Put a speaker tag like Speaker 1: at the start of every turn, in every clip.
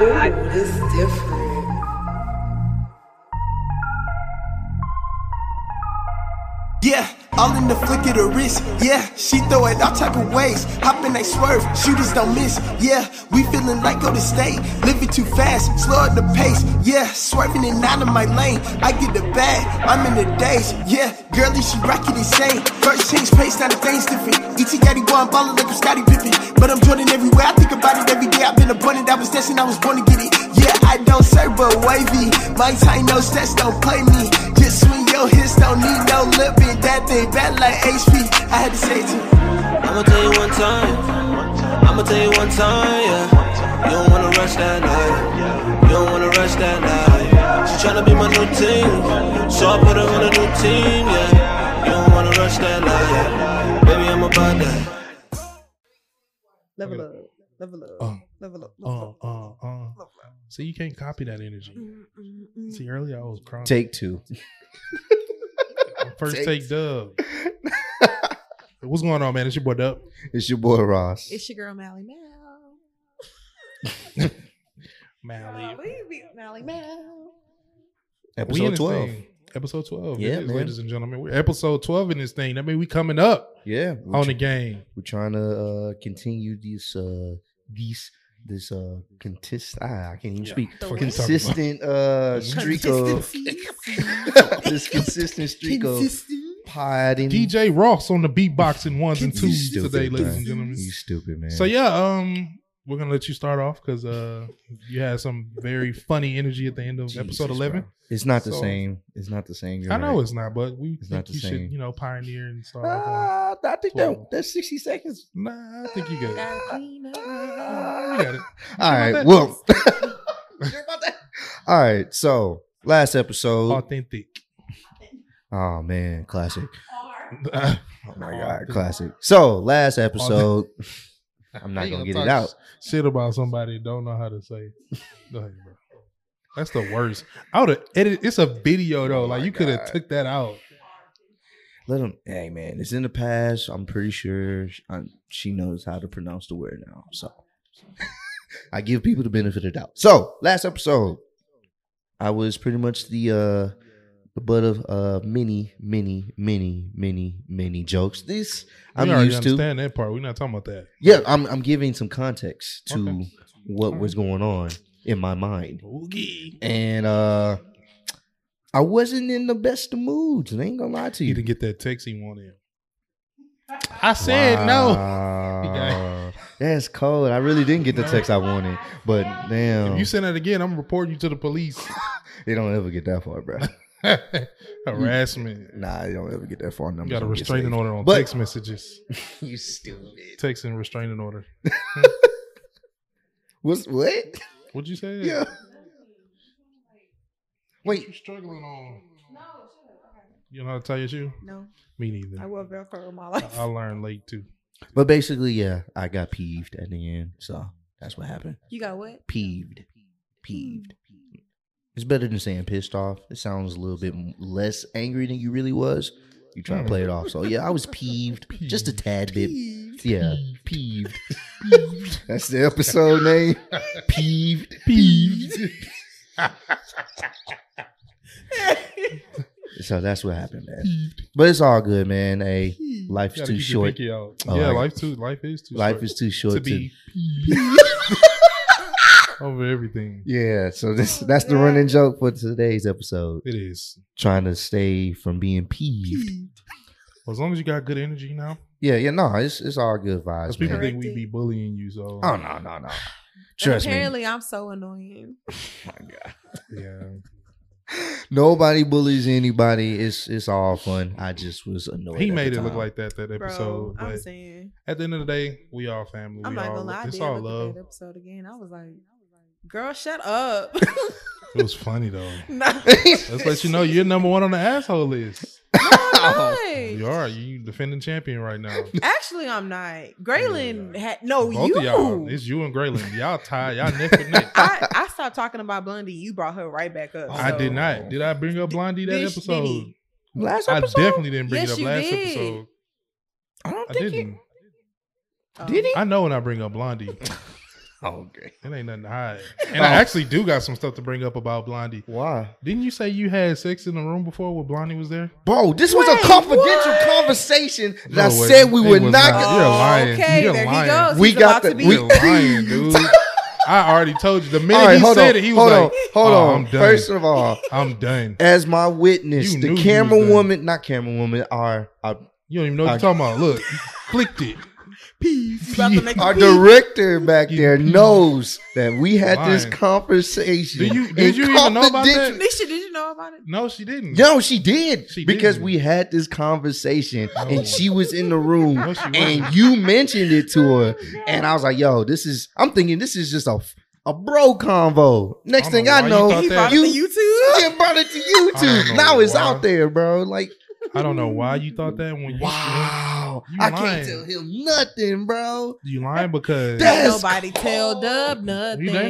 Speaker 1: Ooh, this different.
Speaker 2: Yeah, all in the flick of the wrist. Yeah, she throw it all type of ways. Hop in, they swerve, shooters don't miss. Yeah, we feeling like go to state. Living too fast, slow at the pace. Yeah, swerving and out of my lane. I get the bag, I'm in the days. Yeah, girlie, she rockin' insane. First change pace, now the thing's different. ET got it, one ballin' like I'm Scotty Pippen. But I'm Jordan everywhere, I think about it every day. I've been abundant, I was destined, I was born to get it. Yeah, I don't serve but wavy. My tight no stats don't play me. Just swing your hips, don't need no lippin'. That thing bad like HP. I had to say it to you.
Speaker 3: I'ma tell you one time. I'ma tell you one time, yeah. You don't wanna rush that night. You don't wanna rush that night. She tryna be my new team, so I put her on a new team, yeah. You don't wanna rush that night, yeah. Baby, I'm about that.
Speaker 1: Level up.
Speaker 4: Okay.
Speaker 1: Level up.
Speaker 4: Uh,
Speaker 1: level up.
Speaker 4: uh,
Speaker 1: Level up.
Speaker 4: uh, uh. So you can't copy that energy. See, earlier I was crying.
Speaker 5: Take two.
Speaker 4: First
Speaker 5: take-
Speaker 4: take dub. What's going on, man? It's your boy Dub.
Speaker 5: It's your boy Ross.
Speaker 1: It's your girl Mally Mal.
Speaker 4: Mally.
Speaker 1: We be Mally Mal.
Speaker 4: We in
Speaker 5: Episode
Speaker 4: this
Speaker 5: 12.
Speaker 4: thing. Episode 12.
Speaker 5: Yeah,
Speaker 4: it is,
Speaker 5: man.
Speaker 4: ladies and gentlemen. We're episode 12 in this thing. That mean we coming up
Speaker 5: Yeah. We're,
Speaker 4: on
Speaker 5: tr-
Speaker 4: the game.
Speaker 5: we're trying to uh, continue this, uh, these, this, uh, contest. Ah, I can't even speak.
Speaker 1: The
Speaker 4: Fuck you talking about.
Speaker 5: Consistent uh, streak of. this consistent streak of potting.
Speaker 4: DJ Ross on the beatboxing ones and
Speaker 5: You
Speaker 4: twos
Speaker 5: stupid,
Speaker 4: today, ladies
Speaker 5: man.
Speaker 4: and gentlemen.
Speaker 5: You stupid, man.
Speaker 4: So yeah, um, we're gonna let you start off because uh, you had some very funny energy at the end of
Speaker 5: Jesus,
Speaker 4: episode eleven.
Speaker 5: bro. It's not the
Speaker 4: So-
Speaker 5: same. It's not the same.
Speaker 4: I know it's not, but we
Speaker 5: It's
Speaker 4: think
Speaker 5: not the
Speaker 4: you
Speaker 5: same.
Speaker 4: should, you know, pioneer and start off on.
Speaker 5: Ah, I think
Speaker 4: Twelve.
Speaker 5: that, that's 60 seconds.
Speaker 4: Nah, I think you good.
Speaker 5: Ah.
Speaker 4: You got it.
Speaker 5: All
Speaker 4: that?
Speaker 5: right. Well, You're about that? all right. So last episode.
Speaker 4: Authentic.
Speaker 5: Oh man, classic. Oh my god,
Speaker 4: Authentic.
Speaker 5: classic. So last episode. I'm not
Speaker 4: Hey,
Speaker 5: gonna
Speaker 4: I'm
Speaker 5: get it
Speaker 4: talking
Speaker 5: out.
Speaker 4: Shit about somebody don't know how to say. Go ahead, bro. That's the worst. I would have edited. It's a video though.
Speaker 5: Oh
Speaker 4: like
Speaker 5: my
Speaker 4: you could have
Speaker 5: God.
Speaker 4: took that out.
Speaker 5: Let him. Hey man, it's in the past. I'm pretty sure sh- i she knows how to pronounce the word now. So I give people the benefit of the doubt. So last episode, I was pretty much the uh the butt of uh many, many, many, many, many jokes. This
Speaker 4: We
Speaker 5: I'm
Speaker 4: already
Speaker 5: used to.
Speaker 4: understand that part. We're not talking about that.
Speaker 5: Yeah, I'm I'm giving some context to
Speaker 4: Okay.
Speaker 5: what was going on in my mind.
Speaker 4: Boogie.
Speaker 5: And uh I wasn't in the best of moods. I ain't gonna lie to
Speaker 4: He
Speaker 5: you.
Speaker 4: didn't get that text he wanted. I said no.
Speaker 5: Wow. That's cold. I really didn't get the text I wanted, but damn,
Speaker 4: If you send that again, I'm reporting you to the police.
Speaker 5: they don't ever get that far, bro.
Speaker 4: Harassment.
Speaker 5: Nah, they don't ever get that far.
Speaker 4: You
Speaker 5: Numbers
Speaker 4: got a
Speaker 5: don't get
Speaker 4: restraining
Speaker 5: saved.
Speaker 4: order on
Speaker 5: But-
Speaker 4: text messages.
Speaker 5: you stupid.
Speaker 4: Text and restraining order.
Speaker 5: What's what?
Speaker 4: What'd you say?
Speaker 5: Yeah.
Speaker 4: What you
Speaker 5: Wait.
Speaker 4: struggling on? No, You know how to tie your shoe?
Speaker 1: No,
Speaker 4: Me
Speaker 1: I
Speaker 4: neither.
Speaker 1: wore Velcro all my
Speaker 4: I,
Speaker 1: life.
Speaker 4: I learned late too.
Speaker 5: But basically, yeah, I got peeved at the end, so that's what happened.
Speaker 1: You got what?
Speaker 5: Peeved, peeved.
Speaker 4: Hmm.
Speaker 5: It's better than saying pissed off. It sounds a little bit m- less angry than you really was. You
Speaker 4: Hmm.
Speaker 5: try to play it off. So yeah, I was peeved, just a tad bit. Yeah, peeved. That's the episode name. Peeved. Peeved. so that's what happened, man. But it's all good, man. Hey, life's
Speaker 4: Gotta
Speaker 5: too
Speaker 4: keep your
Speaker 5: short.
Speaker 4: pinky out.
Speaker 5: Oh,
Speaker 4: yeah,
Speaker 5: I-
Speaker 4: life too. Life is too.
Speaker 5: Life
Speaker 4: short
Speaker 5: is too short
Speaker 4: to
Speaker 5: to
Speaker 4: be over everything.
Speaker 5: Yeah, so this that's the running joke for today's episode.
Speaker 4: It is.
Speaker 5: Trying to stay from being peeved.
Speaker 4: Well, as long as you got good energy now,
Speaker 5: Yeah, yeah, no, it's it's all good
Speaker 4: because
Speaker 5: vibes,
Speaker 4: people
Speaker 5: man.
Speaker 4: think we be bullying you. So
Speaker 5: Oh no, no, no. Trust
Speaker 1: and
Speaker 5: me.
Speaker 1: apparently, I'm so annoying.
Speaker 4: Oh yeah,
Speaker 5: Nobody bullies anybody. It's it's all fun. I just was annoyed.
Speaker 4: he
Speaker 5: at
Speaker 4: made
Speaker 5: the
Speaker 4: it look
Speaker 5: time.
Speaker 4: like that that
Speaker 1: Bro,
Speaker 4: episode.
Speaker 1: I'm
Speaker 4: but
Speaker 1: saying.
Speaker 4: at the end of the day, we all family.
Speaker 1: I'm
Speaker 4: we
Speaker 1: not
Speaker 4: all,
Speaker 1: gonna lie. I
Speaker 4: It's
Speaker 1: did
Speaker 4: all
Speaker 1: look
Speaker 4: love.
Speaker 1: at that episode again. I was like, girl, shut up.
Speaker 4: It was funny though.
Speaker 1: Nah,
Speaker 4: Let's let you know you're number one on the asshole list.
Speaker 1: I'm
Speaker 4: You
Speaker 1: not.
Speaker 4: are. You defending champion right now.
Speaker 1: Actually, I'm not. Graylin
Speaker 4: Yeah.
Speaker 1: had no
Speaker 4: Both
Speaker 1: you.
Speaker 4: of y'all. It's you and Graylin. Y'all tied. Y'all neck and neck.
Speaker 1: I, I stopped talking about Blondie. You brought her right back up.
Speaker 4: I
Speaker 1: so-
Speaker 4: did not. Did I bring up Blondie that
Speaker 1: Did- did
Speaker 4: episode?
Speaker 1: he?
Speaker 5: Last
Speaker 4: I
Speaker 5: episode, I,
Speaker 4: definitely didn't bring
Speaker 1: Yes,
Speaker 4: it up
Speaker 1: you
Speaker 4: last
Speaker 1: did.
Speaker 4: episode.
Speaker 5: don't
Speaker 4: I
Speaker 5: think
Speaker 4: didn't.
Speaker 5: Did he?
Speaker 1: Oh,
Speaker 4: I know when I bring up Blondie.
Speaker 5: Okay.
Speaker 4: It ain't nothing to hide. And
Speaker 1: Oh.
Speaker 4: I actually do got some stuff to bring up about Blondie.
Speaker 5: Why?
Speaker 4: Didn't you say you had sex in the room before when Blondie was there?
Speaker 5: Bro, this was
Speaker 1: Wait,
Speaker 5: a confidential
Speaker 1: what?
Speaker 5: conversation that I
Speaker 4: No way.
Speaker 5: said we
Speaker 4: It
Speaker 5: would
Speaker 4: was
Speaker 5: not.
Speaker 4: not.
Speaker 5: get-
Speaker 4: You're lying.
Speaker 1: Oh, Okay,
Speaker 4: You're
Speaker 1: there
Speaker 4: lying.
Speaker 1: he goes.
Speaker 5: We
Speaker 1: He's
Speaker 5: got
Speaker 1: about
Speaker 5: the-
Speaker 1: to be.
Speaker 5: we-
Speaker 4: You're lying, dude. I already told you. The minute
Speaker 5: All right,
Speaker 4: he
Speaker 5: hold
Speaker 4: said
Speaker 5: on.
Speaker 4: it, he was
Speaker 5: hold
Speaker 4: like,
Speaker 5: on. Hold
Speaker 4: "Oh,
Speaker 5: on.
Speaker 4: I'm done.
Speaker 5: First of all,
Speaker 4: I'm done.
Speaker 5: as my witness,
Speaker 4: You knew you
Speaker 5: the
Speaker 4: was
Speaker 5: camera
Speaker 4: done.
Speaker 5: woman, not camera woman, our our,
Speaker 4: You don't even know what you're talking about. Look, clicked it.
Speaker 1: He's about to make a
Speaker 5: our
Speaker 1: pee.
Speaker 5: director back
Speaker 4: You
Speaker 5: there
Speaker 4: peed.
Speaker 5: knows that we had this
Speaker 4: Lying.
Speaker 5: conversation.
Speaker 4: Did you- did
Speaker 5: in
Speaker 4: you even know about that?
Speaker 5: confidential-
Speaker 1: Nisha, did you know about it?
Speaker 4: No, she didn't.
Speaker 5: No, she did.
Speaker 4: She
Speaker 5: because
Speaker 4: didn't.
Speaker 5: we had this conversation
Speaker 4: No.
Speaker 5: and she was in the room
Speaker 4: No, she wasn't.
Speaker 5: and you mentioned it to her. And I was like, yo, this is, I'm thinking this is just a, a bro convo. Next
Speaker 4: I don't
Speaker 5: thing
Speaker 4: know
Speaker 5: I
Speaker 4: why you
Speaker 5: know,
Speaker 4: thought
Speaker 1: He
Speaker 4: that-
Speaker 1: brought
Speaker 5: You-
Speaker 1: it to YouTube.
Speaker 5: you brought it to
Speaker 4: I don't
Speaker 5: YouTube.
Speaker 4: know
Speaker 5: Now it's
Speaker 4: why.
Speaker 5: out there, bro. Like,
Speaker 4: I don't know why you thought that when you
Speaker 5: wow.
Speaker 4: You
Speaker 5: I
Speaker 4: lying.
Speaker 5: can't tell him nothing, bro.
Speaker 4: you lying because
Speaker 5: That- That's
Speaker 1: Nobody tell Dub nothing.
Speaker 4: You done?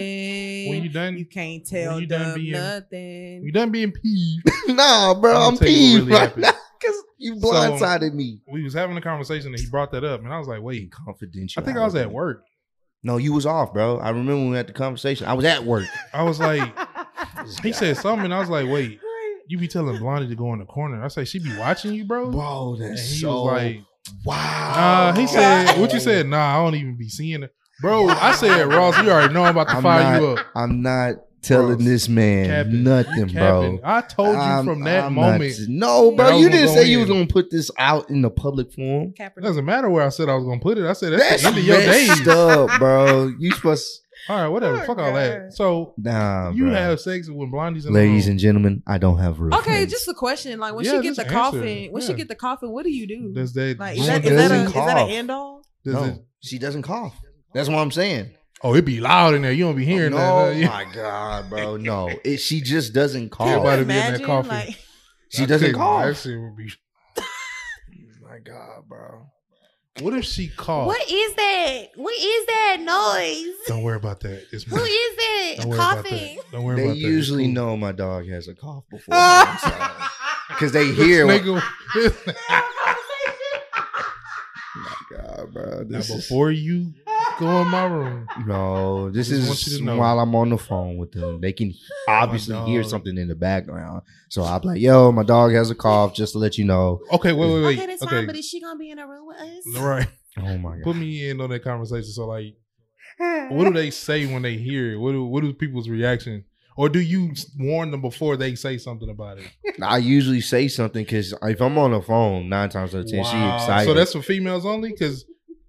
Speaker 4: when you done
Speaker 1: You can't
Speaker 4: When
Speaker 1: tell
Speaker 4: you done
Speaker 1: Dub
Speaker 4: being-
Speaker 1: nothing.
Speaker 4: you done being peeved.
Speaker 5: nah, bro.
Speaker 4: I'll
Speaker 5: I'm
Speaker 4: tell you what
Speaker 5: peeved
Speaker 4: really
Speaker 5: right
Speaker 4: happened.
Speaker 5: now because you blindsided me.
Speaker 4: We was having a conversation and he brought that up and I was like, wait,
Speaker 5: Confidential.
Speaker 4: I think I was at work.
Speaker 5: No, you was off, bro. I remember when we had the conversation. I was at work.
Speaker 4: I was like, he said something and I was like, wait, you be telling Blondie to go in the corner. I say she be watching you, bro.
Speaker 5: Bro,
Speaker 4: and
Speaker 5: that's
Speaker 4: he
Speaker 5: so
Speaker 4: was like,
Speaker 5: wow.
Speaker 4: nah. He said, what you said? Nah, I don't even be seeing it, bro. I said, Ross, you already know I'm about to
Speaker 5: I'm
Speaker 4: fire
Speaker 5: not
Speaker 4: you up.
Speaker 5: I'm not telling
Speaker 4: Bro,
Speaker 5: this man
Speaker 4: capping.
Speaker 5: nothing,
Speaker 4: Capping.
Speaker 5: bro.
Speaker 4: I told you
Speaker 5: I'm-
Speaker 4: from that
Speaker 5: I'm not-
Speaker 4: moment.
Speaker 5: no,
Speaker 4: that I
Speaker 5: bro,
Speaker 4: was
Speaker 5: you
Speaker 4: gonna
Speaker 5: didn't
Speaker 4: go
Speaker 5: say you
Speaker 4: in.
Speaker 5: was gonna put this out in the public forum.
Speaker 4: It
Speaker 1: Kaepernick.
Speaker 4: doesn't matter where I said I was gonna put it. I said that's,
Speaker 5: That's
Speaker 4: the end of your
Speaker 5: messed
Speaker 4: days.
Speaker 5: up, bro. You supposed
Speaker 4: All right, whatever.
Speaker 1: Oh,
Speaker 4: Fuck all that.
Speaker 1: God.
Speaker 4: So
Speaker 5: nah,
Speaker 4: you
Speaker 5: bro.
Speaker 4: have sex when Blondie's in
Speaker 5: Oh, Ladies
Speaker 4: the room.
Speaker 5: and gentlemen, I don't have real.
Speaker 1: Okay,
Speaker 5: friends.
Speaker 1: just a question. Like when
Speaker 4: Yeah,
Speaker 1: she get
Speaker 4: just
Speaker 1: the
Speaker 4: answer.
Speaker 1: coffin, when she
Speaker 4: Yeah.
Speaker 1: get the coffin, what do you do?
Speaker 4: does that?
Speaker 1: like
Speaker 5: she
Speaker 1: is that,
Speaker 4: does
Speaker 1: is that, a,
Speaker 5: doesn't
Speaker 1: is that an
Speaker 5: cough.
Speaker 1: end all?
Speaker 4: does
Speaker 5: no,
Speaker 4: it-
Speaker 5: she doesn't cough. That's what I'm saying.
Speaker 4: oh, it'd be loud in there. You don't be hearing
Speaker 5: no,
Speaker 4: that. huh?
Speaker 5: my god, bro, no. It, she just doesn't
Speaker 4: Everybody
Speaker 5: cough.
Speaker 4: be in that coffin.
Speaker 1: like
Speaker 5: She
Speaker 4: I
Speaker 5: doesn't
Speaker 4: couldn't. That
Speaker 5: cough.
Speaker 4: shit would be.
Speaker 5: My god, bro.
Speaker 4: What if she coughed?
Speaker 6: What is that? What is that noise?
Speaker 4: Don't worry about that. It's
Speaker 6: Who
Speaker 4: me.
Speaker 6: is that
Speaker 4: Don't worry
Speaker 6: coughing?
Speaker 4: about that. Don't worry
Speaker 5: They
Speaker 4: about that. It's
Speaker 5: usually
Speaker 4: cool.
Speaker 5: know my dog has a cough before because they hear.
Speaker 4: This nigga- this-
Speaker 5: God, bro,
Speaker 4: now,
Speaker 5: this is-
Speaker 4: before you go in my room,
Speaker 5: no, this
Speaker 4: Just want you
Speaker 5: is
Speaker 4: to know.
Speaker 5: while I'm on the phone with them. They can obviously hear
Speaker 4: dog.
Speaker 5: something in the background. So I'm like, "Yo, my dog has a cough." Just to let you know.
Speaker 4: okay, wait, wait, wait.
Speaker 6: Okay, that's fine, but is she gonna be in a room with
Speaker 4: All
Speaker 6: us?
Speaker 4: right,
Speaker 5: Oh my god.
Speaker 4: put me in on that conversation. So, like, what do they say when they hear it? What do, what is people's reaction? Or do you warn them before they say something about it?
Speaker 5: I usually say something because if I'm on the phone, nine times out of ten,
Speaker 4: Wow.
Speaker 5: she excited.
Speaker 4: So that's for females only? Because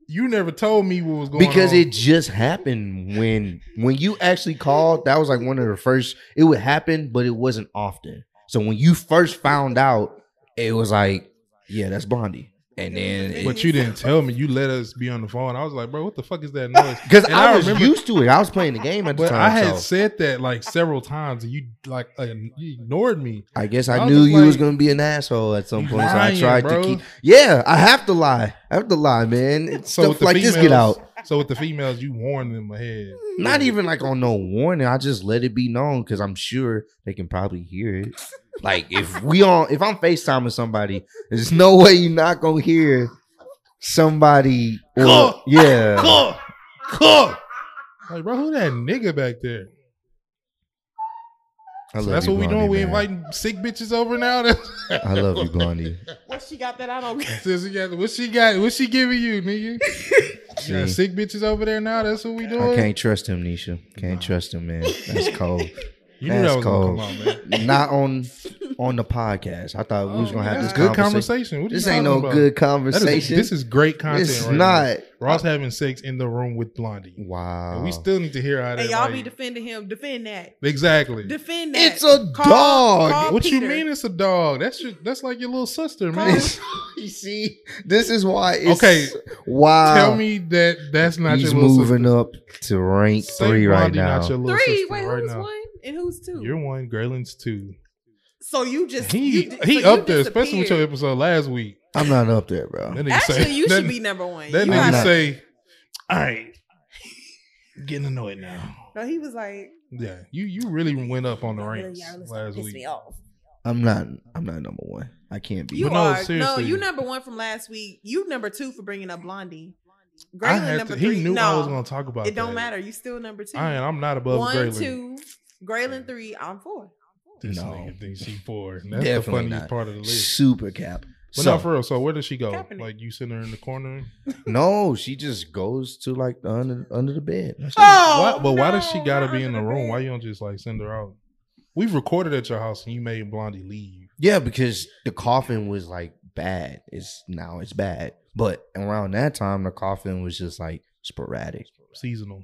Speaker 4: you never told me what was going
Speaker 5: because
Speaker 4: on.
Speaker 5: it just happened when when you actually called. That was like one of the first. It would happen, but it wasn't often. So when you first found out, it was like, yeah, that's Blondie. And then it-
Speaker 4: But you didn't tell me. You let us be on the phone. I was like, bro, what the fuck is that noise?
Speaker 5: Because
Speaker 4: And
Speaker 5: I,
Speaker 4: I
Speaker 5: was
Speaker 4: remember-
Speaker 5: used to it. I was playing the game at the
Speaker 4: But
Speaker 5: time.
Speaker 4: I had
Speaker 5: so
Speaker 4: said that like several times, and you like uh, you ignored me.
Speaker 5: I guess
Speaker 4: I
Speaker 5: I,
Speaker 4: was
Speaker 5: knew
Speaker 4: just
Speaker 5: you was
Speaker 4: like,
Speaker 5: gonna be an asshole at some
Speaker 4: "You
Speaker 5: point. So I
Speaker 4: lying,
Speaker 5: tried
Speaker 4: bro."
Speaker 5: to keep. Yeah, I have to lie. I have to lie, man. It's
Speaker 4: So with
Speaker 5: Stuff
Speaker 4: the
Speaker 5: like this get
Speaker 4: females-
Speaker 5: out.
Speaker 4: So with the females, you warn them ahead.
Speaker 5: Not even like on no warning. I just let it be known because I'm sure they can probably hear it. Like if we on, if I'm Facetiming somebody, there's no way you're not gonna hear somebody. Or,
Speaker 4: Cool.
Speaker 5: Yeah.
Speaker 4: Cool, cool. Like, bro, who that nigga back there?
Speaker 5: I
Speaker 4: So
Speaker 5: love
Speaker 4: that's
Speaker 5: you,
Speaker 4: what we doing.
Speaker 5: Blondie,
Speaker 4: We
Speaker 5: man.
Speaker 4: inviting sick bitches over now. That's-
Speaker 5: I love you, Blondie.
Speaker 1: what she got that I don't get.
Speaker 4: Sis, you got- what she got? What she giving you, nigga? You got
Speaker 5: See?
Speaker 4: sick bitches over there now. That's what we doing.
Speaker 5: I can't trust him, Nisha. Can't trust him, man. That's cold.
Speaker 4: You knew that
Speaker 5: That's
Speaker 4: was gonna come
Speaker 5: cold.
Speaker 4: out, man.
Speaker 5: Not on on the podcast. I thought we was gonna have
Speaker 4: Oh, That's
Speaker 5: this
Speaker 4: good
Speaker 5: conversation.
Speaker 4: conversation. What you
Speaker 5: This ain't no
Speaker 4: talking about?
Speaker 5: good
Speaker 4: That is-
Speaker 5: conversation.
Speaker 4: this is great content.
Speaker 5: It's
Speaker 4: right
Speaker 5: not.
Speaker 4: now. Ross having sex in the room with Blondie.
Speaker 5: Wow.
Speaker 4: And we still need to hear how that.
Speaker 1: And y'all be
Speaker 4: like-
Speaker 1: defending him. Defend that.
Speaker 4: exactly.
Speaker 1: Defend that.
Speaker 5: it's a dog.
Speaker 1: call-
Speaker 4: what you
Speaker 1: Peter.
Speaker 4: mean? It's a dog. That's your, that's like your little sister, man.
Speaker 5: It's- you see, this is why. It's,
Speaker 4: Okay,
Speaker 5: Wow.
Speaker 4: Tell me that that's not
Speaker 5: he's
Speaker 4: your little
Speaker 5: moving
Speaker 4: sister.
Speaker 5: up to rank
Speaker 4: Say
Speaker 5: three right
Speaker 4: Blondie
Speaker 5: now.
Speaker 4: Not your little
Speaker 1: Three.
Speaker 4: sister
Speaker 1: Wait,
Speaker 4: right
Speaker 1: who's
Speaker 4: now.
Speaker 1: one and who's 2
Speaker 4: You're one. Graylin's two.
Speaker 1: so you just
Speaker 4: He
Speaker 1: you di-
Speaker 4: he
Speaker 1: so you
Speaker 4: up there, especially with your
Speaker 1: disappeared.
Speaker 4: episode last week.
Speaker 5: I'm not up there, bro.
Speaker 4: That nigga
Speaker 1: Actually,
Speaker 4: say,
Speaker 1: you
Speaker 4: that,
Speaker 1: should be number one.
Speaker 4: That
Speaker 1: You
Speaker 4: nigga
Speaker 1: gotta-
Speaker 4: say, "All right, getting annoyed now."
Speaker 1: no, he was like,
Speaker 4: Yeah, you you really went up on the ranks last
Speaker 6: piss
Speaker 4: week.
Speaker 6: me off.
Speaker 5: I'm not. I'm not number one. I can't be.
Speaker 1: "You
Speaker 4: no,
Speaker 1: are no,
Speaker 4: seriously.
Speaker 1: you number one from last week. You number two for bringing up Blondie.
Speaker 4: I
Speaker 1: Grayling
Speaker 4: had
Speaker 1: number
Speaker 4: to,
Speaker 1: three.
Speaker 4: he knew
Speaker 1: no,
Speaker 4: I was gonna talk about
Speaker 1: it don't
Speaker 4: that.
Speaker 1: matter. You still number two.
Speaker 4: I am, I'm not above
Speaker 1: One,
Speaker 4: Grayling.
Speaker 1: two. Grayling three. I'm four.
Speaker 4: This
Speaker 5: No.
Speaker 4: nigga thinks she four. and That's the
Speaker 5: Definitely
Speaker 4: funniest
Speaker 5: not.
Speaker 4: part of the list.
Speaker 5: Super cap.
Speaker 4: But
Speaker 5: so
Speaker 4: not for real. So where does she go?
Speaker 1: Kaepernick.
Speaker 4: Like you sitting her in the corner.
Speaker 5: no, she just goes to like the under under the bed. That's it.
Speaker 1: Oh,
Speaker 4: why, but why does she
Speaker 1: no,
Speaker 4: gotta
Speaker 1: not
Speaker 4: be in the
Speaker 1: under
Speaker 4: room?
Speaker 1: bed.
Speaker 4: Why you don't just like send her out? We've recorded at your house and you made Blondie leave.
Speaker 5: Yeah, because the coffin was like bad. It's now it's bad. But around that time, the coffin was just like sporadic.
Speaker 4: Seasonal.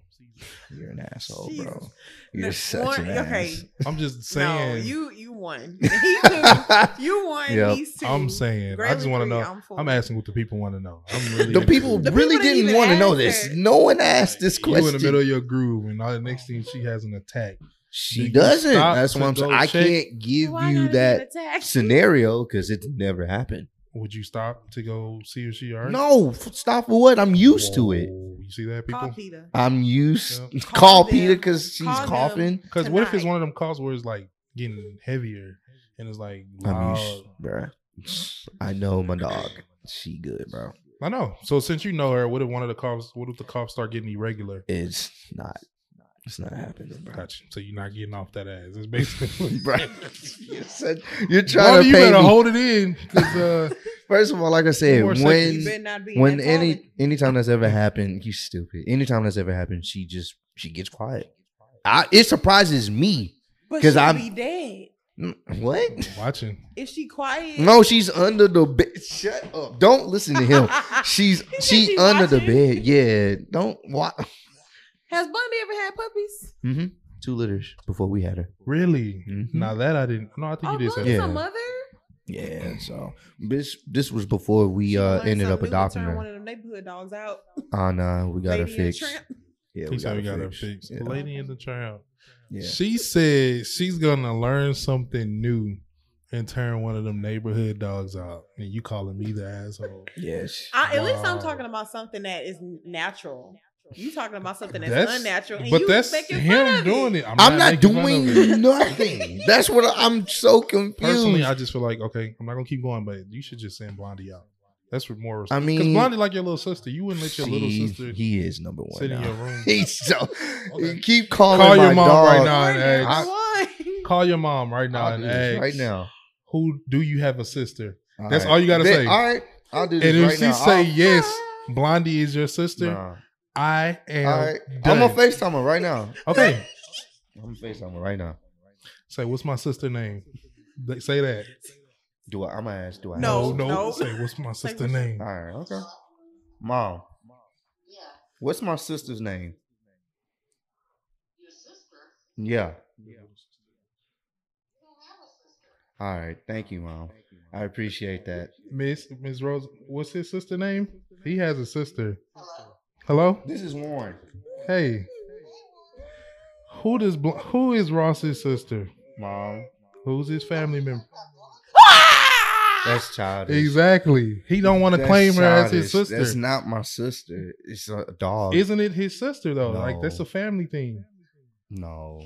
Speaker 5: You're an asshole,
Speaker 1: Jesus.
Speaker 5: bro. You're
Speaker 1: No,
Speaker 5: such
Speaker 1: one-
Speaker 5: an
Speaker 1: okay.
Speaker 5: ass.
Speaker 4: I'm just
Speaker 1: No,
Speaker 4: saying.
Speaker 1: you you won. He two. you won.
Speaker 5: Yep.
Speaker 1: He's two.
Speaker 4: I'm saying. I just
Speaker 1: Grayling
Speaker 4: want to
Speaker 1: three,
Speaker 4: know.
Speaker 1: I'm, four.
Speaker 4: I'm asking what the people want to know. I'm really
Speaker 5: the people
Speaker 1: The
Speaker 5: really
Speaker 1: people didn't
Speaker 5: didn't
Speaker 1: even
Speaker 5: want to know
Speaker 1: ask
Speaker 5: this.
Speaker 1: her.
Speaker 5: No one asked this question.
Speaker 4: You in the middle of your groove, and all the next thing she has an attack. Do
Speaker 5: She
Speaker 4: you
Speaker 5: doesn't.
Speaker 4: stop
Speaker 5: That's
Speaker 4: to
Speaker 5: what I'm saying.
Speaker 4: go
Speaker 5: I
Speaker 4: check?
Speaker 5: can't give
Speaker 6: Why
Speaker 5: you
Speaker 6: gotta be
Speaker 5: that
Speaker 6: attacked?
Speaker 5: scenario because it's never happened.
Speaker 4: Would you stop to go see if she alright?
Speaker 5: No, f- stop for what? I'm used to it.
Speaker 4: Whoa, You see that
Speaker 1: Call
Speaker 4: people?
Speaker 1: Peter.
Speaker 5: I'm used.
Speaker 4: Yeah.
Speaker 5: Call,
Speaker 1: Call them.
Speaker 5: Peter because she's
Speaker 1: Call them.
Speaker 5: coughing.
Speaker 4: Because what if it's
Speaker 1: Tonight.
Speaker 4: one of them calls where it's like getting heavier and it's like
Speaker 5: I'm
Speaker 4: loud?
Speaker 5: used, bruh. I know my dog. She good, bro.
Speaker 4: I know. So since you know her, what if one of the coughs? What if the coughs start getting irregular?
Speaker 5: It's not. It's not happening, bro.
Speaker 4: Gotcha. So you're not getting off that ass. It's basically.
Speaker 5: Bro, you're, such, you're trying
Speaker 4: Bro,
Speaker 5: to
Speaker 4: you
Speaker 5: pay
Speaker 4: better
Speaker 5: me.
Speaker 4: hold it in. 'cause, uh,
Speaker 5: First of all, like I said,
Speaker 4: More
Speaker 5: when
Speaker 4: seconds.
Speaker 1: You better not be in
Speaker 5: when
Speaker 1: that
Speaker 5: any
Speaker 1: parliament.
Speaker 5: anytime that's ever happened, you stupid. Anytime that's ever happened, she just she gets quiet. I, it surprises me.
Speaker 1: But
Speaker 5: 'cause
Speaker 1: she'll
Speaker 5: I'm-
Speaker 1: be dead
Speaker 5: Mm, What?
Speaker 4: watching.
Speaker 1: if she quiet.
Speaker 5: No, she's under the bed. Shut up! Don't listen to him. She's
Speaker 1: He
Speaker 5: she
Speaker 1: thinks he
Speaker 5: under the
Speaker 1: watching.
Speaker 5: bed. Yeah, don't watch.
Speaker 1: Has Bundy ever had puppies?
Speaker 5: hmm Two litters before we had her.
Speaker 4: Really?
Speaker 5: Mhm.
Speaker 4: Now that I didn't. No, I think
Speaker 1: Oh,
Speaker 4: you did say
Speaker 1: Bundy's
Speaker 4: that.
Speaker 5: Yeah.
Speaker 1: a mother.
Speaker 5: Yeah, so this this was before we uh
Speaker 1: Learn
Speaker 5: ended up
Speaker 1: something new to
Speaker 5: adopting
Speaker 1: turn
Speaker 5: her.
Speaker 1: One of them neighborhood dogs out.
Speaker 5: Oh no, we got her
Speaker 1: Lady and
Speaker 5: fixed.
Speaker 1: Tramp.
Speaker 5: Yeah,
Speaker 4: He said we got her
Speaker 5: fixed.
Speaker 4: fixed.
Speaker 5: Yeah.
Speaker 4: Lady in the Tramp.
Speaker 5: yeah.
Speaker 4: She said she's gonna learn something new and turn one of them neighborhood dogs out. And you calling me the asshole?
Speaker 5: Yes.
Speaker 1: I, at least I'm
Speaker 4: Wow.
Speaker 1: talking about something that is natural. You talking about something that's,
Speaker 4: That's-
Speaker 1: unnatural, and
Speaker 4: but
Speaker 1: you
Speaker 4: that's
Speaker 1: making
Speaker 4: him
Speaker 1: fun of
Speaker 4: doing
Speaker 1: it.
Speaker 4: it. I'm,
Speaker 5: I'm not
Speaker 4: making fun of it.
Speaker 5: doing nothing. That's what I- I'm so confused.
Speaker 4: Personally, I just feel like okay, I'm not gonna keep going, but you should just send Blondie out. That's for more.
Speaker 5: I
Speaker 4: because
Speaker 5: mean-
Speaker 4: Blondie like your little sister. You wouldn't let your little
Speaker 5: See,
Speaker 4: sister
Speaker 5: He is number one.
Speaker 4: sit in your
Speaker 5: Now.
Speaker 4: room.
Speaker 5: He's so.
Speaker 4: Okay.
Speaker 5: you Keep calling
Speaker 4: Call
Speaker 5: my
Speaker 4: your mom
Speaker 5: dog.
Speaker 4: right now and
Speaker 1: We're
Speaker 4: ask.
Speaker 1: number one.
Speaker 4: Call your mom right now
Speaker 5: I'll
Speaker 4: and
Speaker 5: do this
Speaker 4: ask
Speaker 5: right now.
Speaker 4: who do you have a sister?
Speaker 5: All
Speaker 4: That's
Speaker 5: right.
Speaker 4: all you gotta say.
Speaker 5: Then- All right, I'll do
Speaker 4: And
Speaker 5: this
Speaker 4: if
Speaker 5: right
Speaker 4: she
Speaker 5: now.
Speaker 4: say
Speaker 5: I'll-
Speaker 4: yes, Blondie is your sister.
Speaker 5: Nah.
Speaker 4: I am.
Speaker 5: All right,
Speaker 4: done.
Speaker 5: I'm a FaceTime her right now.
Speaker 4: Okay.
Speaker 5: I'm a FaceTime her right now.
Speaker 4: Say, what's my sister name? They say that. Oh,
Speaker 5: Do I? I'm gonna ask. Do I?
Speaker 1: No,
Speaker 5: have-
Speaker 1: no.
Speaker 4: Say, what's my sister name?
Speaker 5: All right. Okay. Mom. What's my sister's name? Your sister. Yeah. All right. Thank you, mom. I appreciate that.
Speaker 4: Miss Miss Rose. What's his sister name? He has a sister. Hello.
Speaker 5: This is Warren.
Speaker 4: Hey. Who does Bl- who is Ross's sister?
Speaker 5: Mom.
Speaker 4: Who's his family member?
Speaker 5: That's childish.
Speaker 4: Exactly. He don't want to
Speaker 5: That's
Speaker 4: claim her as his
Speaker 5: childish.
Speaker 4: sister.
Speaker 5: That's not my sister. It's a dog.
Speaker 4: Isn't it his sister though? Like that's
Speaker 5: No.
Speaker 4: a family thing.
Speaker 5: No.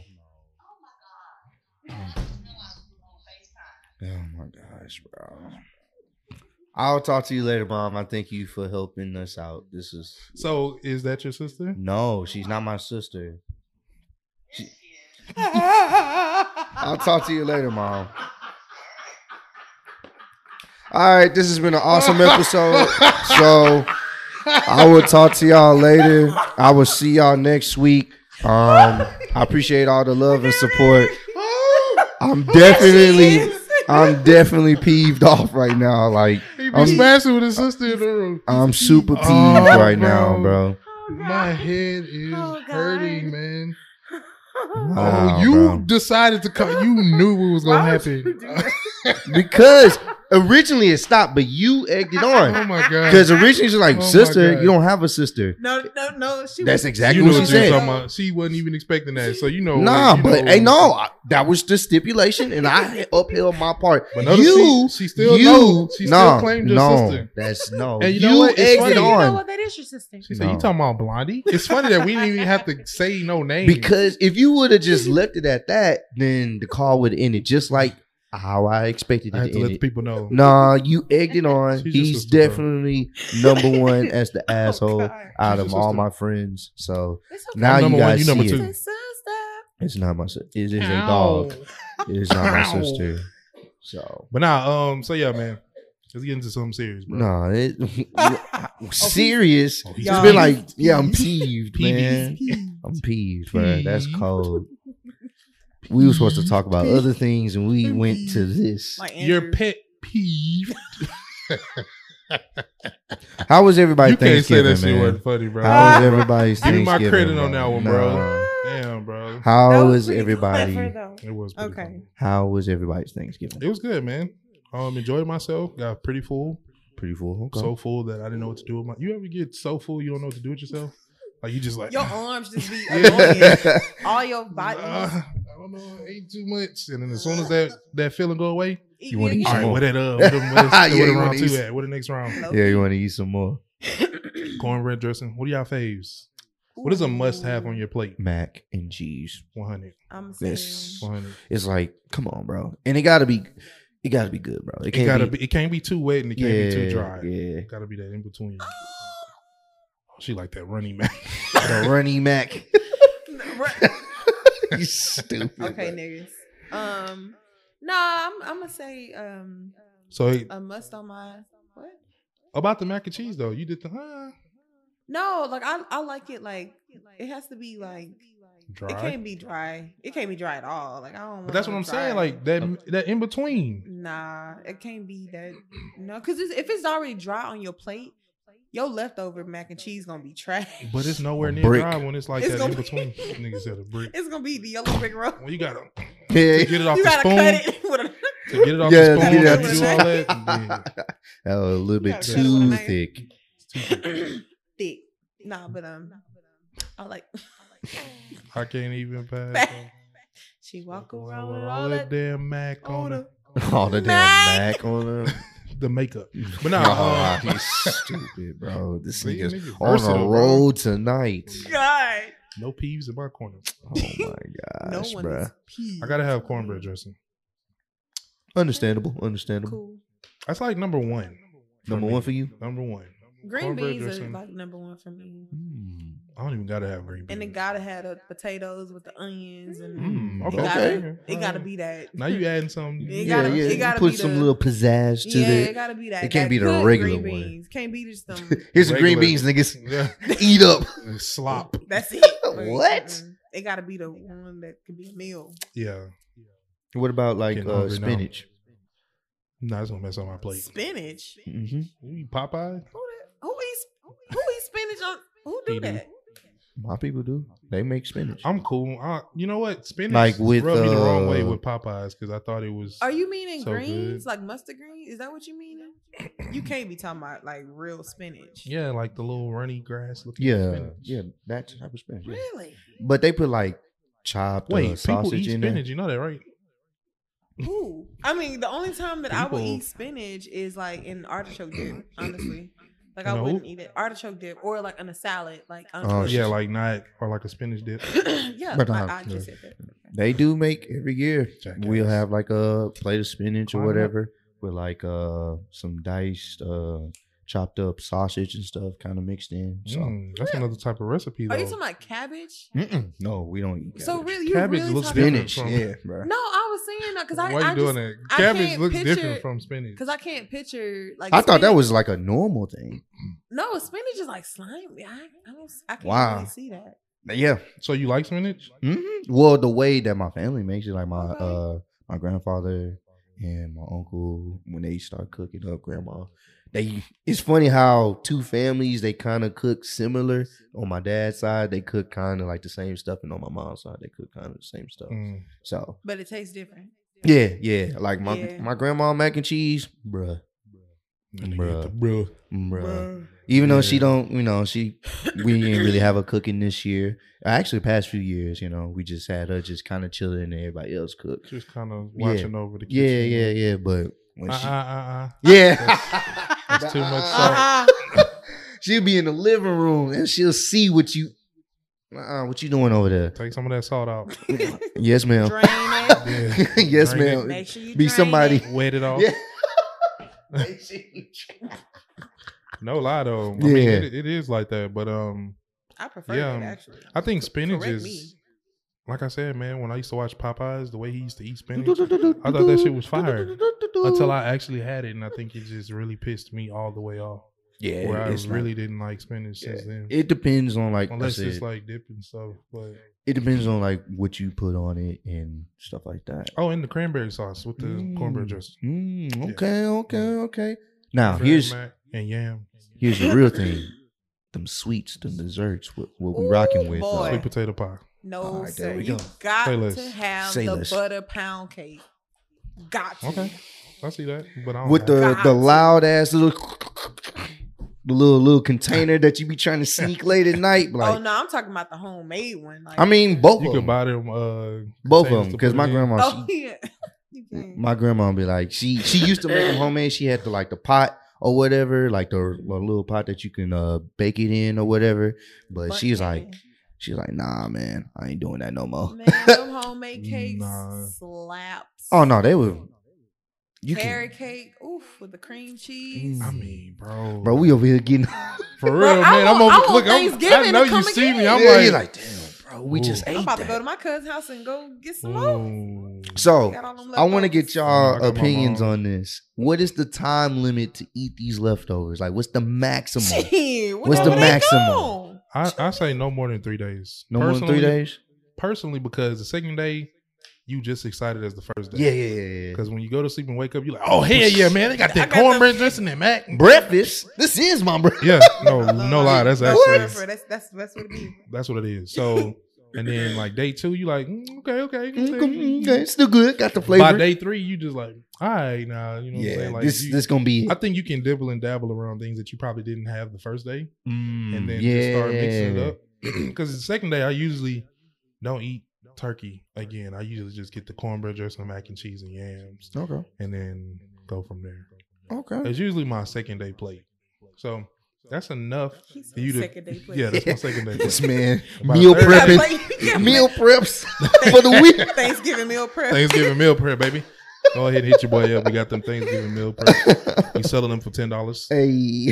Speaker 5: Oh my gosh, bro. I'll talk to you later, mom. I thank you for helping us out. This is
Speaker 4: So is that your sister?
Speaker 5: no, she's not my sister. She- I'll talk to you later, mom. All right, this has been an awesome episode. So I will talk to y'all later. I will see y'all next week. Um, I appreciate all the love and support. I'm definitely, I'm definitely peeved off right now. Like
Speaker 4: He be
Speaker 5: I'm-
Speaker 4: smashing with his sister in the room.
Speaker 5: I'm super peeved
Speaker 4: Oh,
Speaker 5: right now,
Speaker 4: bro.
Speaker 5: bro.
Speaker 1: Oh,
Speaker 4: My head is
Speaker 6: Oh, God.
Speaker 4: hurting, man.
Speaker 5: Wow,
Speaker 4: oh, you
Speaker 5: bro.
Speaker 4: decided to come. You knew what was gonna
Speaker 1: Why would you do
Speaker 4: happen.
Speaker 1: that?
Speaker 5: because originally it stopped, but you egged it
Speaker 4: oh
Speaker 5: on.
Speaker 4: my god!
Speaker 5: Because originally she's like,
Speaker 4: Oh my
Speaker 5: sister,
Speaker 4: God.
Speaker 5: you don't have a sister.
Speaker 1: No, no, no. She
Speaker 5: That's
Speaker 1: was-
Speaker 5: exactly
Speaker 4: you know
Speaker 5: what she
Speaker 4: what she was
Speaker 5: said.
Speaker 4: talking about. She wasn't even expecting that, so you know.
Speaker 5: Nah,
Speaker 4: Oh, you
Speaker 5: but
Speaker 4: know-
Speaker 5: hey, no, I- that was the stipulation, and I upheld my part.
Speaker 4: But notice
Speaker 5: you,
Speaker 4: she- she still
Speaker 5: you,
Speaker 4: no. She still
Speaker 5: no,
Speaker 4: claimed her
Speaker 5: no,
Speaker 4: sister.
Speaker 5: That's no.
Speaker 4: And you know what? It's
Speaker 5: egged
Speaker 4: funny.
Speaker 5: it
Speaker 4: You know
Speaker 5: on
Speaker 6: That is your sister.
Speaker 4: She said,
Speaker 5: No.
Speaker 4: "You talking about Blondie?" It's funny that we didn't even have to say no name
Speaker 5: because if you would have just left it at that, then the call would have ended just like how I expected it
Speaker 4: I have
Speaker 5: to
Speaker 4: to
Speaker 5: end
Speaker 4: let the
Speaker 5: it.
Speaker 4: people know.
Speaker 5: Nah, you egged it on.
Speaker 4: She's your
Speaker 5: He's
Speaker 4: sister, bro. Oh,
Speaker 5: definitely number one as the asshole out
Speaker 4: She's
Speaker 5: of
Speaker 4: your
Speaker 5: all
Speaker 4: sister.
Speaker 5: my friends. So
Speaker 1: It's
Speaker 5: now
Speaker 4: number
Speaker 5: you
Speaker 4: one,
Speaker 5: guys
Speaker 4: you number
Speaker 5: see
Speaker 4: two.
Speaker 5: it. It's not my sister. It is a
Speaker 4: Ow.
Speaker 5: dog. It is not my
Speaker 4: Ow.
Speaker 5: sister. So
Speaker 4: But nah, um, so yeah, man. Let's get into something serious, bro.
Speaker 5: no, it, serious.
Speaker 4: Oh, he's
Speaker 5: It's
Speaker 1: Y'all,
Speaker 5: been
Speaker 1: he's
Speaker 5: like, yeah, I'm peeved,
Speaker 4: Peeved.
Speaker 5: man. I'm peeved, bro. That's cold. We were supposed to talk about other things, and we went to this.
Speaker 1: Like
Speaker 4: your
Speaker 1: Andrew.
Speaker 4: pet peeve.
Speaker 5: How was everybody
Speaker 4: you can't say
Speaker 5: Thanksgiving,
Speaker 4: that shit
Speaker 5: man?
Speaker 4: wasn't funny, bro.
Speaker 5: How was everybody's
Speaker 4: Give me my
Speaker 5: Thanksgiving,
Speaker 4: credit on
Speaker 5: bro?
Speaker 4: that one, bro.
Speaker 5: Nah.
Speaker 4: Damn, bro.
Speaker 1: That
Speaker 5: How
Speaker 1: was
Speaker 5: was
Speaker 1: pretty good for
Speaker 5: everybody?
Speaker 1: them.
Speaker 4: It was pretty
Speaker 1: Okay.
Speaker 4: funny.
Speaker 5: How was everybody's Thanksgiving?
Speaker 4: It was good, man. Um, enjoyed myself. Got pretty full,
Speaker 5: Pretty full. okay.
Speaker 4: so full that I didn't know what to do with my. You ever get so full you don't know what to do with yourself? Like you just like
Speaker 1: Your arms just be annoying. all your body.
Speaker 4: "Ah, I don't know, I ate too much, and then as soon as that that feeling go away,
Speaker 1: Eat
Speaker 5: you wanna
Speaker 1: your-
Speaker 5: eat
Speaker 4: all right,
Speaker 5: more.
Speaker 4: where that uh, where, them- where,
Speaker 5: Yeah,
Speaker 4: where the
Speaker 5: you
Speaker 4: round
Speaker 5: wanna
Speaker 4: two
Speaker 5: eat-
Speaker 4: at? Where the next round?
Speaker 5: yeah, you want to eat some more
Speaker 4: Cornbread dressing. What are y'all faves? What is a must have on your plate?
Speaker 5: mac and cheese?
Speaker 4: 100.
Speaker 1: I'm saying.
Speaker 5: This
Speaker 4: 100.
Speaker 5: it's like, come on, bro, and it gotta be, it gotta be good, bro. It
Speaker 4: It
Speaker 5: can't
Speaker 4: gotta
Speaker 5: be,
Speaker 4: be. It can't be too wet and it
Speaker 5: yeah,
Speaker 4: can't be too dry.
Speaker 5: yeah.
Speaker 4: It gotta be that in between. Oh, She like that running back.
Speaker 5: The runny mac.
Speaker 1: Right.
Speaker 5: you stupid.
Speaker 1: okay,
Speaker 5: bro.
Speaker 1: niggas. Um, nah, I'm, I'm gonna say um
Speaker 4: So it-
Speaker 1: a must on my what?
Speaker 4: about the mac and cheese though, you did the huh?
Speaker 1: No, like I, I like it like it has to be like it
Speaker 4: Dry.
Speaker 1: can't be dry. It can't be dry at all. Like I don't.
Speaker 4: But that's what
Speaker 1: want it
Speaker 4: I'm
Speaker 1: dry.
Speaker 4: saying. Like that that in between.
Speaker 1: nah, it can't be that. No, because if it's already dry on your plate, your leftover mac and cheese gonna be trash.
Speaker 4: But it's nowhere near
Speaker 5: Brick.
Speaker 4: dry when it's like
Speaker 1: It's
Speaker 4: that in
Speaker 1: gonna be-
Speaker 4: between. Nigga said a brick.
Speaker 1: it's gonna be the yellow brick road.
Speaker 4: When you gotta to
Speaker 5: Yeah.
Speaker 4: get it off
Speaker 1: You
Speaker 4: the
Speaker 1: gotta
Speaker 4: spoon,
Speaker 1: cut it with a
Speaker 4: to get it off
Speaker 5: Yeah,
Speaker 4: the spoon,
Speaker 5: get it
Speaker 1: out
Speaker 4: you
Speaker 1: the
Speaker 4: do all that. Yeah.
Speaker 5: that was a little bit
Speaker 1: Yeah, should've went
Speaker 5: too
Speaker 1: a knife.
Speaker 5: thick.
Speaker 1: thick. Nah, but um, I like.
Speaker 4: I can't even pass.
Speaker 1: Back. She walk around
Speaker 4: with
Speaker 1: with all that.
Speaker 4: damn mac
Speaker 1: all
Speaker 4: on
Speaker 1: the-
Speaker 4: her.
Speaker 5: All the damn
Speaker 1: Mac.
Speaker 5: mac on her.
Speaker 4: the makeup. But
Speaker 5: no,
Speaker 4: nah, uh,
Speaker 5: he's stupid, bro. This
Speaker 4: See,
Speaker 5: nigga's
Speaker 4: nigga
Speaker 5: on
Speaker 4: versatile, bro.
Speaker 5: a roll tonight.
Speaker 1: God,
Speaker 4: No peeves in my corner.
Speaker 5: Oh my
Speaker 1: no
Speaker 5: gosh,
Speaker 1: one
Speaker 5: bro.
Speaker 1: is peeved.
Speaker 4: I gotta have cornbread dressing.
Speaker 5: Understandable, understandable.
Speaker 1: Cool.
Speaker 4: That's like number one.
Speaker 5: Number
Speaker 4: me.
Speaker 5: one for you.
Speaker 4: Number one.
Speaker 1: Green
Speaker 4: Cornbread
Speaker 1: beans are
Speaker 4: dressing.
Speaker 1: like number one for me.
Speaker 5: Mm.
Speaker 4: I don't even gotta have green beans.
Speaker 1: And it gotta have the potatoes with the onions and
Speaker 4: Mm,
Speaker 5: It
Speaker 4: okay.
Speaker 1: gotta-
Speaker 4: okay.
Speaker 1: it gotta be that.
Speaker 4: Now you adding something.
Speaker 1: It
Speaker 5: yeah,
Speaker 1: gotta-
Speaker 5: yeah.
Speaker 1: it
Speaker 5: you
Speaker 1: gotta
Speaker 5: put
Speaker 1: be
Speaker 5: some
Speaker 1: the-
Speaker 5: little pizzazz to
Speaker 1: yeah, it
Speaker 5: it.
Speaker 1: gotta be that.
Speaker 5: It can't
Speaker 1: that
Speaker 5: be the
Speaker 1: good
Speaker 5: regular
Speaker 1: green
Speaker 5: one.
Speaker 1: beans. Can't be just them.
Speaker 5: Here's the green
Speaker 4: Regular.
Speaker 5: beans, niggas.
Speaker 4: Yeah.
Speaker 5: Eat up.
Speaker 4: Slop.
Speaker 1: That's it. Like,
Speaker 5: What?
Speaker 1: mm-mm. It gotta be the one that could be a meal.
Speaker 4: Yeah.
Speaker 5: What about like
Speaker 4: Getting
Speaker 5: uh,
Speaker 4: hungry now.
Speaker 5: spinach?
Speaker 4: Nah, it's gonna mess up my plate.
Speaker 1: Spinach.
Speaker 5: hmm
Speaker 4: You eat
Speaker 1: Who,
Speaker 4: Popeye?
Speaker 1: that, who eats? Who eats spinach on? Who do
Speaker 4: He do.
Speaker 1: that?
Speaker 5: My people do. They make spinach.
Speaker 4: I'm cool. I, you know what? Spinach
Speaker 5: Like with,
Speaker 4: rubbed me the wrong way
Speaker 5: uh,
Speaker 4: with Popeyes because I thought it was.
Speaker 1: Are you meaning
Speaker 4: So
Speaker 1: greens
Speaker 4: good.
Speaker 1: like mustard greens? Is that what you mean? You can't be talking about like real spinach.
Speaker 4: Yeah, like the little runny grass looking.
Speaker 5: yeah,
Speaker 4: spinach.
Speaker 5: yeah, that type of spinach. yeah.
Speaker 1: Really?
Speaker 5: But they put like chopped uh,
Speaker 4: Wait, people
Speaker 5: sausage
Speaker 4: eat
Speaker 5: in there.
Speaker 4: spinach. You know that, right?
Speaker 1: Who? I mean, the only time that I would
Speaker 4: People-
Speaker 1: eat spinach is like in artichoke dip, honestly. Like
Speaker 4: In
Speaker 1: I
Speaker 4: a
Speaker 1: wouldn't
Speaker 4: who?
Speaker 1: eat it. Artichoke dip or like in a salad, like
Speaker 5: Oh,
Speaker 1: uncooked.
Speaker 4: yeah, like not or like a spinach dip.
Speaker 1: yeah,
Speaker 5: But,
Speaker 1: I,
Speaker 5: uh,
Speaker 1: I just said that.
Speaker 5: They do make every year.
Speaker 4: Jackass.
Speaker 5: We'll have like a plate of spinach or
Speaker 4: Climb up.
Speaker 5: whatever with like uh some diced uh chopped up sausage and stuff kind of mixed in. So
Speaker 4: Mm, that's another type of recipe though.
Speaker 1: Are you talking about cabbage?
Speaker 5: Mm-mm. no, we don't eat
Speaker 1: So
Speaker 5: cabbage.
Speaker 1: really, you
Speaker 4: Cabbage
Speaker 1: really
Speaker 4: looks
Speaker 1: talking?
Speaker 4: different.
Speaker 5: spinach.
Speaker 4: from-
Speaker 5: Yeah, bro.
Speaker 1: No, I was saying that because I,
Speaker 4: Why you
Speaker 1: I
Speaker 4: doing
Speaker 1: just
Speaker 4: that?
Speaker 1: I
Speaker 4: Cabbage
Speaker 1: can't
Speaker 4: looks
Speaker 1: picture-
Speaker 4: different from spinach.
Speaker 1: because I can't picture like.
Speaker 5: I thought that
Speaker 1: spinach-
Speaker 5: was like a normal thing.
Speaker 1: no spinach is like slimy. I I, don't, I can't
Speaker 5: Wow.
Speaker 1: really see that.
Speaker 5: Yeah.
Speaker 4: So you like spinach?
Speaker 5: Mm-hmm. Well, the way that my family makes it, like my
Speaker 1: Okay.
Speaker 5: uh my grandfather and my uncle, when they start cooking up, grandma, they it's funny how two families they kind of cook similar. On my dad's side, they cook kind of like the same stuff, and on my mom's side, they cook kind of the same stuff.
Speaker 4: Mm.
Speaker 5: So
Speaker 1: But it tastes different.
Speaker 5: yeah, yeah, like my
Speaker 1: Yeah.
Speaker 5: my grandma mac and cheese, bruh,
Speaker 4: And you
Speaker 5: Bruh.
Speaker 4: get the- Bruh.
Speaker 5: bruh. Even though she
Speaker 4: Yeah.
Speaker 5: don't, you know, she we didn't really have her cooking this year. Actually, past few years, you know, we just had her just kind of chilling and everybody else cook.
Speaker 4: Just kind of watching over the kitchen.
Speaker 5: Yeah, yeah, yeah. But when
Speaker 4: Uh, uh,
Speaker 5: she,
Speaker 4: uh, uh.
Speaker 5: yeah,
Speaker 4: That's too much
Speaker 1: Uh-huh.
Speaker 5: she'll be in the living room and she'll see what you Uh-uh, what you doing over there?
Speaker 4: Take some of that salt out.
Speaker 5: yes, ma'am.
Speaker 1: Drain it.
Speaker 4: Yeah.
Speaker 5: yes,
Speaker 4: Drain it.
Speaker 5: ma'am.
Speaker 1: Make sure you
Speaker 5: Be
Speaker 1: drain
Speaker 5: somebody.
Speaker 1: it.
Speaker 4: Wet it off.
Speaker 5: Yeah.
Speaker 4: No lie though. I mean,
Speaker 5: Yeah.
Speaker 4: it, it is like that. But um,
Speaker 1: I prefer
Speaker 4: Yeah, um,
Speaker 1: that actually.
Speaker 4: I think spinach
Speaker 1: Correct
Speaker 4: is
Speaker 1: me.
Speaker 4: like I said, man. When I used to watch Popeyes, the way he used to eat spinach, I thought that shit was fire until I actually had it, and I think it just really pissed me all the way off.
Speaker 5: Yeah,
Speaker 4: where I
Speaker 5: it's not-
Speaker 4: really didn't like spinach since
Speaker 5: Yeah.
Speaker 4: then.
Speaker 5: It depends on like I
Speaker 4: Unless it's
Speaker 5: said,
Speaker 4: like dipping stuff, but
Speaker 5: it depends on like what you put on it and stuff like that.
Speaker 4: oh, and the cranberry sauce with the cornbread
Speaker 5: Mm.
Speaker 4: dressing.
Speaker 5: Mm,
Speaker 4: Yeah.
Speaker 5: okay, okay, okay. Now
Speaker 4: Fred
Speaker 5: here's
Speaker 4: mac and yam,
Speaker 5: here's the real thing. Them sweets, them desserts, what, what we rocking
Speaker 1: Ooh,
Speaker 5: with.
Speaker 1: boy.
Speaker 5: uh,
Speaker 4: sweet potato pie.
Speaker 1: No,
Speaker 5: All right, there
Speaker 1: sir.
Speaker 5: we
Speaker 1: You
Speaker 5: go.
Speaker 1: got
Speaker 4: Say less.
Speaker 1: to have
Speaker 5: Say
Speaker 1: the
Speaker 5: less.
Speaker 1: butter pound cake. Got to.
Speaker 4: Okay, I see that, but I don't
Speaker 5: with
Speaker 4: have it.
Speaker 5: the the loud ass little the little little container that you be trying to sneak late at night. Like
Speaker 1: oh no, I'm talking about the homemade one. Like,
Speaker 5: I mean both
Speaker 4: you
Speaker 5: of
Speaker 4: can
Speaker 5: them,
Speaker 4: buy them. Uh,
Speaker 5: both
Speaker 4: containers
Speaker 5: of them.
Speaker 4: to
Speaker 5: Because
Speaker 4: put
Speaker 5: my
Speaker 4: it in.
Speaker 5: grandma,
Speaker 1: oh
Speaker 5: she,
Speaker 1: yeah. You can.
Speaker 5: my grandma would be like she she used to make them homemade. She had the like the pot or whatever, like the, the little pot that you can uh bake it in or whatever. But,
Speaker 1: But,
Speaker 5: she's like
Speaker 1: man,
Speaker 5: she's like nah, man, I ain't doing that no more.
Speaker 1: man, them homemade cakes
Speaker 4: Nah.
Speaker 1: slaps.
Speaker 5: Oh no, they were you can.
Speaker 1: carrot cake, oof, with the cream cheese.
Speaker 5: Mm.
Speaker 4: I mean, bro,
Speaker 5: Bro, we over here getting.
Speaker 4: for
Speaker 1: Bro,
Speaker 4: real,
Speaker 1: I
Speaker 4: man. I'm
Speaker 1: want- I
Speaker 4: over.
Speaker 1: want
Speaker 4: Look, I'm-
Speaker 1: Thanksgiving
Speaker 4: I
Speaker 1: to
Speaker 4: know you
Speaker 1: come
Speaker 4: see me.
Speaker 1: again.
Speaker 4: I'm
Speaker 5: yeah,
Speaker 4: like,
Speaker 5: you're like, damn, bro, we just
Speaker 4: Ooh.
Speaker 5: ate
Speaker 1: I'm about to go
Speaker 5: that.
Speaker 1: to my cousin's house and go get some more.
Speaker 4: ooh.
Speaker 5: So,
Speaker 1: Got all them
Speaker 5: I want
Speaker 1: leftovers.
Speaker 5: to get y'all
Speaker 4: I got my
Speaker 5: opinions
Speaker 4: mom.
Speaker 5: on this. What is the time limit to eat these leftovers? Like, what's the maximum?
Speaker 1: Shit, what
Speaker 5: What's
Speaker 1: over
Speaker 5: the
Speaker 1: they
Speaker 5: maximum?
Speaker 1: gone?
Speaker 4: I, I say no more than three days.
Speaker 5: No more than three
Speaker 4: Personally-
Speaker 5: days.
Speaker 4: Personally, because the second day, you just excited as the first day.
Speaker 5: Yeah, yeah, yeah. yeah.
Speaker 4: Because when you go to sleep and wake up, you're like, oh hell yeah, man, they got
Speaker 1: I
Speaker 4: that
Speaker 1: got
Speaker 4: cornbread dressing and mac.
Speaker 5: Breakfast. This is my breakfast.
Speaker 4: Yeah, no, no lie, that's
Speaker 1: That's
Speaker 4: actually
Speaker 1: what? That's that's that's what it be.
Speaker 4: that's what it is. So, and then like day two, you like mm, okay, okay,
Speaker 5: Okay,
Speaker 4: okay.
Speaker 5: Mm-hmm. okay, it's still good. Got the
Speaker 4: By
Speaker 5: flavor.
Speaker 4: day three, you just like, all right, nah, you know what I'm
Speaker 5: yeah,
Speaker 4: saying? Like,
Speaker 5: this
Speaker 4: you-
Speaker 5: this gonna be.
Speaker 4: I think you can dibble and dabble around things that you probably didn't have the first day,
Speaker 5: Mm,
Speaker 4: and then
Speaker 5: yeah.
Speaker 4: just start mixing it up. Because the second day, I usually don't eat turkey again. I usually just get the cornbread dressing, mac and cheese, and yams,
Speaker 5: Okay.
Speaker 4: and then go from there.
Speaker 5: Okay.
Speaker 4: It's usually my second day plate. So that's enough
Speaker 1: He's
Speaker 4: for you to.
Speaker 1: second day plate.
Speaker 4: Yeah, that's my second day
Speaker 5: This
Speaker 4: plate.
Speaker 5: man
Speaker 4: By
Speaker 5: meal
Speaker 4: the
Speaker 1: Gotta
Speaker 4: third
Speaker 5: prepping,
Speaker 1: play- gotta
Speaker 5: meal preps for the week.
Speaker 1: play Thanksgiving meal prep.
Speaker 4: Thanksgiving meal prep, baby. Go ahead and hit your boy up. We got them Thanksgiving meal prep. We selling them for ten dollars.
Speaker 5: Hey,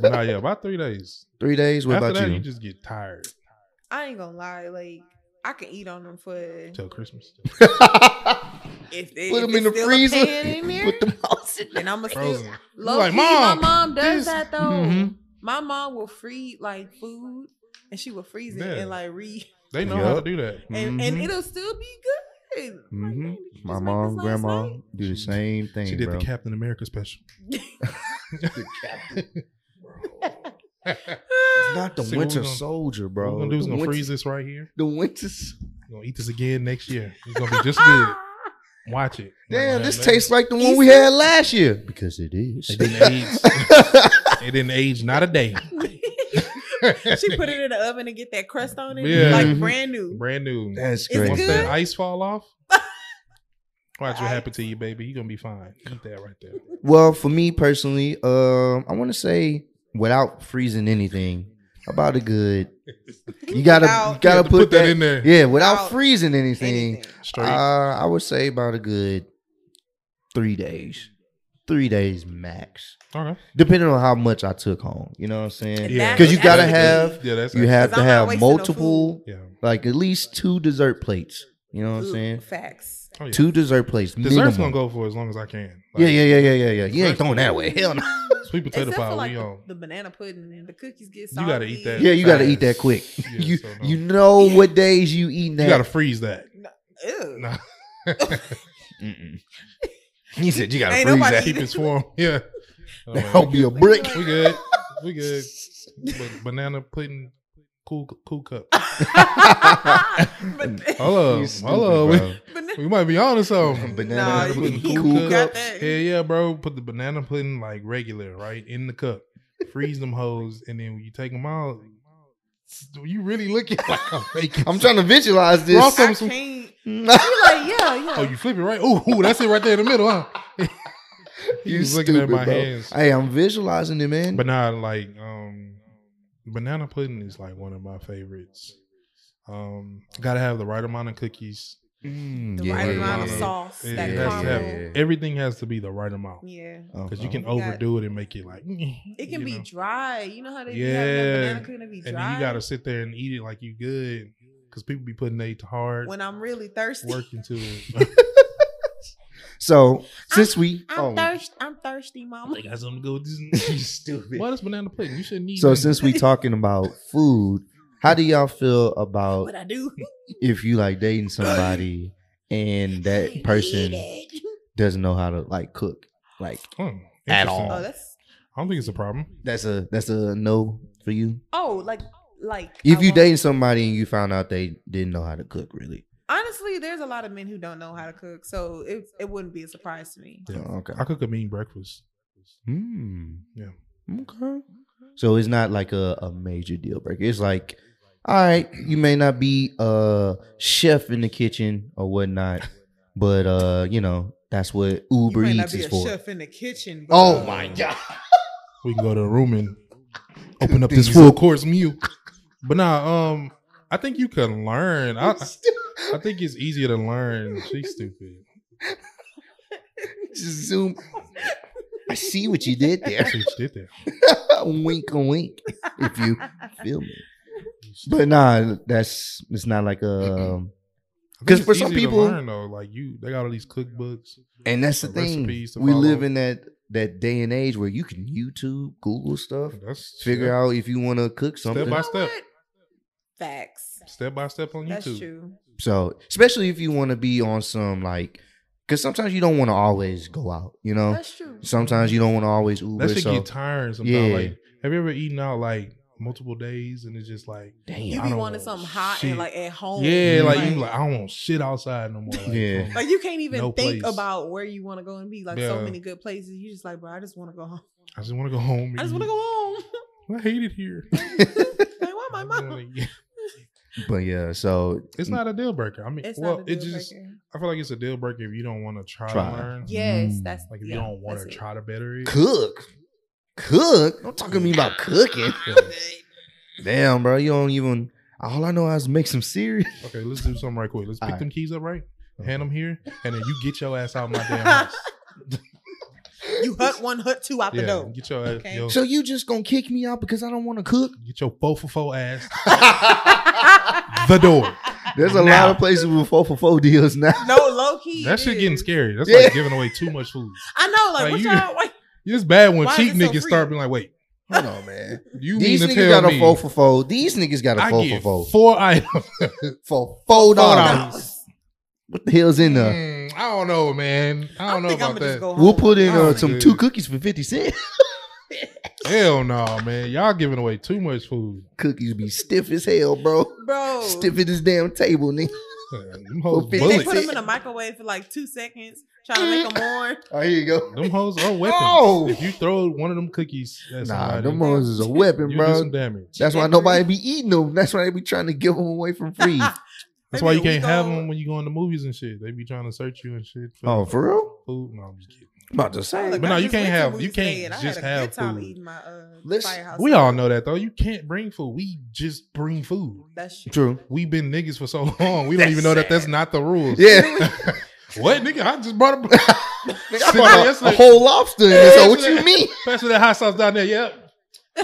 Speaker 4: But nah, yeah, about three days.
Speaker 5: three days. What
Speaker 4: After
Speaker 5: about
Speaker 4: that,
Speaker 5: you?
Speaker 4: you? just get tired
Speaker 1: I ain't gonna lie, like I can eat on them for if
Speaker 4: till Christmas.
Speaker 1: if they,
Speaker 5: Put
Speaker 1: if
Speaker 5: them in
Speaker 1: it's
Speaker 5: the
Speaker 1: still a
Speaker 5: freezer.
Speaker 1: pan in there,
Speaker 5: Put them out.
Speaker 1: and I'm gonna still
Speaker 4: Frozen.
Speaker 1: low
Speaker 4: Like,
Speaker 1: key,
Speaker 4: "Mom,
Speaker 1: my mom does
Speaker 4: this-
Speaker 1: that though.
Speaker 5: Mhm.
Speaker 1: My mom will freeze like food, and she will freeze it
Speaker 4: Yeah. Mm-hmm.
Speaker 1: and like re
Speaker 4: They know how to
Speaker 5: Yup.
Speaker 4: do that.
Speaker 1: and,
Speaker 5: Mhm.
Speaker 1: and it'll still be good. Like,
Speaker 5: Mhm.
Speaker 4: Mm-hmm.
Speaker 1: dang, did you
Speaker 5: My
Speaker 1: just make
Speaker 5: mom,
Speaker 1: this last
Speaker 5: grandma
Speaker 1: night?
Speaker 5: do the
Speaker 4: She-
Speaker 5: same thing.
Speaker 4: She did
Speaker 5: bro.
Speaker 4: the Captain America special.
Speaker 5: Not
Speaker 4: See,
Speaker 5: the
Speaker 4: what we
Speaker 5: Winter
Speaker 4: gonna-
Speaker 5: Soldier,
Speaker 4: Bro,
Speaker 5: bro.
Speaker 4: what we're gonna do is
Speaker 5: the
Speaker 4: gonna
Speaker 5: winter,
Speaker 4: freeze this right here.
Speaker 5: The Winter. S-
Speaker 4: We're gonna eat this again next year. It's gonna be just good. Watch it.
Speaker 5: Damn, this
Speaker 4: Like,
Speaker 5: tastes like the one we
Speaker 1: Easter?
Speaker 5: had last year. Because it is.
Speaker 4: It didn't age. it didn't age not a day.
Speaker 1: she put it in the oven and get that crust on it,
Speaker 4: Yeah. Mm-hmm.
Speaker 1: like
Speaker 5: Mhm.
Speaker 1: brand new.
Speaker 4: Brand new.
Speaker 5: That's
Speaker 1: It's
Speaker 5: crazy.
Speaker 4: Once
Speaker 1: good.
Speaker 4: that ice fall off, watch what happen to you, baby. You're gonna be fine. Eat that right there.
Speaker 5: Well, for me personally, um, I want to say without freezing anything, about a good. You gotta you
Speaker 1: Without-
Speaker 5: gotta
Speaker 4: You have
Speaker 5: put,
Speaker 4: to put
Speaker 5: that,
Speaker 4: that in there.
Speaker 5: Yeah, without,
Speaker 1: Without
Speaker 5: freezing anything.
Speaker 1: Anything.
Speaker 4: Straight.
Speaker 5: Uh, I would say about a good three days, three days max,
Speaker 4: okay.
Speaker 5: depending on how much I took home. You know what I'm saying?
Speaker 1: And that
Speaker 4: Because
Speaker 1: is
Speaker 5: you gotta
Speaker 1: actually-
Speaker 5: have-
Speaker 4: Yeah, that's
Speaker 5: You have to
Speaker 1: I'm not
Speaker 5: have
Speaker 1: wasting no
Speaker 5: multiple,
Speaker 4: yeah.
Speaker 5: like at least two dessert plates. You know what I'm
Speaker 1: Ooh,
Speaker 5: saying?
Speaker 1: Facts.
Speaker 4: Oh, yeah.
Speaker 5: Two dessert plates.
Speaker 4: Dessert's
Speaker 5: minimum.
Speaker 4: gonna go for as long as I can.
Speaker 5: Yeah, yeah, yeah, yeah, yeah, yeah. You ain't throwing that away. Hell no.
Speaker 4: yeah. Sweet potato
Speaker 1: Except for
Speaker 4: pie,
Speaker 1: like
Speaker 4: we
Speaker 1: the,
Speaker 4: on.
Speaker 1: the banana pudding and the cookies get
Speaker 4: You
Speaker 1: soggy.
Speaker 4: gotta eat that.
Speaker 5: Yeah, you gotta
Speaker 4: Fast.
Speaker 5: eat that quick.
Speaker 4: Yeah,
Speaker 5: you
Speaker 4: so no.
Speaker 5: you know what days you eating that.
Speaker 4: You gotta freeze that.
Speaker 1: Ew.
Speaker 4: Nah.
Speaker 5: Mm-mm. He said you gotta
Speaker 1: Ain't
Speaker 5: freeze
Speaker 1: nobody
Speaker 5: that.
Speaker 4: Keep it warm. Yeah. Oh,
Speaker 5: That
Speaker 4: man.
Speaker 5: will be a brick.
Speaker 4: we good. We good. But banana pudding, cool, cool cup.
Speaker 1: but,
Speaker 4: Hello,
Speaker 5: You stupid,
Speaker 4: hello.
Speaker 5: bro.
Speaker 4: We,
Speaker 1: but
Speaker 4: we might be on to something.
Speaker 1: Nah,
Speaker 5: Banana
Speaker 1: you-
Speaker 5: pudding,
Speaker 1: you
Speaker 5: cool
Speaker 1: got
Speaker 5: cups.
Speaker 1: that.
Speaker 4: Yeah, yeah, bro. Put the banana pudding like regular, right, in the cup. Freeze them hoes, and then when you take them out, do you really look at like I'm making?
Speaker 5: I'm trying to visualize
Speaker 4: We're
Speaker 5: this.
Speaker 4: also-
Speaker 1: I can't.
Speaker 5: you
Speaker 1: You're like, yeah, yeah.
Speaker 4: Oh, you flip it right. Ooh, ooh, that's it right there in the middle, huh? He was
Speaker 5: stupid, bro. Hey, I'm visualizing it, man.
Speaker 4: But nah, like um, banana pudding is like one of my favorites Um, gotta have the right amount of cookies.
Speaker 5: Mm,
Speaker 1: The
Speaker 5: yeah,
Speaker 1: right
Speaker 4: yeah,
Speaker 1: amount
Speaker 4: yeah.
Speaker 1: of sauce.
Speaker 4: It
Speaker 1: that
Speaker 4: has to have-
Speaker 1: caramel.
Speaker 4: Everything has to be the right amount
Speaker 1: Yeah.
Speaker 4: because
Speaker 5: Okay.
Speaker 4: you can
Speaker 1: You got-
Speaker 4: overdo it and make it like
Speaker 1: It can
Speaker 4: you
Speaker 1: be
Speaker 4: know.
Speaker 1: dry. You know how they
Speaker 4: Yeah.
Speaker 1: yeah. have that banana cookie to be
Speaker 4: and
Speaker 1: dry.
Speaker 4: then you gotta sit there and eat it like you good because people be putting they hard
Speaker 1: when I'm really thirsty.
Speaker 4: work into it.
Speaker 5: So since we
Speaker 1: I'm
Speaker 5: oh,
Speaker 1: thirsty. I'm thirsty, mama.
Speaker 4: they got something to go with this.
Speaker 5: you stupid.
Speaker 4: Why this banana pudding? You shouldn't eat.
Speaker 5: So
Speaker 4: that.
Speaker 5: since we talking about food, how do y'all feel about
Speaker 1: What I do?
Speaker 4: Oh.
Speaker 5: if you like dating somebody and that person doesn't know how to like cook? Like
Speaker 4: Hmm,
Speaker 5: At
Speaker 4: interesting.
Speaker 5: all.
Speaker 1: Oh,
Speaker 4: I
Speaker 1: that's
Speaker 4: don't think it's a problem.
Speaker 5: that's a that's a no for you.
Speaker 1: oh, like like.
Speaker 5: If
Speaker 1: I
Speaker 5: you
Speaker 1: won't-
Speaker 5: dating somebody and you found out they didn't know how to cook, really?
Speaker 1: honestly, there's a lot of men who don't know how to cook, so it it wouldn't be a surprise to me.
Speaker 4: Yeah.
Speaker 5: Oh, okay.
Speaker 4: I cook a mean breakfast.
Speaker 5: Hmm.
Speaker 4: Yeah.
Speaker 5: Okay. So it's not like a, a major deal breaker. It's like, all right, you may not be a chef in the kitchen or whatnot, but uh, you know, that's what
Speaker 1: You
Speaker 5: Uber
Speaker 1: might not
Speaker 5: Eats
Speaker 1: be
Speaker 5: is
Speaker 1: a
Speaker 5: for.
Speaker 1: chef in the kitchen. But
Speaker 5: Oh my god.
Speaker 4: We can go to a room and open up this full course meal. But nah, um, I think you can learn. I I think it's easier to learn. She's stupid.
Speaker 5: Just zoom. I see what you did
Speaker 4: I
Speaker 5: there.
Speaker 4: see what you did there.
Speaker 5: wink a wink. If you feel me. But nah, that's it's not like um, a
Speaker 4: I think
Speaker 5: 'Cause
Speaker 4: it's
Speaker 5: for some
Speaker 4: easier to
Speaker 5: people-
Speaker 4: learn though, like you, they got all these cookbooks.
Speaker 5: and that's the
Speaker 4: Or
Speaker 5: thing. We
Speaker 4: recipes to
Speaker 5: live
Speaker 4: follow.
Speaker 5: in that that day and age where you can YouTube, Google stuff.
Speaker 4: That's
Speaker 5: figure out if you want to cook something.
Speaker 4: by step.
Speaker 1: Facts.
Speaker 4: step by step on
Speaker 1: That's
Speaker 4: YouTube.
Speaker 1: true.
Speaker 5: So, especially if you want to be on some like, because sometimes you don't want to always go out. You
Speaker 4: Oh.
Speaker 5: know,
Speaker 1: That's true.
Speaker 5: sometimes you don't want to always Uber.
Speaker 4: That shit
Speaker 5: so,
Speaker 4: get tiring sometimes.
Speaker 5: Yeah.
Speaker 4: Like, have you ever eaten out like multiple days and it's just like,
Speaker 1: You
Speaker 5: damn.
Speaker 4: I
Speaker 1: be
Speaker 4: don't
Speaker 1: wanting
Speaker 4: want
Speaker 1: something hot
Speaker 4: shit.
Speaker 1: and like at home.
Speaker 4: yeah, like,
Speaker 1: Like-
Speaker 4: you like I don't want shit outside no more. Like,
Speaker 5: Yeah.
Speaker 4: um,
Speaker 1: Like you can't even
Speaker 4: No
Speaker 1: think
Speaker 4: place.
Speaker 1: about where you want to go and be. Like so
Speaker 4: Yeah.
Speaker 1: many good places. You just like, bro, I just want to go home.
Speaker 4: I just want to go home.
Speaker 1: I just want to go home.
Speaker 4: go. I hate it here.
Speaker 1: like, why my
Speaker 4: I
Speaker 1: mom?
Speaker 4: wanna-
Speaker 5: But yeah, so
Speaker 4: It's not a deal breaker. I mean,
Speaker 1: It's
Speaker 4: well,
Speaker 1: not a
Speaker 4: it
Speaker 1: deal
Speaker 4: just
Speaker 1: breaker.
Speaker 4: I feel like it's a deal breaker if you don't want to try,
Speaker 5: Try.
Speaker 4: to learn.
Speaker 1: Yes,
Speaker 5: Mm.
Speaker 1: that's
Speaker 4: Like if
Speaker 1: yeah,
Speaker 4: you don't want to
Speaker 1: that's it.
Speaker 4: try to better it.
Speaker 5: cook, cook. Don't talk to me about cooking. Damn, bro, you don't even. All I know is make some cereal.
Speaker 4: Okay, let's do something right quick. Let's pick
Speaker 5: Alright.
Speaker 4: them keys up right, hand them here, and then you get your ass out my damn house.
Speaker 1: You hut one, hut two out the
Speaker 4: Yeah,
Speaker 1: door.
Speaker 4: get your ass,
Speaker 1: Okay.
Speaker 4: your,
Speaker 5: So you just gonna kick me out because I don't want to cook?
Speaker 4: get your fofo fo ass
Speaker 1: no,
Speaker 4: the door.
Speaker 5: There's a lot of places with four for four deals now.
Speaker 1: low key.
Speaker 4: That
Speaker 1: it
Speaker 4: shit getting
Speaker 1: is.
Speaker 4: scary. That's
Speaker 5: Yeah.
Speaker 4: like giving away too much food.
Speaker 1: I know, like,
Speaker 4: Like,
Speaker 1: what
Speaker 4: you-
Speaker 1: y'all wait,
Speaker 4: It's bad when
Speaker 1: Why is
Speaker 4: cheap
Speaker 1: it so
Speaker 4: niggas
Speaker 1: free?
Speaker 4: start being like, wait,
Speaker 5: Hold on, man.
Speaker 4: you
Speaker 5: These
Speaker 4: mean to
Speaker 5: niggas got
Speaker 4: tell
Speaker 5: a
Speaker 4: me
Speaker 5: four for four. These niggas got a
Speaker 4: I
Speaker 5: four for
Speaker 4: get
Speaker 5: four.
Speaker 4: four items?
Speaker 5: for four dollars.
Speaker 4: dollars.
Speaker 5: What the hell's in there?
Speaker 4: Mm, I don't know, man. I
Speaker 1: I
Speaker 4: don't know
Speaker 1: think I'm
Speaker 4: about
Speaker 1: gonna just
Speaker 4: that.
Speaker 1: go home.
Speaker 5: We'll put in
Speaker 1: Oh,
Speaker 5: uh,
Speaker 1: man.
Speaker 5: some
Speaker 4: good.
Speaker 5: two cookies for fifty cent.
Speaker 4: Hell no, man. Y'all giving away too much food.
Speaker 5: cookies be stiff as hell, bro.
Speaker 1: bro.
Speaker 5: Stiff at this damn table, nigga.
Speaker 4: Them hoes
Speaker 5: They
Speaker 1: They
Speaker 5: bullets.
Speaker 1: put them in the microwave for like two seconds, trying to make them warm.
Speaker 5: Oh, here you go.
Speaker 4: Them hoes are weapons.
Speaker 5: No.
Speaker 4: If you throw one of them cookies, at
Speaker 5: Nah,
Speaker 4: somebody,
Speaker 5: them hoes is a weapon,
Speaker 4: you do
Speaker 5: bro.
Speaker 4: some damage.
Speaker 5: That's why nobody be eating them. That's why they be trying to give them away for free.
Speaker 1: Maybe
Speaker 4: That's why
Speaker 1: a
Speaker 4: you can't
Speaker 1: week
Speaker 4: have
Speaker 1: old.
Speaker 4: them when you go in the movies and shit. They be trying to search you and shit.
Speaker 5: oh, for real?
Speaker 4: food. No, I'm just kidding.
Speaker 5: About to say.
Speaker 1: Look,
Speaker 4: But
Speaker 1: I
Speaker 4: no, you
Speaker 1: just
Speaker 4: can't
Speaker 1: went to
Speaker 4: have-
Speaker 1: Moose
Speaker 4: you can't
Speaker 1: Head.
Speaker 4: just
Speaker 1: I had a
Speaker 4: have
Speaker 1: good time
Speaker 4: food.
Speaker 1: eating my uh,
Speaker 5: Listen,
Speaker 1: firehouse.
Speaker 4: We all know that though. You can't bring food. We just bring food.
Speaker 1: That's true.
Speaker 5: True.
Speaker 4: We've been niggas for so long. We don't
Speaker 5: That's
Speaker 4: even know that that's
Speaker 5: sad.
Speaker 4: not the rules.
Speaker 5: Yeah.
Speaker 4: What nigga? I just brought a
Speaker 5: I
Speaker 4: down
Speaker 5: bought a, a
Speaker 4: yesterday.
Speaker 5: whole lobster in there. So what you mean?
Speaker 4: pass me that hot sauce down there. Yep.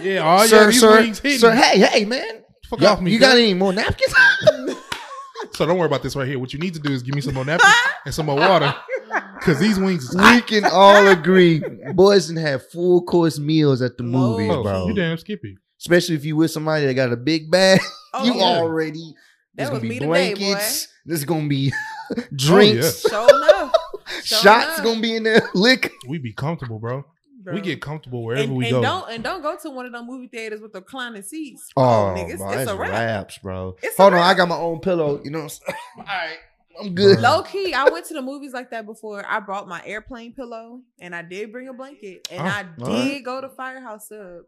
Speaker 4: Yeah. Oh yeah.
Speaker 5: sir,
Speaker 4: Oh, these
Speaker 5: sir,
Speaker 4: wings hitting.
Speaker 5: sir, hey, hey, man.
Speaker 4: Fuck
Speaker 5: Y'all-
Speaker 4: off me.
Speaker 5: you got any more napkins?
Speaker 4: So don't worry about this right here. What you need to do is give me some more napkins and some more water, because these wings is
Speaker 5: we can all agree. Boys and have full course meals at the movies,
Speaker 4: Oh,
Speaker 5: bro.
Speaker 4: You damn skippy.
Speaker 5: Especially if you with somebody that got a big bag.
Speaker 1: Oh,
Speaker 5: you
Speaker 1: yeah.
Speaker 5: already. There's
Speaker 1: That
Speaker 5: gonna
Speaker 1: was
Speaker 5: be
Speaker 1: me today, boy.
Speaker 5: blankets. There's gonna be
Speaker 4: Oh,
Speaker 5: drinks.
Speaker 1: Sure enough, Sure
Speaker 5: Shots
Speaker 1: enough.
Speaker 5: gonna be in there. Lick.
Speaker 4: We be comfortable, bro.
Speaker 1: bro.
Speaker 4: We get comfortable wherever
Speaker 1: and,
Speaker 4: we
Speaker 1: and
Speaker 4: go.
Speaker 1: don't and don't go to one of them movie theaters with the climbing seats.
Speaker 5: Oh,
Speaker 1: niggas,
Speaker 5: bro,
Speaker 1: it's
Speaker 5: that's
Speaker 1: a wrap.
Speaker 5: raps, bro.
Speaker 1: It's a
Speaker 5: Hold on,
Speaker 1: wrap.
Speaker 5: I got my own pillow. You know, what I'm saying? all right, I'm good.
Speaker 1: Low key, I went to the movies like that before. I brought my airplane pillow and I did bring a blanket and
Speaker 4: Oh,
Speaker 1: I did
Speaker 5: all right.
Speaker 1: go to Firehouse Sub.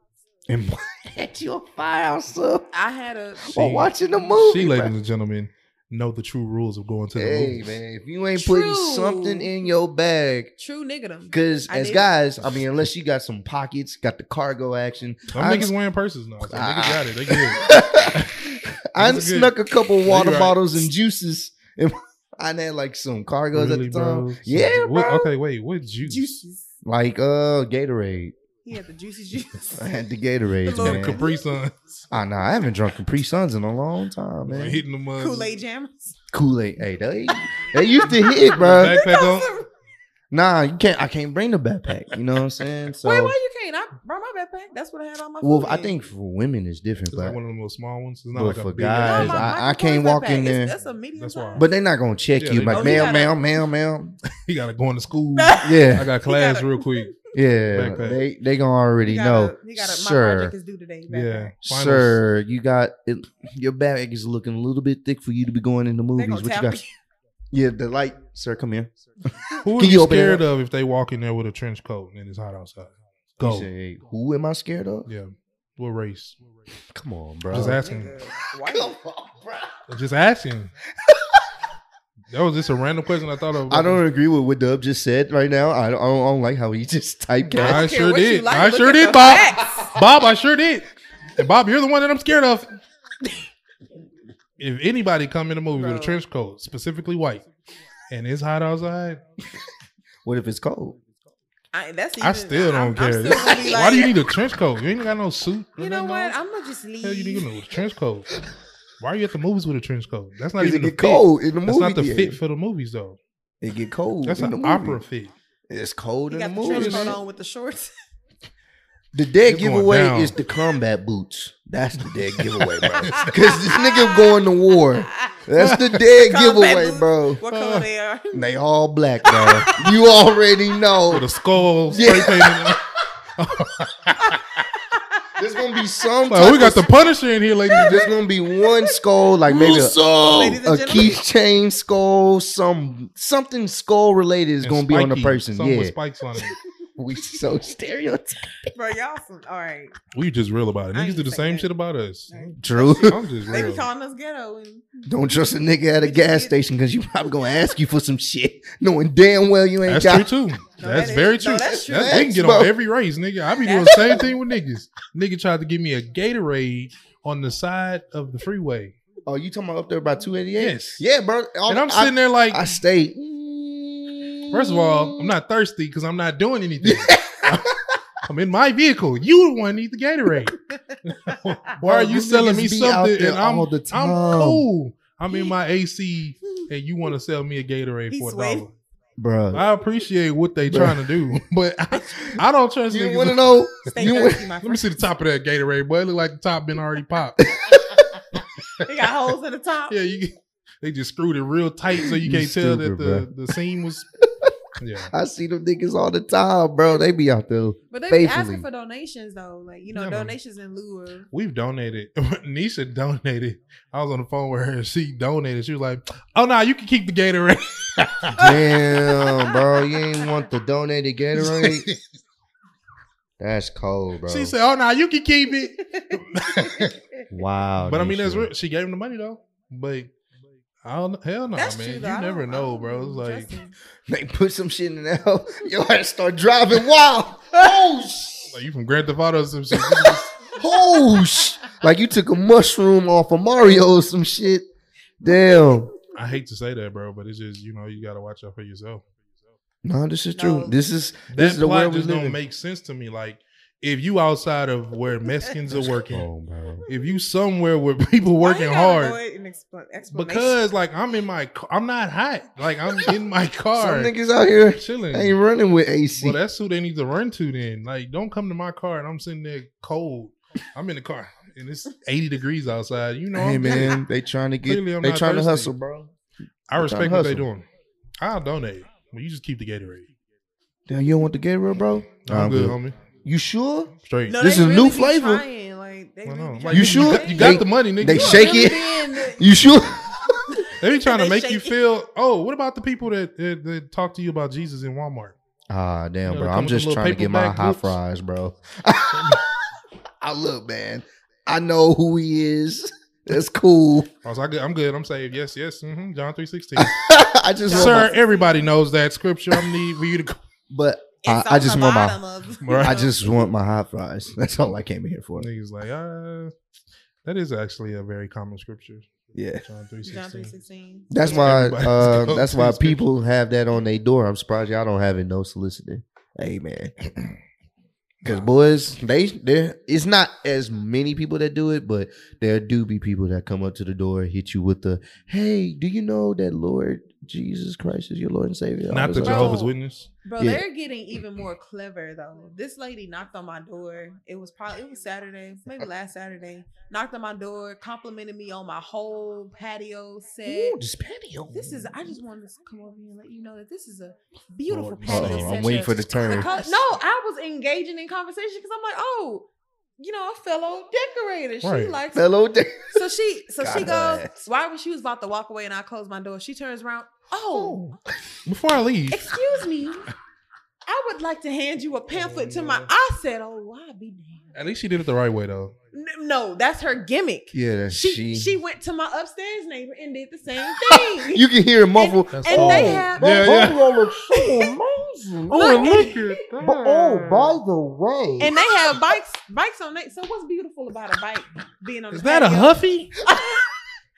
Speaker 5: And at your firehouse up
Speaker 1: I had a
Speaker 5: while
Speaker 4: See,
Speaker 5: watching the movie.
Speaker 4: She,
Speaker 5: bro.
Speaker 4: ladies and gentlemen, know the true rules of going to the
Speaker 5: Hey
Speaker 4: movies.
Speaker 5: man, if you ain't putting
Speaker 1: True.
Speaker 5: something in your bag,
Speaker 1: true niggerdom.
Speaker 5: because
Speaker 1: I
Speaker 5: as
Speaker 1: did.
Speaker 5: guys, I mean, unless you got some pockets, got the cargo action.
Speaker 4: Some
Speaker 5: I'm-
Speaker 4: niggas wearing purses now. So
Speaker 5: Ah.
Speaker 4: niggas got it. They good.
Speaker 5: I
Speaker 4: That's good.
Speaker 5: snuck a couple water
Speaker 4: You right.
Speaker 5: bottles and juices, and I had like some cargos
Speaker 4: Really,
Speaker 5: at the time.
Speaker 4: bro?
Speaker 5: Yeah,
Speaker 4: What-
Speaker 5: bro.
Speaker 4: okay, wait. What juice?
Speaker 1: Juices.
Speaker 5: Like uh, Gatorade.
Speaker 1: He had the juicy juice.
Speaker 5: I had the
Speaker 1: The
Speaker 5: Gatorade,
Speaker 1: little
Speaker 4: Man.
Speaker 5: man.
Speaker 4: Capri Sun.
Speaker 5: Ah, nah, I haven't drunk Capri Suns in a long time, man.
Speaker 4: Hitting them uh,
Speaker 1: Kool Aid jammers.
Speaker 5: Kool Aid, hey, they they used to hit, bro.
Speaker 4: Backpack on.
Speaker 5: Nah, you can't. I can't bring the backpack. You know what I'm saying? So,
Speaker 1: Wait, why you can't? I brought my backpack. That's what I had on my.
Speaker 5: well,
Speaker 1: food
Speaker 5: I
Speaker 1: in.
Speaker 5: think for women it's different,
Speaker 4: It's
Speaker 5: but
Speaker 4: like one of them little small ones. It's not
Speaker 5: but
Speaker 4: like a
Speaker 5: for
Speaker 4: big
Speaker 1: No,
Speaker 5: guys,
Speaker 4: ass-
Speaker 1: Oh my-
Speaker 5: I-
Speaker 1: my
Speaker 5: I can't
Speaker 1: Kool-Aid
Speaker 5: walk
Speaker 1: backpack.
Speaker 5: in
Speaker 1: It's-
Speaker 5: there.
Speaker 1: That's a medium.
Speaker 4: That's why.
Speaker 1: size.
Speaker 5: but they're not gonna check
Speaker 4: Yeah,
Speaker 5: you.
Speaker 4: they
Speaker 5: Like,
Speaker 4: don't.
Speaker 5: ma'am,
Speaker 1: Oh, You
Speaker 5: ma'am, ma'am, ma'am.
Speaker 4: He got to go into school. I
Speaker 5: Yeah,
Speaker 4: got class
Speaker 1: gotta-
Speaker 4: real quick.
Speaker 5: yeah.
Speaker 4: Backpack.
Speaker 5: They they gonna already
Speaker 1: He got
Speaker 5: know,
Speaker 1: a- he got a- My
Speaker 5: sir.
Speaker 1: project is due today.
Speaker 4: Yeah.
Speaker 1: backpack.
Speaker 4: Finals.
Speaker 5: Sir, you got it, your bag is looking a little bit thick for you to be going into
Speaker 1: They
Speaker 5: movies.
Speaker 1: gonna
Speaker 5: What you
Speaker 1: tap
Speaker 5: got?
Speaker 1: me.
Speaker 5: Yeah, the light, sir. Come here.
Speaker 4: Who are
Speaker 5: Can
Speaker 4: you
Speaker 5: you open it
Speaker 4: scared
Speaker 5: up?
Speaker 4: of if they walk in there with a trench coat and it's hot outside?
Speaker 5: You
Speaker 4: Go.
Speaker 5: say, Who am I scared of?
Speaker 4: Yeah. What race?
Speaker 5: Come on, bro.
Speaker 4: Just asking.
Speaker 1: Nigga, white.
Speaker 4: Just asking. that was just a random question I thought of.
Speaker 5: I don't agree with what Dub just said right now. I don't, I don't, I don't like how he just typecast.
Speaker 4: I
Speaker 1: don't care
Speaker 4: sure
Speaker 1: what you
Speaker 4: did.
Speaker 1: like,
Speaker 4: I
Speaker 1: look
Speaker 4: sure
Speaker 1: at
Speaker 4: did,
Speaker 1: the
Speaker 4: Bob.
Speaker 1: facts.
Speaker 4: Bob, I sure did. And Bob, you're the one that I'm scared of. If anybody come in the movie with a
Speaker 1: Bro.
Speaker 4: trench coat, specifically white, and it's hot outside,
Speaker 5: What if it's cold?
Speaker 1: I, that's even,
Speaker 4: I still
Speaker 1: I'm-
Speaker 4: don't
Speaker 1: I'm
Speaker 4: care.
Speaker 1: still gonna be
Speaker 4: Why do you
Speaker 1: like,
Speaker 4: need a trench coat? You ain't got no suit. or
Speaker 1: You know
Speaker 4: nothing
Speaker 1: what?
Speaker 4: on.
Speaker 1: I'm gonna just leave.
Speaker 4: Hell, you need a trench coat. Why are you at the movies with a trench coat? That's not
Speaker 5: Because it
Speaker 4: even the
Speaker 5: get
Speaker 4: fit.
Speaker 5: cold in the
Speaker 4: That's
Speaker 5: movie.
Speaker 4: not the fit
Speaker 5: theater.
Speaker 4: for the movies though.
Speaker 5: It get cold.
Speaker 4: That's
Speaker 5: in
Speaker 4: an
Speaker 5: the movie.
Speaker 4: opera fit.
Speaker 5: It's cold
Speaker 1: He
Speaker 5: in the
Speaker 1: got the
Speaker 5: movie.
Speaker 1: trench coat
Speaker 5: man.
Speaker 1: on with the shorts.
Speaker 5: The dead
Speaker 4: It's going
Speaker 5: giveaway
Speaker 4: down.
Speaker 5: is the combat boots. That's the dead giveaway, bro. Because this nigga going to war. That's the dead
Speaker 1: Combat
Speaker 5: giveaway,
Speaker 1: boots.
Speaker 5: bro.
Speaker 1: What color they are?
Speaker 5: And They all black, bro. you already
Speaker 4: With
Speaker 5: know.
Speaker 4: a skull
Speaker 5: Yeah.
Speaker 4: spray painted.
Speaker 5: There's gonna be some.
Speaker 4: Like, we
Speaker 5: type
Speaker 4: got
Speaker 5: of-
Speaker 4: the Punisher in here, ladies. and
Speaker 5: There's gonna be one skull, like maybe a,
Speaker 1: Ladies
Speaker 5: a
Speaker 1: and gentlemen.
Speaker 5: keychain skull, some something skull related is
Speaker 4: And
Speaker 5: gonna be on the
Speaker 4: spiky.
Speaker 5: person.
Speaker 4: Something
Speaker 5: yeah,
Speaker 4: with spikes on it.
Speaker 5: we so stereotypical.
Speaker 1: Bro, y'all some. All right.
Speaker 4: We just real about it.
Speaker 1: I
Speaker 4: Niggas
Speaker 1: ain't
Speaker 4: do the
Speaker 1: saying
Speaker 4: same
Speaker 1: that.
Speaker 4: shit about us.
Speaker 5: True.
Speaker 4: I'm just
Speaker 1: They be
Speaker 4: real.
Speaker 1: calling us ghetto. And
Speaker 5: Don't trust a nigga at a gas station because you probably gonna ask you for some shit, knowing damn well you ain't
Speaker 4: That's
Speaker 5: got.
Speaker 4: true too.
Speaker 1: No,
Speaker 4: that's
Speaker 1: that
Speaker 4: very
Speaker 1: is-
Speaker 4: true.
Speaker 1: no, that's true.
Speaker 4: That's- we can get
Speaker 5: Bro.
Speaker 4: on every race, nigga. I be doing the same thing with niggas. Nigga tried to give me a Gatorade on the side of the freeway.
Speaker 5: Oh, you talking about up there by two eighty eight?
Speaker 4: Yes.
Speaker 5: Yeah, bro. All-
Speaker 4: And I'm sitting there like,
Speaker 5: I, I stayed.
Speaker 4: first of all, I'm not thirsty because I'm not doing anything. I'm in my vehicle. You the one need the Gatorade. Why are you
Speaker 5: you
Speaker 4: selling me
Speaker 5: niggas be out
Speaker 4: something
Speaker 5: there
Speaker 4: and I'm,
Speaker 5: all the
Speaker 4: I'm
Speaker 5: time.
Speaker 4: cool? I'm in my AC and you want to sell me a Gatorade
Speaker 1: He
Speaker 4: for a
Speaker 1: sweating.
Speaker 4: dollar.
Speaker 5: bro.
Speaker 4: I appreciate what they trying to do, but I, I don't trust
Speaker 5: You
Speaker 4: niggas.
Speaker 5: want to know?
Speaker 1: stay
Speaker 5: You
Speaker 1: thirsty, my
Speaker 4: Let me
Speaker 1: friend.
Speaker 4: see the top of that Gatorade, boy. It look like the top been already popped.
Speaker 1: They got holes in the top.
Speaker 4: yeah, you. They just screwed it real tight so you
Speaker 5: You
Speaker 4: can't tell
Speaker 5: stupid,
Speaker 4: that the, the seam was. Yeah,
Speaker 5: I see them niggas all the time, bro. They be out there.
Speaker 1: But they be
Speaker 5: Faithfully.
Speaker 1: asking for donations though, like you know,
Speaker 4: Yeah, man.
Speaker 1: donations in lieu of.
Speaker 4: we've donated. Nisha donated. I was on the phone with her. and She donated. She was like, "Oh no, you can keep the Gatorade."
Speaker 5: Damn, bro, you ain't want the donated Gatorade. That's cold, bro.
Speaker 4: She said, "Oh no, you can keep it."
Speaker 5: "Wow."
Speaker 4: but I mean, that's
Speaker 5: Nisha.
Speaker 4: real. She gave him the money though. But I don't. Hell no,
Speaker 1: That's
Speaker 4: man.
Speaker 1: true.
Speaker 4: You
Speaker 1: though. I
Speaker 4: never
Speaker 1: don't- I
Speaker 4: know,
Speaker 1: don't
Speaker 4: bro. It's like.
Speaker 1: trust him.
Speaker 5: They put some shit in there. Yo, I start driving wild. Oh sh!
Speaker 4: Like you from Grand Theft Auto or some shit.
Speaker 5: Oh sh! Like you took a mushroom off of Mario or some shit. Damn.
Speaker 4: I hate to say that, bro, but it's just you know you gotta watch out for yourself.
Speaker 5: No, this is
Speaker 1: No.
Speaker 5: true. This is
Speaker 4: That
Speaker 5: this is the
Speaker 4: plot
Speaker 5: world we
Speaker 4: just
Speaker 5: live
Speaker 4: don't
Speaker 5: in.
Speaker 4: make sense to me. Like if you outside of where Mexicans are
Speaker 5: Oh.
Speaker 4: working,
Speaker 5: bro.
Speaker 4: if you somewhere where people
Speaker 1: Why you
Speaker 4: working
Speaker 1: gotta go
Speaker 4: hard,
Speaker 1: ahead and expl- explanation?
Speaker 4: because like I'm in my, ca- I'm not hot. Like I'm in my
Speaker 5: Some
Speaker 4: car
Speaker 5: niggas out here
Speaker 4: chilling.
Speaker 5: ain't running with AC.
Speaker 4: Well, that's who they need to run to then. Like, don't come to my car and I'm sitting there cold. I'm in the car and it's 80 degrees outside. You know,
Speaker 5: hey
Speaker 4: I'm-
Speaker 5: man, they trying to get
Speaker 4: Clearly, I'm
Speaker 5: they
Speaker 4: not
Speaker 5: trying to
Speaker 4: thirsty.
Speaker 5: hustle, bro.
Speaker 4: I respect
Speaker 5: tryna
Speaker 4: what they're
Speaker 5: hustle.
Speaker 4: doing. I'll donate. Well, you just keep the Gatorade.
Speaker 5: Damn, you don't want the Gatorade, bro?
Speaker 4: I'm,
Speaker 5: Nah,
Speaker 4: good, homie.
Speaker 5: You sure?
Speaker 4: Straight.
Speaker 1: No,
Speaker 5: This
Speaker 1: they
Speaker 5: is a new
Speaker 1: be
Speaker 5: flavor.
Speaker 1: Trying. Like, they
Speaker 4: I know.
Speaker 1: really
Speaker 4: I'm
Speaker 1: be
Speaker 4: like,
Speaker 5: You
Speaker 4: nigga,
Speaker 5: sure?
Speaker 4: got- You got
Speaker 5: They-
Speaker 4: the money, nigga.
Speaker 5: they
Speaker 4: You-
Speaker 1: trying.
Speaker 5: shake it.
Speaker 1: Really be in the-
Speaker 5: You sure?
Speaker 4: They be trying to
Speaker 1: They
Speaker 4: make you
Speaker 1: shake it.
Speaker 4: feel. Oh, what about the people that that, that talk to you about Jesus in Walmart?
Speaker 5: Ah,
Speaker 4: Yeah,
Speaker 5: damn, bro.
Speaker 4: they come
Speaker 5: I'm
Speaker 4: with the
Speaker 5: just
Speaker 4: little
Speaker 5: trying to
Speaker 4: paper
Speaker 5: get my
Speaker 4: bag
Speaker 5: hot
Speaker 4: whips.
Speaker 5: fries, bro. I look, man. I know who he is. That's cool.
Speaker 4: I was like, I'm good. I'm saved. Yes, yes. hmm John three sixteen.
Speaker 5: I just want
Speaker 4: Sir,
Speaker 5: my-
Speaker 4: everybody knows that scripture. I need for you to. go-
Speaker 5: but
Speaker 1: it's
Speaker 5: I, I
Speaker 1: on
Speaker 5: just
Speaker 1: the
Speaker 5: want my
Speaker 1: bottom of-
Speaker 4: Right.
Speaker 5: I just want my hot fries. That's all I came here for.
Speaker 4: Niggas like, uh, That is actually a very common scripture.
Speaker 5: Yeah.
Speaker 4: John three
Speaker 1: John three
Speaker 4: sixteen.
Speaker 1: sixteen.
Speaker 5: That's why.
Speaker 4: Everybody's
Speaker 5: Uh,
Speaker 4: going
Speaker 5: that's why
Speaker 4: through
Speaker 5: people have that on their door. I'm surprised y'all don't have it. No soliciting. Hey man, because boys, they they it's not as many people that do it, but there do be people that come up to the door, hit you with the, hey, do you know that Lord Jesus Christ is your Lord and Savior? I
Speaker 4: Not
Speaker 5: was
Speaker 4: the
Speaker 5: like,
Speaker 4: Jehovah's
Speaker 1: Bro.
Speaker 4: Witness.
Speaker 1: Bro,
Speaker 5: Yeah.
Speaker 1: they're getting even more clever though. This lady knocked on my door. It was probably it was Saturday, maybe last Saturday. Knocked on my door, complimented me on my whole patio set.
Speaker 5: oh, Ooh, this patio.
Speaker 1: This is. I just wanted to come over here and let you know that this is a beautiful
Speaker 5: Lord,
Speaker 1: patio
Speaker 5: uh-oh,
Speaker 1: set.
Speaker 5: I'm waiting for the
Speaker 1: The
Speaker 5: turn.
Speaker 1: co- no, I was engaging in conversation because I'm like, oh, you know, a fellow decorator. She
Speaker 4: Right.
Speaker 1: likes.
Speaker 5: Fellow da-
Speaker 1: So she, so she
Speaker 5: God.
Speaker 1: goes. Why was she was about to walk away and I closed my door? She turns around. Oh,
Speaker 4: Before I leave,
Speaker 1: excuse me. I would like to hand you a pamphlet to my. I said, oh, why be damned?
Speaker 4: at least she did it the right way though.
Speaker 1: N- No, that's her gimmick.
Speaker 5: Yeah, that's
Speaker 1: She, she went to my upstairs neighbor and did the same thing.
Speaker 5: You can hear it muffle.
Speaker 4: That's
Speaker 1: And
Speaker 4: all.
Speaker 1: they have-
Speaker 4: Oh. yeah, yeah. Oh,
Speaker 1: Look, and-
Speaker 5: oh, by the way,
Speaker 1: Hmm. And they have bikes, bikes on it. So what's beautiful about a bike being on?
Speaker 4: Is
Speaker 1: the
Speaker 4: that a
Speaker 1: patio?
Speaker 4: huffy?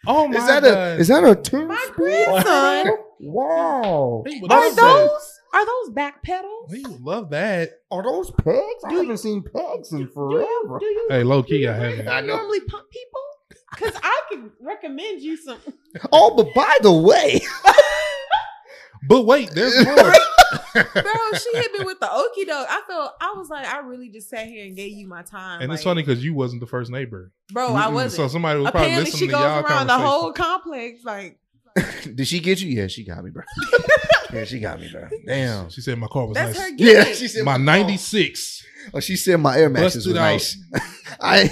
Speaker 4: Oh my
Speaker 5: is that
Speaker 4: god!
Speaker 5: a is that a turn?
Speaker 1: My grandson.
Speaker 5: Wow.
Speaker 4: He would
Speaker 1: Are
Speaker 4: love that.
Speaker 1: those are those back pedals?
Speaker 4: He would love that.
Speaker 5: Are those pegs? I
Speaker 1: Do you-
Speaker 5: haven't seen pegs in
Speaker 1: Do you,
Speaker 5: forever.
Speaker 1: do you,
Speaker 4: Hey, low key, I
Speaker 1: do you
Speaker 4: haven't.
Speaker 5: I know.
Speaker 1: normally pump people? Because I can recommend you some.
Speaker 5: Oh, but by the way,
Speaker 4: But wait, there's more.
Speaker 1: Bro, she hit me with the okie doke. I felt I was like, I really just sat here and gave you my time.
Speaker 4: And it's
Speaker 1: like,
Speaker 4: funny because you wasn't the first neighbor.
Speaker 1: bro. I
Speaker 4: Mm-mm.
Speaker 1: wasn't.
Speaker 4: So somebody was probably
Speaker 1: Apparently,
Speaker 4: listening
Speaker 1: she
Speaker 4: to
Speaker 1: goes
Speaker 4: y'all
Speaker 1: around the
Speaker 4: conversation.
Speaker 1: whole complex like.
Speaker 5: did she get you? Yeah, she got me, bro. yeah, she got me, bro. Damn.
Speaker 4: She said my car was
Speaker 1: That's her
Speaker 4: nice.
Speaker 1: gimmick.
Speaker 5: Yeah, she said
Speaker 4: My '96.
Speaker 5: Oh, she said my Air Maxes
Speaker 4: Busted
Speaker 5: was
Speaker 4: out.
Speaker 5: nice. I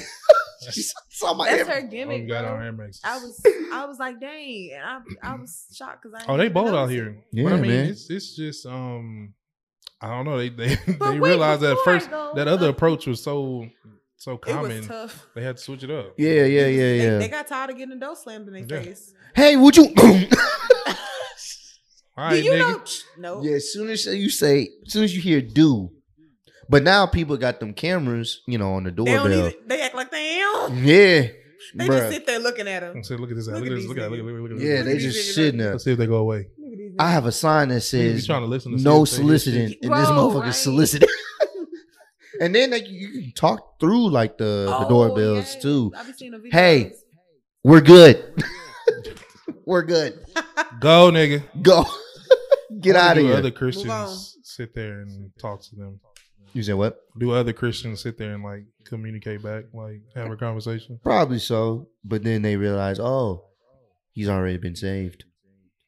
Speaker 5: she saw my Air.
Speaker 1: That's her
Speaker 4: Oh,
Speaker 1: gimmick.
Speaker 4: got
Speaker 1: bro.
Speaker 4: our Air Maxes.
Speaker 1: I was, I was like, dang, and I, I was shocked because I.
Speaker 4: Oh, they
Speaker 1: didn't
Speaker 4: bold out
Speaker 1: notice it.
Speaker 4: here.
Speaker 5: Yeah,
Speaker 4: but I mean,
Speaker 5: man.
Speaker 4: it's it's just um, I don't know. They they,
Speaker 1: But
Speaker 4: they
Speaker 1: wait,
Speaker 4: realized that
Speaker 1: before I
Speaker 4: first
Speaker 1: go,
Speaker 4: that other
Speaker 1: uh,
Speaker 4: approach was so so
Speaker 1: It was
Speaker 4: common.
Speaker 1: tough.
Speaker 4: They had to switch it up.
Speaker 5: Yeah, yeah, yeah,
Speaker 1: They-
Speaker 5: yeah.
Speaker 1: They, got tired of getting a door slammed in their
Speaker 4: Yeah.
Speaker 1: face.
Speaker 5: hey, would you?
Speaker 1: Oh.
Speaker 4: All
Speaker 1: Do
Speaker 4: right,
Speaker 1: you
Speaker 4: nigga.
Speaker 1: know? Shh, No.
Speaker 5: yeah, as soon as you say, as soon as you hear do, but now people got them cameras, you know, on the
Speaker 1: They don't
Speaker 5: doorbell.
Speaker 1: even. They act like they don't.
Speaker 5: Yeah,
Speaker 1: They
Speaker 5: bruh.
Speaker 1: just sit there looking at
Speaker 4: I
Speaker 1: them.
Speaker 4: said, look at this. Look,
Speaker 1: Look
Speaker 4: look
Speaker 1: at
Speaker 4: at this.
Speaker 1: these
Speaker 4: Look at look at
Speaker 1: niggas.
Speaker 4: look at look at
Speaker 5: yeah,
Speaker 4: this.
Speaker 5: they
Speaker 1: these
Speaker 5: just
Speaker 1: niggas
Speaker 5: sitting there.
Speaker 4: Let's see if they go away.
Speaker 1: Look at these
Speaker 5: I have a sign that
Speaker 4: You
Speaker 5: says
Speaker 4: trying to listen? To see
Speaker 5: no
Speaker 4: if they hear
Speaker 5: soliciting,
Speaker 1: shit.
Speaker 5: and this
Speaker 1: Bro,
Speaker 5: motherfucker
Speaker 1: right.
Speaker 5: solicited. and then like you can talk through like the,
Speaker 1: niggas.
Speaker 5: the
Speaker 1: Oh,
Speaker 5: doorbells
Speaker 1: yes.
Speaker 5: too.
Speaker 1: I be seeing the
Speaker 5: Hey.
Speaker 1: videos.
Speaker 5: We're good. We're good.
Speaker 4: shit. Go, nigga.
Speaker 5: Go. Get
Speaker 4: Why
Speaker 5: out
Speaker 4: do
Speaker 5: of here.
Speaker 4: Other
Speaker 1: on.
Speaker 4: Christians sit there and talk to them.
Speaker 5: you said what?
Speaker 4: Do other Christians sit there and like communicate back, like have a conversation?
Speaker 5: Probably so. But then they realize, oh, he's already been saved.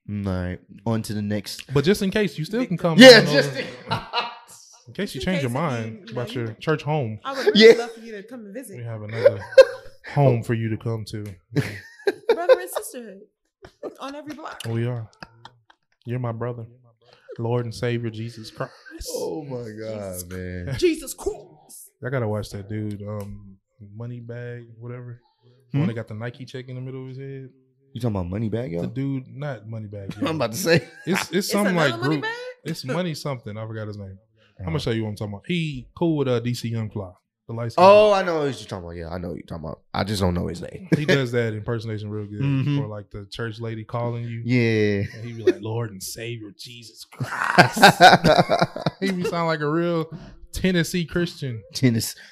Speaker 5: Mm, All right. On to the next.
Speaker 4: But just in case, you still can come.
Speaker 5: Yeah,
Speaker 4: on over.
Speaker 5: just
Speaker 4: in case you
Speaker 1: In
Speaker 4: change
Speaker 1: case
Speaker 4: your
Speaker 1: if
Speaker 4: mind
Speaker 1: you-
Speaker 4: about your church home.
Speaker 1: I would really
Speaker 5: Yeah.
Speaker 1: love for you to come and
Speaker 4: We
Speaker 1: visit,
Speaker 4: have another home for you to come to.
Speaker 1: brother and sisterhood, on every block.
Speaker 4: We are. You're my brother, Lord and Savior Jesus Christ.
Speaker 5: Oh my God, man.
Speaker 1: Jesus Christ.
Speaker 4: I gotta watch that dude. Um, money bag, whatever.
Speaker 5: Hmm?
Speaker 4: The one that got the Nike check in the middle of his head.
Speaker 5: You talking about money back,
Speaker 4: The
Speaker 5: yo?
Speaker 4: dude, not money bag.
Speaker 5: I'm about to say.
Speaker 4: It's it's
Speaker 1: It's
Speaker 4: some
Speaker 1: another
Speaker 4: like
Speaker 1: money
Speaker 4: group.
Speaker 1: bag?
Speaker 4: It's money something. I forgot his name. I'm
Speaker 5: Uh-huh.
Speaker 4: gonna show you what I'm talking about. He cool with uh DC Young Fly, the light. skin
Speaker 5: Oh, I know what you're talking about. Yeah, I know what you're talking about. I just don't know his name.
Speaker 4: dude. he does that impersonation real good.
Speaker 5: Mhm.
Speaker 4: Or like the church lady calling you.
Speaker 5: Yeah.
Speaker 4: And he be like, Lord and Savior Jesus Christ.
Speaker 5: Tennis.
Speaker 4: he be sound like a real Tennessee Christian.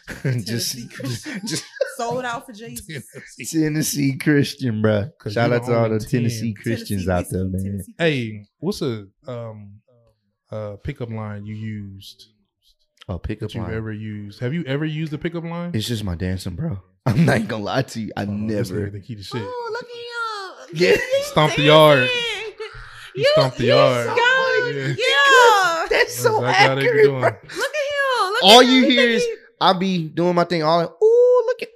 Speaker 5: just,
Speaker 1: Tennessee
Speaker 5: just,
Speaker 1: Christian.
Speaker 5: just
Speaker 1: Sold out for Jesus.
Speaker 5: Tennessee Christian, bruh.
Speaker 4: 'Cause
Speaker 5: Shout
Speaker 4: you
Speaker 5: out
Speaker 4: the
Speaker 5: to all the
Speaker 4: only 10.
Speaker 5: Tennessee Christians
Speaker 1: Tennessee
Speaker 5: out there,
Speaker 1: whiskey,
Speaker 5: man.
Speaker 1: Tennessee
Speaker 4: Hey, what's a um uh pickup line you used
Speaker 5: Oh, pickup
Speaker 4: that you've
Speaker 5: line.
Speaker 4: ever used? Have you ever used a pickup line?
Speaker 5: it's just my dancing, bro. I'm not gonna lie to you. I
Speaker 4: Oh, this nigga
Speaker 5: never.
Speaker 4: think he the shit.
Speaker 6: Oh, look at him.
Speaker 5: Yeah.
Speaker 4: Stomp the yard. He
Speaker 6: You-
Speaker 4: stomped the
Speaker 6: you
Speaker 4: yard.
Speaker 6: going-
Speaker 4: Yeah.
Speaker 6: Yeah.
Speaker 5: That's
Speaker 4: That's
Speaker 5: so
Speaker 4: exactly what he be
Speaker 5: accurate.
Speaker 4: doing.
Speaker 5: Bro.
Speaker 6: Look at him. Look
Speaker 5: All
Speaker 6: at him.
Speaker 5: you
Speaker 6: He
Speaker 5: hear
Speaker 6: think
Speaker 5: is-
Speaker 6: he-
Speaker 5: I be doing my thing all. Ooh, look at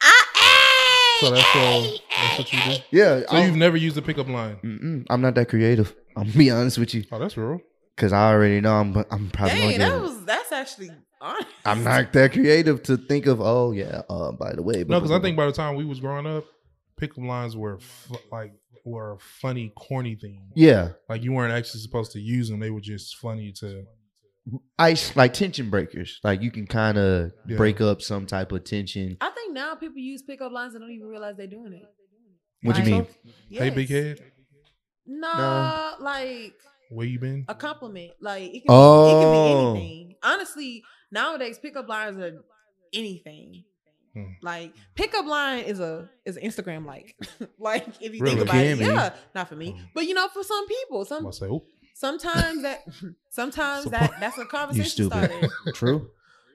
Speaker 6: I,
Speaker 4: So that's all.
Speaker 6: hey,
Speaker 4: That's what you do.
Speaker 5: yeah.
Speaker 4: So you've never used a pickup line.
Speaker 5: mm I'm not that creative. I'm gonna be honest with you,
Speaker 4: Oh, that's real.
Speaker 5: cause I already know I'm. I'm probably gonna
Speaker 1: Dang,
Speaker 5: get
Speaker 1: that
Speaker 5: it.
Speaker 1: was that's actually honest.
Speaker 5: I'm not that creative to think of. Oh yeah. Uh, by the way,
Speaker 4: No, because I think by the time we was growing up, pickup lines were f- like were a funny, corny thing.
Speaker 5: Yeah.
Speaker 4: Like you weren't actually supposed to use them; they were just funny to
Speaker 5: ice like tension breakers. Like you can kind of
Speaker 4: Yeah.
Speaker 5: break up some type of tension.
Speaker 1: I think now people use pickup lines and don't even realize they're doing it.
Speaker 5: What do you mean?
Speaker 1: Like,
Speaker 4: Hey,
Speaker 1: yes.
Speaker 4: big head,
Speaker 1: Nah, like
Speaker 4: where you been?
Speaker 1: a compliment. Like it can,
Speaker 5: Oh.
Speaker 1: be, it can be anything. Honestly, nowadays pickup lines are anything.
Speaker 4: Hmm.
Speaker 1: Like pickup line is a is an Instagram like. like if you
Speaker 4: Really?
Speaker 1: think about
Speaker 5: Can
Speaker 1: it,
Speaker 5: be.
Speaker 1: yeah, not for me,
Speaker 4: Hmm.
Speaker 1: but you know, for some people,
Speaker 4: I'm
Speaker 1: some
Speaker 4: about to say, oh,
Speaker 1: sometimes that sometimes
Speaker 5: Support-
Speaker 1: that that's a conversation
Speaker 5: stupid.
Speaker 1: starter.
Speaker 5: True.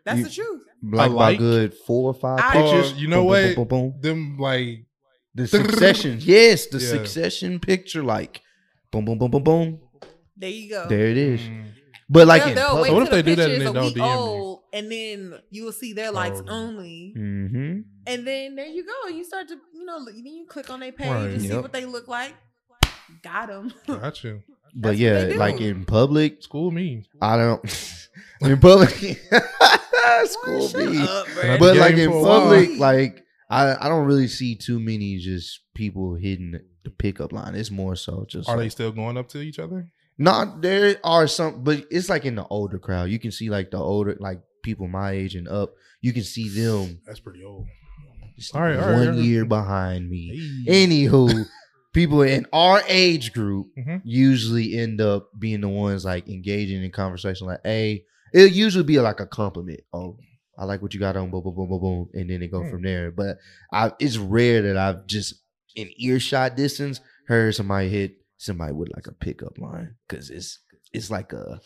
Speaker 1: That's
Speaker 5: You-
Speaker 1: the truth.
Speaker 5: Like, by
Speaker 4: like-
Speaker 5: good four or five
Speaker 1: I-
Speaker 5: pictures.
Speaker 4: Oh, you know
Speaker 5: Boom,
Speaker 4: what?
Speaker 5: boom, boom, boom, boom.
Speaker 4: them like
Speaker 5: The succession. Yes, the
Speaker 4: Yeah.
Speaker 5: succession picture. Like boom, boom, boom, boom, boom.
Speaker 1: There you go.
Speaker 5: There it is.
Speaker 4: mm,
Speaker 5: But like
Speaker 1: They'll-
Speaker 5: in
Speaker 1: they'll wait
Speaker 4: So what
Speaker 5: public.
Speaker 1: till the
Speaker 4: if they do that
Speaker 1: picture
Speaker 4: and
Speaker 1: is
Speaker 4: they
Speaker 1: a
Speaker 4: don't
Speaker 1: week
Speaker 4: DM you?
Speaker 1: old, and then you will see their likes
Speaker 4: Oh.
Speaker 1: only.
Speaker 5: Mm-hmm.
Speaker 1: And then there you go. You start to, you know, look- then you click on their page
Speaker 4: Right.
Speaker 1: and see
Speaker 5: Yep.
Speaker 1: what they look like. Got them.
Speaker 4: got you.
Speaker 5: But
Speaker 1: That's what
Speaker 5: yeah,
Speaker 1: they do.
Speaker 5: like in public,
Speaker 4: School me.
Speaker 5: I don't in public school me.
Speaker 4: I've
Speaker 5: But
Speaker 4: been
Speaker 5: like
Speaker 4: game
Speaker 5: in
Speaker 4: for a while.
Speaker 5: public, like I, I don't really see too many just people hitting the pickup line. It's more so just
Speaker 4: Are they
Speaker 5: like,
Speaker 4: still going up to each other?
Speaker 5: not there are some but it's like in the older crowd. You can see like the older like people my age and up, you can see them
Speaker 4: That's pretty old.
Speaker 5: just
Speaker 4: All right, all right,
Speaker 5: one
Speaker 4: all right.
Speaker 5: year behind me.
Speaker 4: Hey.
Speaker 5: Anywho, people in our age group
Speaker 1: Mm-hmm.
Speaker 4: Mhm.
Speaker 5: usually end up being the ones like engaging in conversation. Like, hey, it'll usually be like a compliment. Oh, I like what you got on, boom, boom, boom, boom, boom, and then it go
Speaker 1: Mm.
Speaker 4: Hmm.
Speaker 5: from there. But I, it's rare that I've just in earshot distance heard somebody hit somebody with like a pickup line because it's it's like a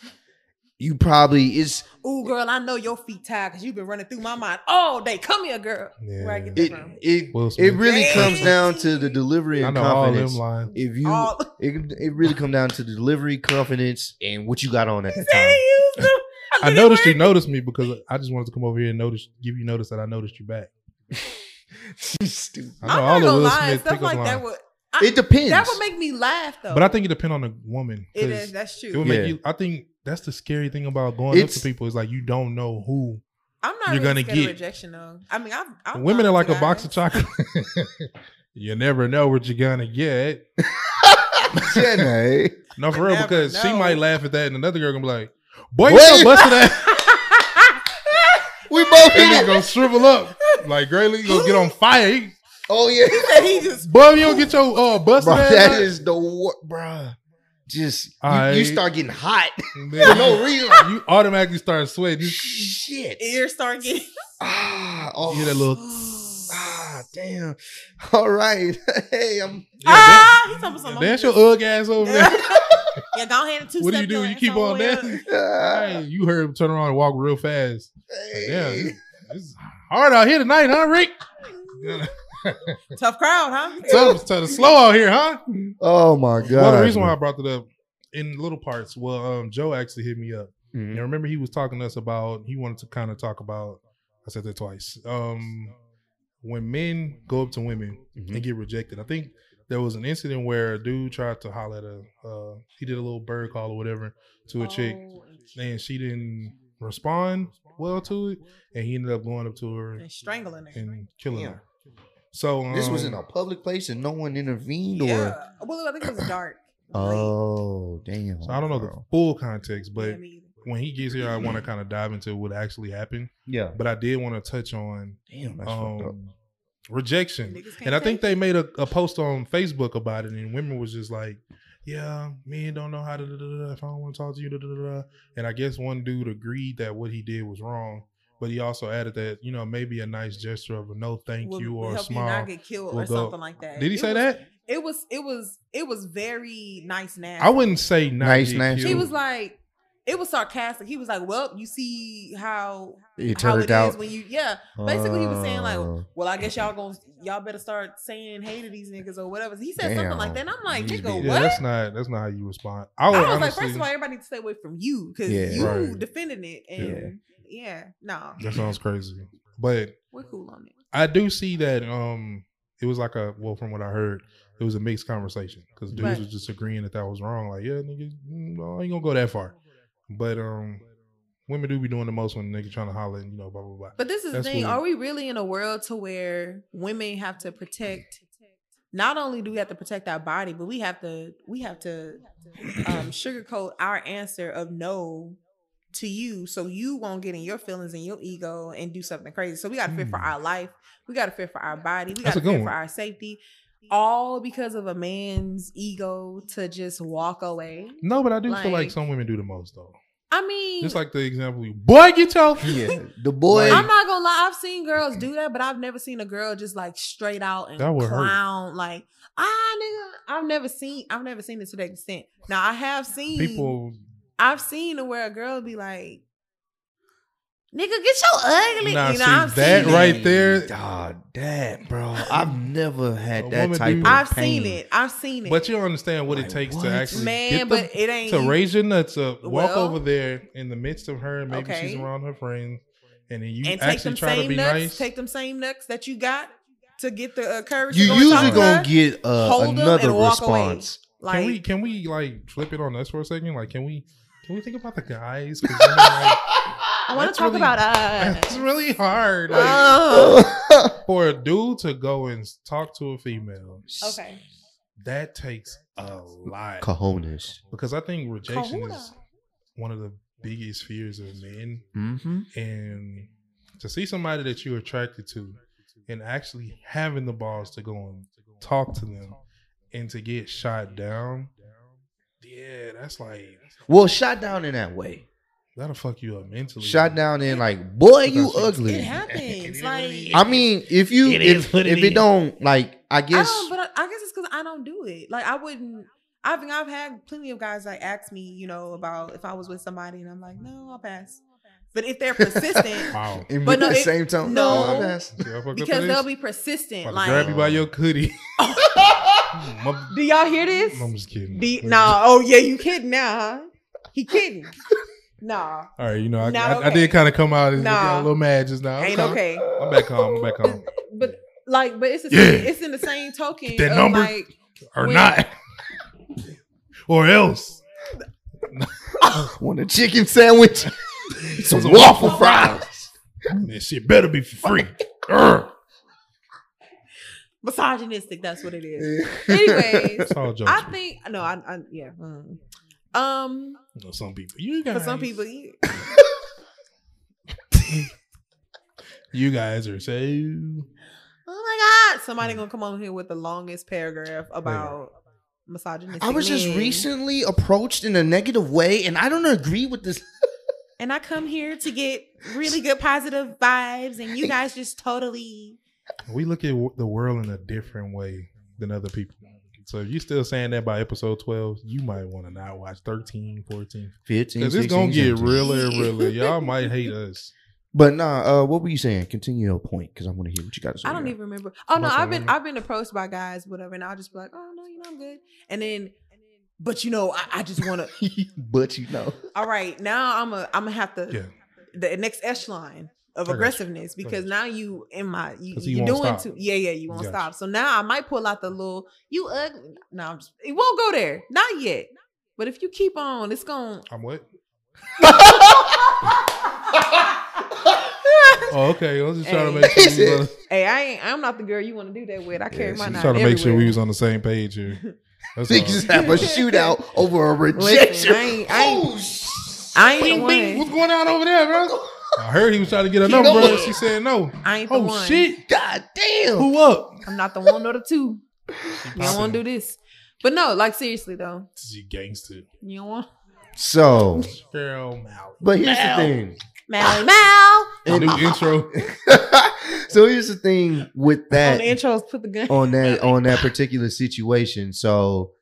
Speaker 5: you probably it's
Speaker 1: Ooh, girl, I know your feet tired because you've been running through my mind all day. Come here, girl. Where I
Speaker 4: Yeah.
Speaker 1: get that
Speaker 5: it
Speaker 1: from.
Speaker 5: it,
Speaker 4: Will
Speaker 5: it
Speaker 4: Smith.
Speaker 5: really comes
Speaker 1: Dang.
Speaker 5: down to the delivery
Speaker 4: I
Speaker 5: and
Speaker 4: know all them
Speaker 5: confidence.
Speaker 4: lines.
Speaker 5: If you
Speaker 1: All-
Speaker 5: It, it really come down to the delivery, confidence, and what you got on at the
Speaker 1: Daddy
Speaker 5: time.
Speaker 1: used them.
Speaker 4: I
Speaker 1: knew they
Speaker 4: noticed
Speaker 1: were-
Speaker 4: you noticed me because I just wanted to come over here and notice, give you notice that I noticed you back.
Speaker 5: Stupid.
Speaker 4: I know
Speaker 1: I'm
Speaker 4: all
Speaker 1: not
Speaker 4: the
Speaker 1: gonna
Speaker 4: Will
Speaker 1: lie.
Speaker 4: Smith
Speaker 1: Stuff
Speaker 4: pickup
Speaker 1: like that
Speaker 4: lines,
Speaker 1: would
Speaker 5: It depends.
Speaker 1: that would make me laugh though.
Speaker 4: but I think it depends on the woman.
Speaker 1: it
Speaker 4: 'cause
Speaker 1: is. That's
Speaker 4: It would
Speaker 1: true.
Speaker 5: Yeah.
Speaker 4: make you. I think that's the scary thing about going up
Speaker 5: It's-
Speaker 4: to people is like you don't know who.
Speaker 1: I'm not
Speaker 4: you're
Speaker 1: really
Speaker 4: gonna
Speaker 1: scared
Speaker 4: get-
Speaker 1: of rejection though. I mean, I've, I've
Speaker 4: Women
Speaker 1: gone
Speaker 4: are like
Speaker 1: to
Speaker 4: a box of
Speaker 1: guys-
Speaker 4: chocolate. you never know what you're gonna get.
Speaker 5: yeah, nah, eh?
Speaker 4: No, for
Speaker 1: You
Speaker 4: real,
Speaker 1: never
Speaker 4: because she
Speaker 1: know.
Speaker 4: might laugh at that, and another girl gonna be like, "Boy, you
Speaker 5: What?
Speaker 4: so busted that."
Speaker 5: We both
Speaker 4: And
Speaker 5: hit
Speaker 4: you
Speaker 5: it.
Speaker 4: gonna shrivel up like Grayley. You gonna get on fire. He-
Speaker 5: Oh yeah,
Speaker 1: he just
Speaker 4: Boy, you don't get your uh busted
Speaker 5: bro,
Speaker 4: ass
Speaker 5: that
Speaker 4: out.
Speaker 5: is the wor- bruh. Just you,
Speaker 4: I-
Speaker 5: you start getting hot
Speaker 4: And
Speaker 5: for
Speaker 4: then you-
Speaker 5: no reason.
Speaker 4: You automatically start sweating. You
Speaker 5: Shit.
Speaker 1: ears start getting.
Speaker 5: Ah, oh,
Speaker 4: hear that little.
Speaker 5: ah, damn. All right. hey, I'm.
Speaker 4: Yeah,
Speaker 1: ah, he's talking about
Speaker 4: that-
Speaker 1: something.
Speaker 4: that's your ugh ass over there.
Speaker 1: yeah, go ahead and two
Speaker 4: What do you do? You keep on dancing. Hey, you heard him turn around and walk real fast. Yeah,
Speaker 5: hey.
Speaker 4: it's hard out here tonight, huh, Rick?
Speaker 1: Tough crowd, huh?
Speaker 4: Tough, tough, slow out here, huh?
Speaker 5: Oh my god.
Speaker 4: Well, the reason why I brought it up in little parts, well, um, Joe actually hit me up.
Speaker 5: Mhm.
Speaker 4: And remember, he was talking to us about he wanted to kind of talk about. I said that twice. Um, when men go up to women
Speaker 5: Mm-hmm.
Speaker 4: and get rejected, I think there was an incident where a dude tried to holler at a. Uh, he did a little bird call or whatever to a chick, Oh, and she didn't respond well to it, and he ended up going up to her
Speaker 1: And strangling her.
Speaker 4: and killing
Speaker 5: Damn.
Speaker 4: her. So um,
Speaker 5: This was in a public place and no one intervened,
Speaker 1: Yeah.
Speaker 5: or
Speaker 1: Uh, Well, I think it was dark.
Speaker 5: oh damn!
Speaker 4: So I don't know the
Speaker 5: bro.
Speaker 4: full context,
Speaker 1: Late.
Speaker 4: but
Speaker 1: Yeah, me either.
Speaker 4: when he gets here, I want to
Speaker 5: Mm-hmm.
Speaker 4: kind of dive into what actually happened.
Speaker 5: Yeah,
Speaker 4: But I did want to touch on
Speaker 5: damn, that's fucked up.
Speaker 4: um, rejection,
Speaker 1: Niggas can't
Speaker 4: and I think
Speaker 1: take
Speaker 4: they made a, a post on Facebook about it, and women was just like, "Yeah, men don't know how to. Da, da, da, da, if I don't want to talk to you, da, da, da, da." and I guess one dude agreed that what he did was wrong, but he also added that you know maybe a nice gesture of a no thank
Speaker 1: will
Speaker 4: you or a
Speaker 1: help You
Speaker 4: smile.
Speaker 1: not get killed
Speaker 4: will
Speaker 1: or
Speaker 4: go-
Speaker 1: something like that.
Speaker 4: Did he
Speaker 1: It
Speaker 4: say
Speaker 1: was-
Speaker 4: that?
Speaker 1: It was. It was. It was very nice. Now
Speaker 4: I wouldn't say not
Speaker 5: Nice,
Speaker 4: get
Speaker 5: nice.
Speaker 4: killed.
Speaker 1: He was like. It was sarcastic. He was like, "Well, you see how
Speaker 5: it
Speaker 1: how
Speaker 5: turned
Speaker 1: it is
Speaker 5: out.
Speaker 1: when you yeah." Basically, he was saying like,
Speaker 5: Oh,
Speaker 1: "Well, I guess y'all gonna y'all better start saying hey to these niggas or whatever." He said something like that. And I'm like,
Speaker 5: Damn. He's
Speaker 1: "Nigga,
Speaker 5: being-
Speaker 4: Yeah,
Speaker 1: what?"
Speaker 4: that's not that's not how you respond. I would
Speaker 1: I was like,
Speaker 4: honestly.
Speaker 1: first of all, everybody needs to stay away from you because
Speaker 5: Yeah.
Speaker 1: you
Speaker 4: Right.
Speaker 1: defending it, and yeah, no,
Speaker 4: that sounds crazy, but
Speaker 1: we're cool on it.
Speaker 4: I do see that. Um, it was like a well, from what I heard, it was a mixed conversation because dudes
Speaker 1: Right.
Speaker 4: was just agreeing that that was wrong. Like, yeah, nigga, mm, no, I ain't gonna go that far. But um, women do be doing the most when nigga trying to holler and you know blah blah blah.
Speaker 1: But this is
Speaker 4: That's
Speaker 1: the thing:
Speaker 4: weird.
Speaker 1: are we really in a world to where women have to protect? Not only do we have to protect our body, but we have to we have to um, sugarcoat our answer of no to you so you won't get in your feelings and your ego and do something crazy. So we got to fit for
Speaker 4: Mm.
Speaker 1: our life. We got to fit for our body. We got to
Speaker 4: That's a good
Speaker 1: fit for
Speaker 4: one.
Speaker 1: our safety. All because of a man's ego to just walk away.
Speaker 4: No, but I do feel like
Speaker 1: Like-
Speaker 4: some women do the most though.
Speaker 1: I mean,
Speaker 4: Just like the example, you, boy, get your
Speaker 5: Yeah, the boy.
Speaker 1: I'm not gonna lie, I've seen girls do that, but I've never seen a girl just like straight out and
Speaker 4: That would hurt.
Speaker 1: clown like ah nigga. I've never seen I've never seen it to that extent. Now I have seen
Speaker 4: people.
Speaker 1: I've seen where a girl be like, "Nigga, get your ugly."
Speaker 4: Nah,
Speaker 1: you
Speaker 4: see
Speaker 1: know, I've
Speaker 4: that
Speaker 1: seen
Speaker 4: right
Speaker 1: it.
Speaker 4: there.
Speaker 5: God, that bro. I've never had
Speaker 4: A
Speaker 5: that
Speaker 4: woman
Speaker 5: type.
Speaker 4: do-
Speaker 5: of
Speaker 1: I've
Speaker 5: pain.
Speaker 1: seen it. I've seen it.
Speaker 4: But you don't understand what it
Speaker 5: Like,
Speaker 4: takes
Speaker 5: what?
Speaker 4: to actually
Speaker 1: man,
Speaker 4: get the,
Speaker 1: but it ain't
Speaker 4: to raise your nuts up, walk
Speaker 1: Well-
Speaker 4: over there in the midst of her, and maybe she's
Speaker 1: Okay.
Speaker 4: around her friends, and then you
Speaker 1: and take
Speaker 4: actually
Speaker 1: them
Speaker 4: try to
Speaker 1: same
Speaker 4: be
Speaker 1: nuts.
Speaker 4: nice.
Speaker 1: Take them same nuts that you got to get the uh, courage.
Speaker 5: You
Speaker 1: to go and talk
Speaker 5: usually
Speaker 1: to
Speaker 5: gonna
Speaker 1: her.
Speaker 5: get uh,
Speaker 1: hold 'em
Speaker 5: another
Speaker 1: and walk away.
Speaker 5: response.
Speaker 1: like
Speaker 4: can we can we like flip it on us for a second? Like, can we can we think about the guys? 'Cause women, like,
Speaker 1: I want
Speaker 4: that's
Speaker 1: to talk
Speaker 4: really-
Speaker 1: about uh,
Speaker 4: it's
Speaker 1: us.
Speaker 4: really hard like,
Speaker 1: Oh.
Speaker 4: for a dude to go and talk to a female.
Speaker 1: okay.
Speaker 4: That takes a lot
Speaker 5: Cajones.
Speaker 4: because I think rejection is
Speaker 1: Kahuta.
Speaker 4: one of the biggest fears of men.
Speaker 5: Mm-hmm.
Speaker 4: and to see somebody that you're attracted to and actually having the balls to go and talk to them and to get shot down yeah that's like
Speaker 5: Well, shot down in that way.
Speaker 4: that'll fuck you up mentally
Speaker 5: Shot down in like, boy, you
Speaker 4: Because
Speaker 5: ugly.
Speaker 1: It happens. Like
Speaker 5: I mean, if you if, if it don't like, I
Speaker 1: I
Speaker 5: guess
Speaker 1: don't, but I, I guess it's because I don't do it. Like I wouldn't. I've I've had plenty of guys like ask me, you know, about if I was with somebody, and I'm like, no, I'll pass. But if they're persistent,
Speaker 4: wow
Speaker 5: in
Speaker 1: but no,
Speaker 5: the
Speaker 1: it-
Speaker 5: same tone.
Speaker 1: no.
Speaker 5: I'm asking.
Speaker 4: See how I fucked up
Speaker 1: because
Speaker 4: it
Speaker 1: they'll
Speaker 4: is?
Speaker 1: be
Speaker 4: About
Speaker 1: persistent.
Speaker 4: to grab
Speaker 1: Like,
Speaker 4: you by your cootie My-
Speaker 1: do y'all hear this?
Speaker 4: i'm just kidding
Speaker 1: Do you- nah, oh yeah, you kidding now? Huh? He kidding? Nah,
Speaker 4: all right you know i,
Speaker 1: Not
Speaker 4: I, I did
Speaker 1: okay.
Speaker 4: kind of come out and
Speaker 1: Nah.
Speaker 4: got a little mad just now I'm
Speaker 1: ain't
Speaker 4: calm.
Speaker 1: okay.
Speaker 4: i'm back home i'm back home
Speaker 1: But like, but it's the same,
Speaker 4: Yeah.
Speaker 1: it's in the same token
Speaker 4: That
Speaker 1: of
Speaker 4: number.
Speaker 1: like
Speaker 4: or
Speaker 1: Wait.
Speaker 4: not or else
Speaker 5: Want a chicken sandwich? Some waffle fries.
Speaker 4: this shit better be for free Urgh.
Speaker 1: misogynistic. That's what it is. Anyways,
Speaker 4: it's all jokes
Speaker 1: I think no, I, I yeah. mm. Um,
Speaker 4: You know, some people. You guys.
Speaker 1: for some people, you-
Speaker 4: You guys are so.
Speaker 1: oh my god, somebody gonna come on here with the longest paragraph about misogynistic.
Speaker 5: I was just
Speaker 1: men.
Speaker 5: recently approached in a negative way, and I don't agree with this.
Speaker 1: and I come here to get really good positive vibes, and you guys just totally.
Speaker 4: We look at w- the world in a different way than other people. So if you're still saying that by episode 12, you might want to not watch 13, 14.
Speaker 5: 15,
Speaker 4: Because it's going to
Speaker 5: 16,
Speaker 4: get
Speaker 5: 17.
Speaker 4: realer and realer. Y'all might hate us.
Speaker 5: But nah, uh, what were you saying? Continue your point because I want to hear what you got to say.
Speaker 1: I don't even remember. Oh no,
Speaker 4: About the
Speaker 1: I've been
Speaker 4: women.
Speaker 1: I've been approached by guys, whatever, and I'll just be like, oh no, you know I'm good, and then. But you know, I, I just want to.
Speaker 5: even. but you know,
Speaker 1: All right, now I'm a I'm gonna have to
Speaker 4: Yeah.
Speaker 1: the next echelon of
Speaker 4: I got you.
Speaker 1: aggressiveness because
Speaker 4: you.
Speaker 1: now you in my you,
Speaker 4: 'Cause he
Speaker 1: you
Speaker 4: won't
Speaker 1: doing
Speaker 4: stop.
Speaker 1: too yeah yeah you won't
Speaker 4: Got you.
Speaker 1: stop so now I might pull out the little you ugly no I'm just it won't go there not yet but if you keep on it's gonna
Speaker 4: I'm what? Oh, okay. I was just trying to make
Speaker 5: Is it?
Speaker 4: sure. We was,
Speaker 1: hey I ain't I'm not the girl you want to do that with I carry my
Speaker 5: Yeah,
Speaker 4: just
Speaker 1: knife
Speaker 4: trying to make sure we
Speaker 1: everywhere.
Speaker 4: was on the same page here. That's
Speaker 5: they
Speaker 4: all.
Speaker 5: just have a shootout over a
Speaker 1: Listen,
Speaker 5: rejection.
Speaker 1: I ain't I ain't,
Speaker 5: Oh, sh-
Speaker 1: I ain't the one
Speaker 4: What's going on over there, bro? I heard he was trying to get a number.
Speaker 5: don't-
Speaker 4: and She said no.
Speaker 1: I ain't the
Speaker 4: Oh
Speaker 1: one.
Speaker 4: shit!
Speaker 5: God damn.
Speaker 4: Who up?
Speaker 1: I'm not the one or the two you don't want to do this but no like seriously though
Speaker 4: She gangster.
Speaker 1: you don't want
Speaker 5: So,
Speaker 4: Girl, Mally.
Speaker 5: but here's the thing.
Speaker 1: Mally Mal
Speaker 4: A new intro.
Speaker 5: so here's the thing with
Speaker 1: on
Speaker 5: that
Speaker 1: the intros put the
Speaker 4: Oh,
Speaker 1: gun
Speaker 5: on that on that particular situation. So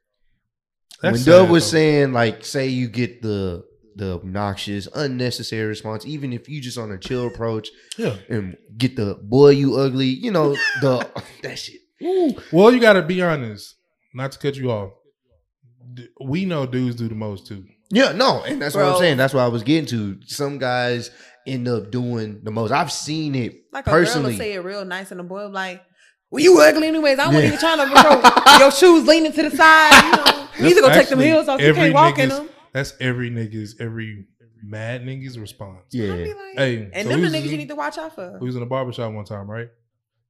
Speaker 4: That's
Speaker 5: when Dub
Speaker 4: sad,
Speaker 5: was
Speaker 4: though.
Speaker 5: saying, like, say you get the the obnoxious, unnecessary response, even if you just on a chill approach
Speaker 4: yeah.
Speaker 5: and get the boy you ugly, you know, the that shit.
Speaker 4: Well, you got to be honest. Not to cut you off. D- We know dudes do the most too.
Speaker 5: Yeah, no, and that's what I'm
Speaker 1: Bro.
Speaker 5: saying. That's what I was getting to. Some guys end up doing the most. I've seen it
Speaker 1: Like a girl
Speaker 5: personally.
Speaker 1: will say it real nice, and a boy will be like, "Well, you ugly anyways. I wasn't
Speaker 5: Yeah.
Speaker 1: even trying to your, your shoes leaning to the side. You know, you either
Speaker 4: That's
Speaker 1: gonna take them
Speaker 4: actually
Speaker 1: heels off, you
Speaker 4: every
Speaker 1: can't walk in
Speaker 4: nigga's-
Speaker 1: them."
Speaker 4: That's every niggas, every mad niggas response.
Speaker 1: I'd be
Speaker 5: yeah.
Speaker 1: like,
Speaker 4: Hey,
Speaker 1: and
Speaker 4: so
Speaker 1: them
Speaker 4: we
Speaker 1: the
Speaker 4: was-
Speaker 1: niggas you need to watch out for.
Speaker 4: We was in a barbershop one time, right?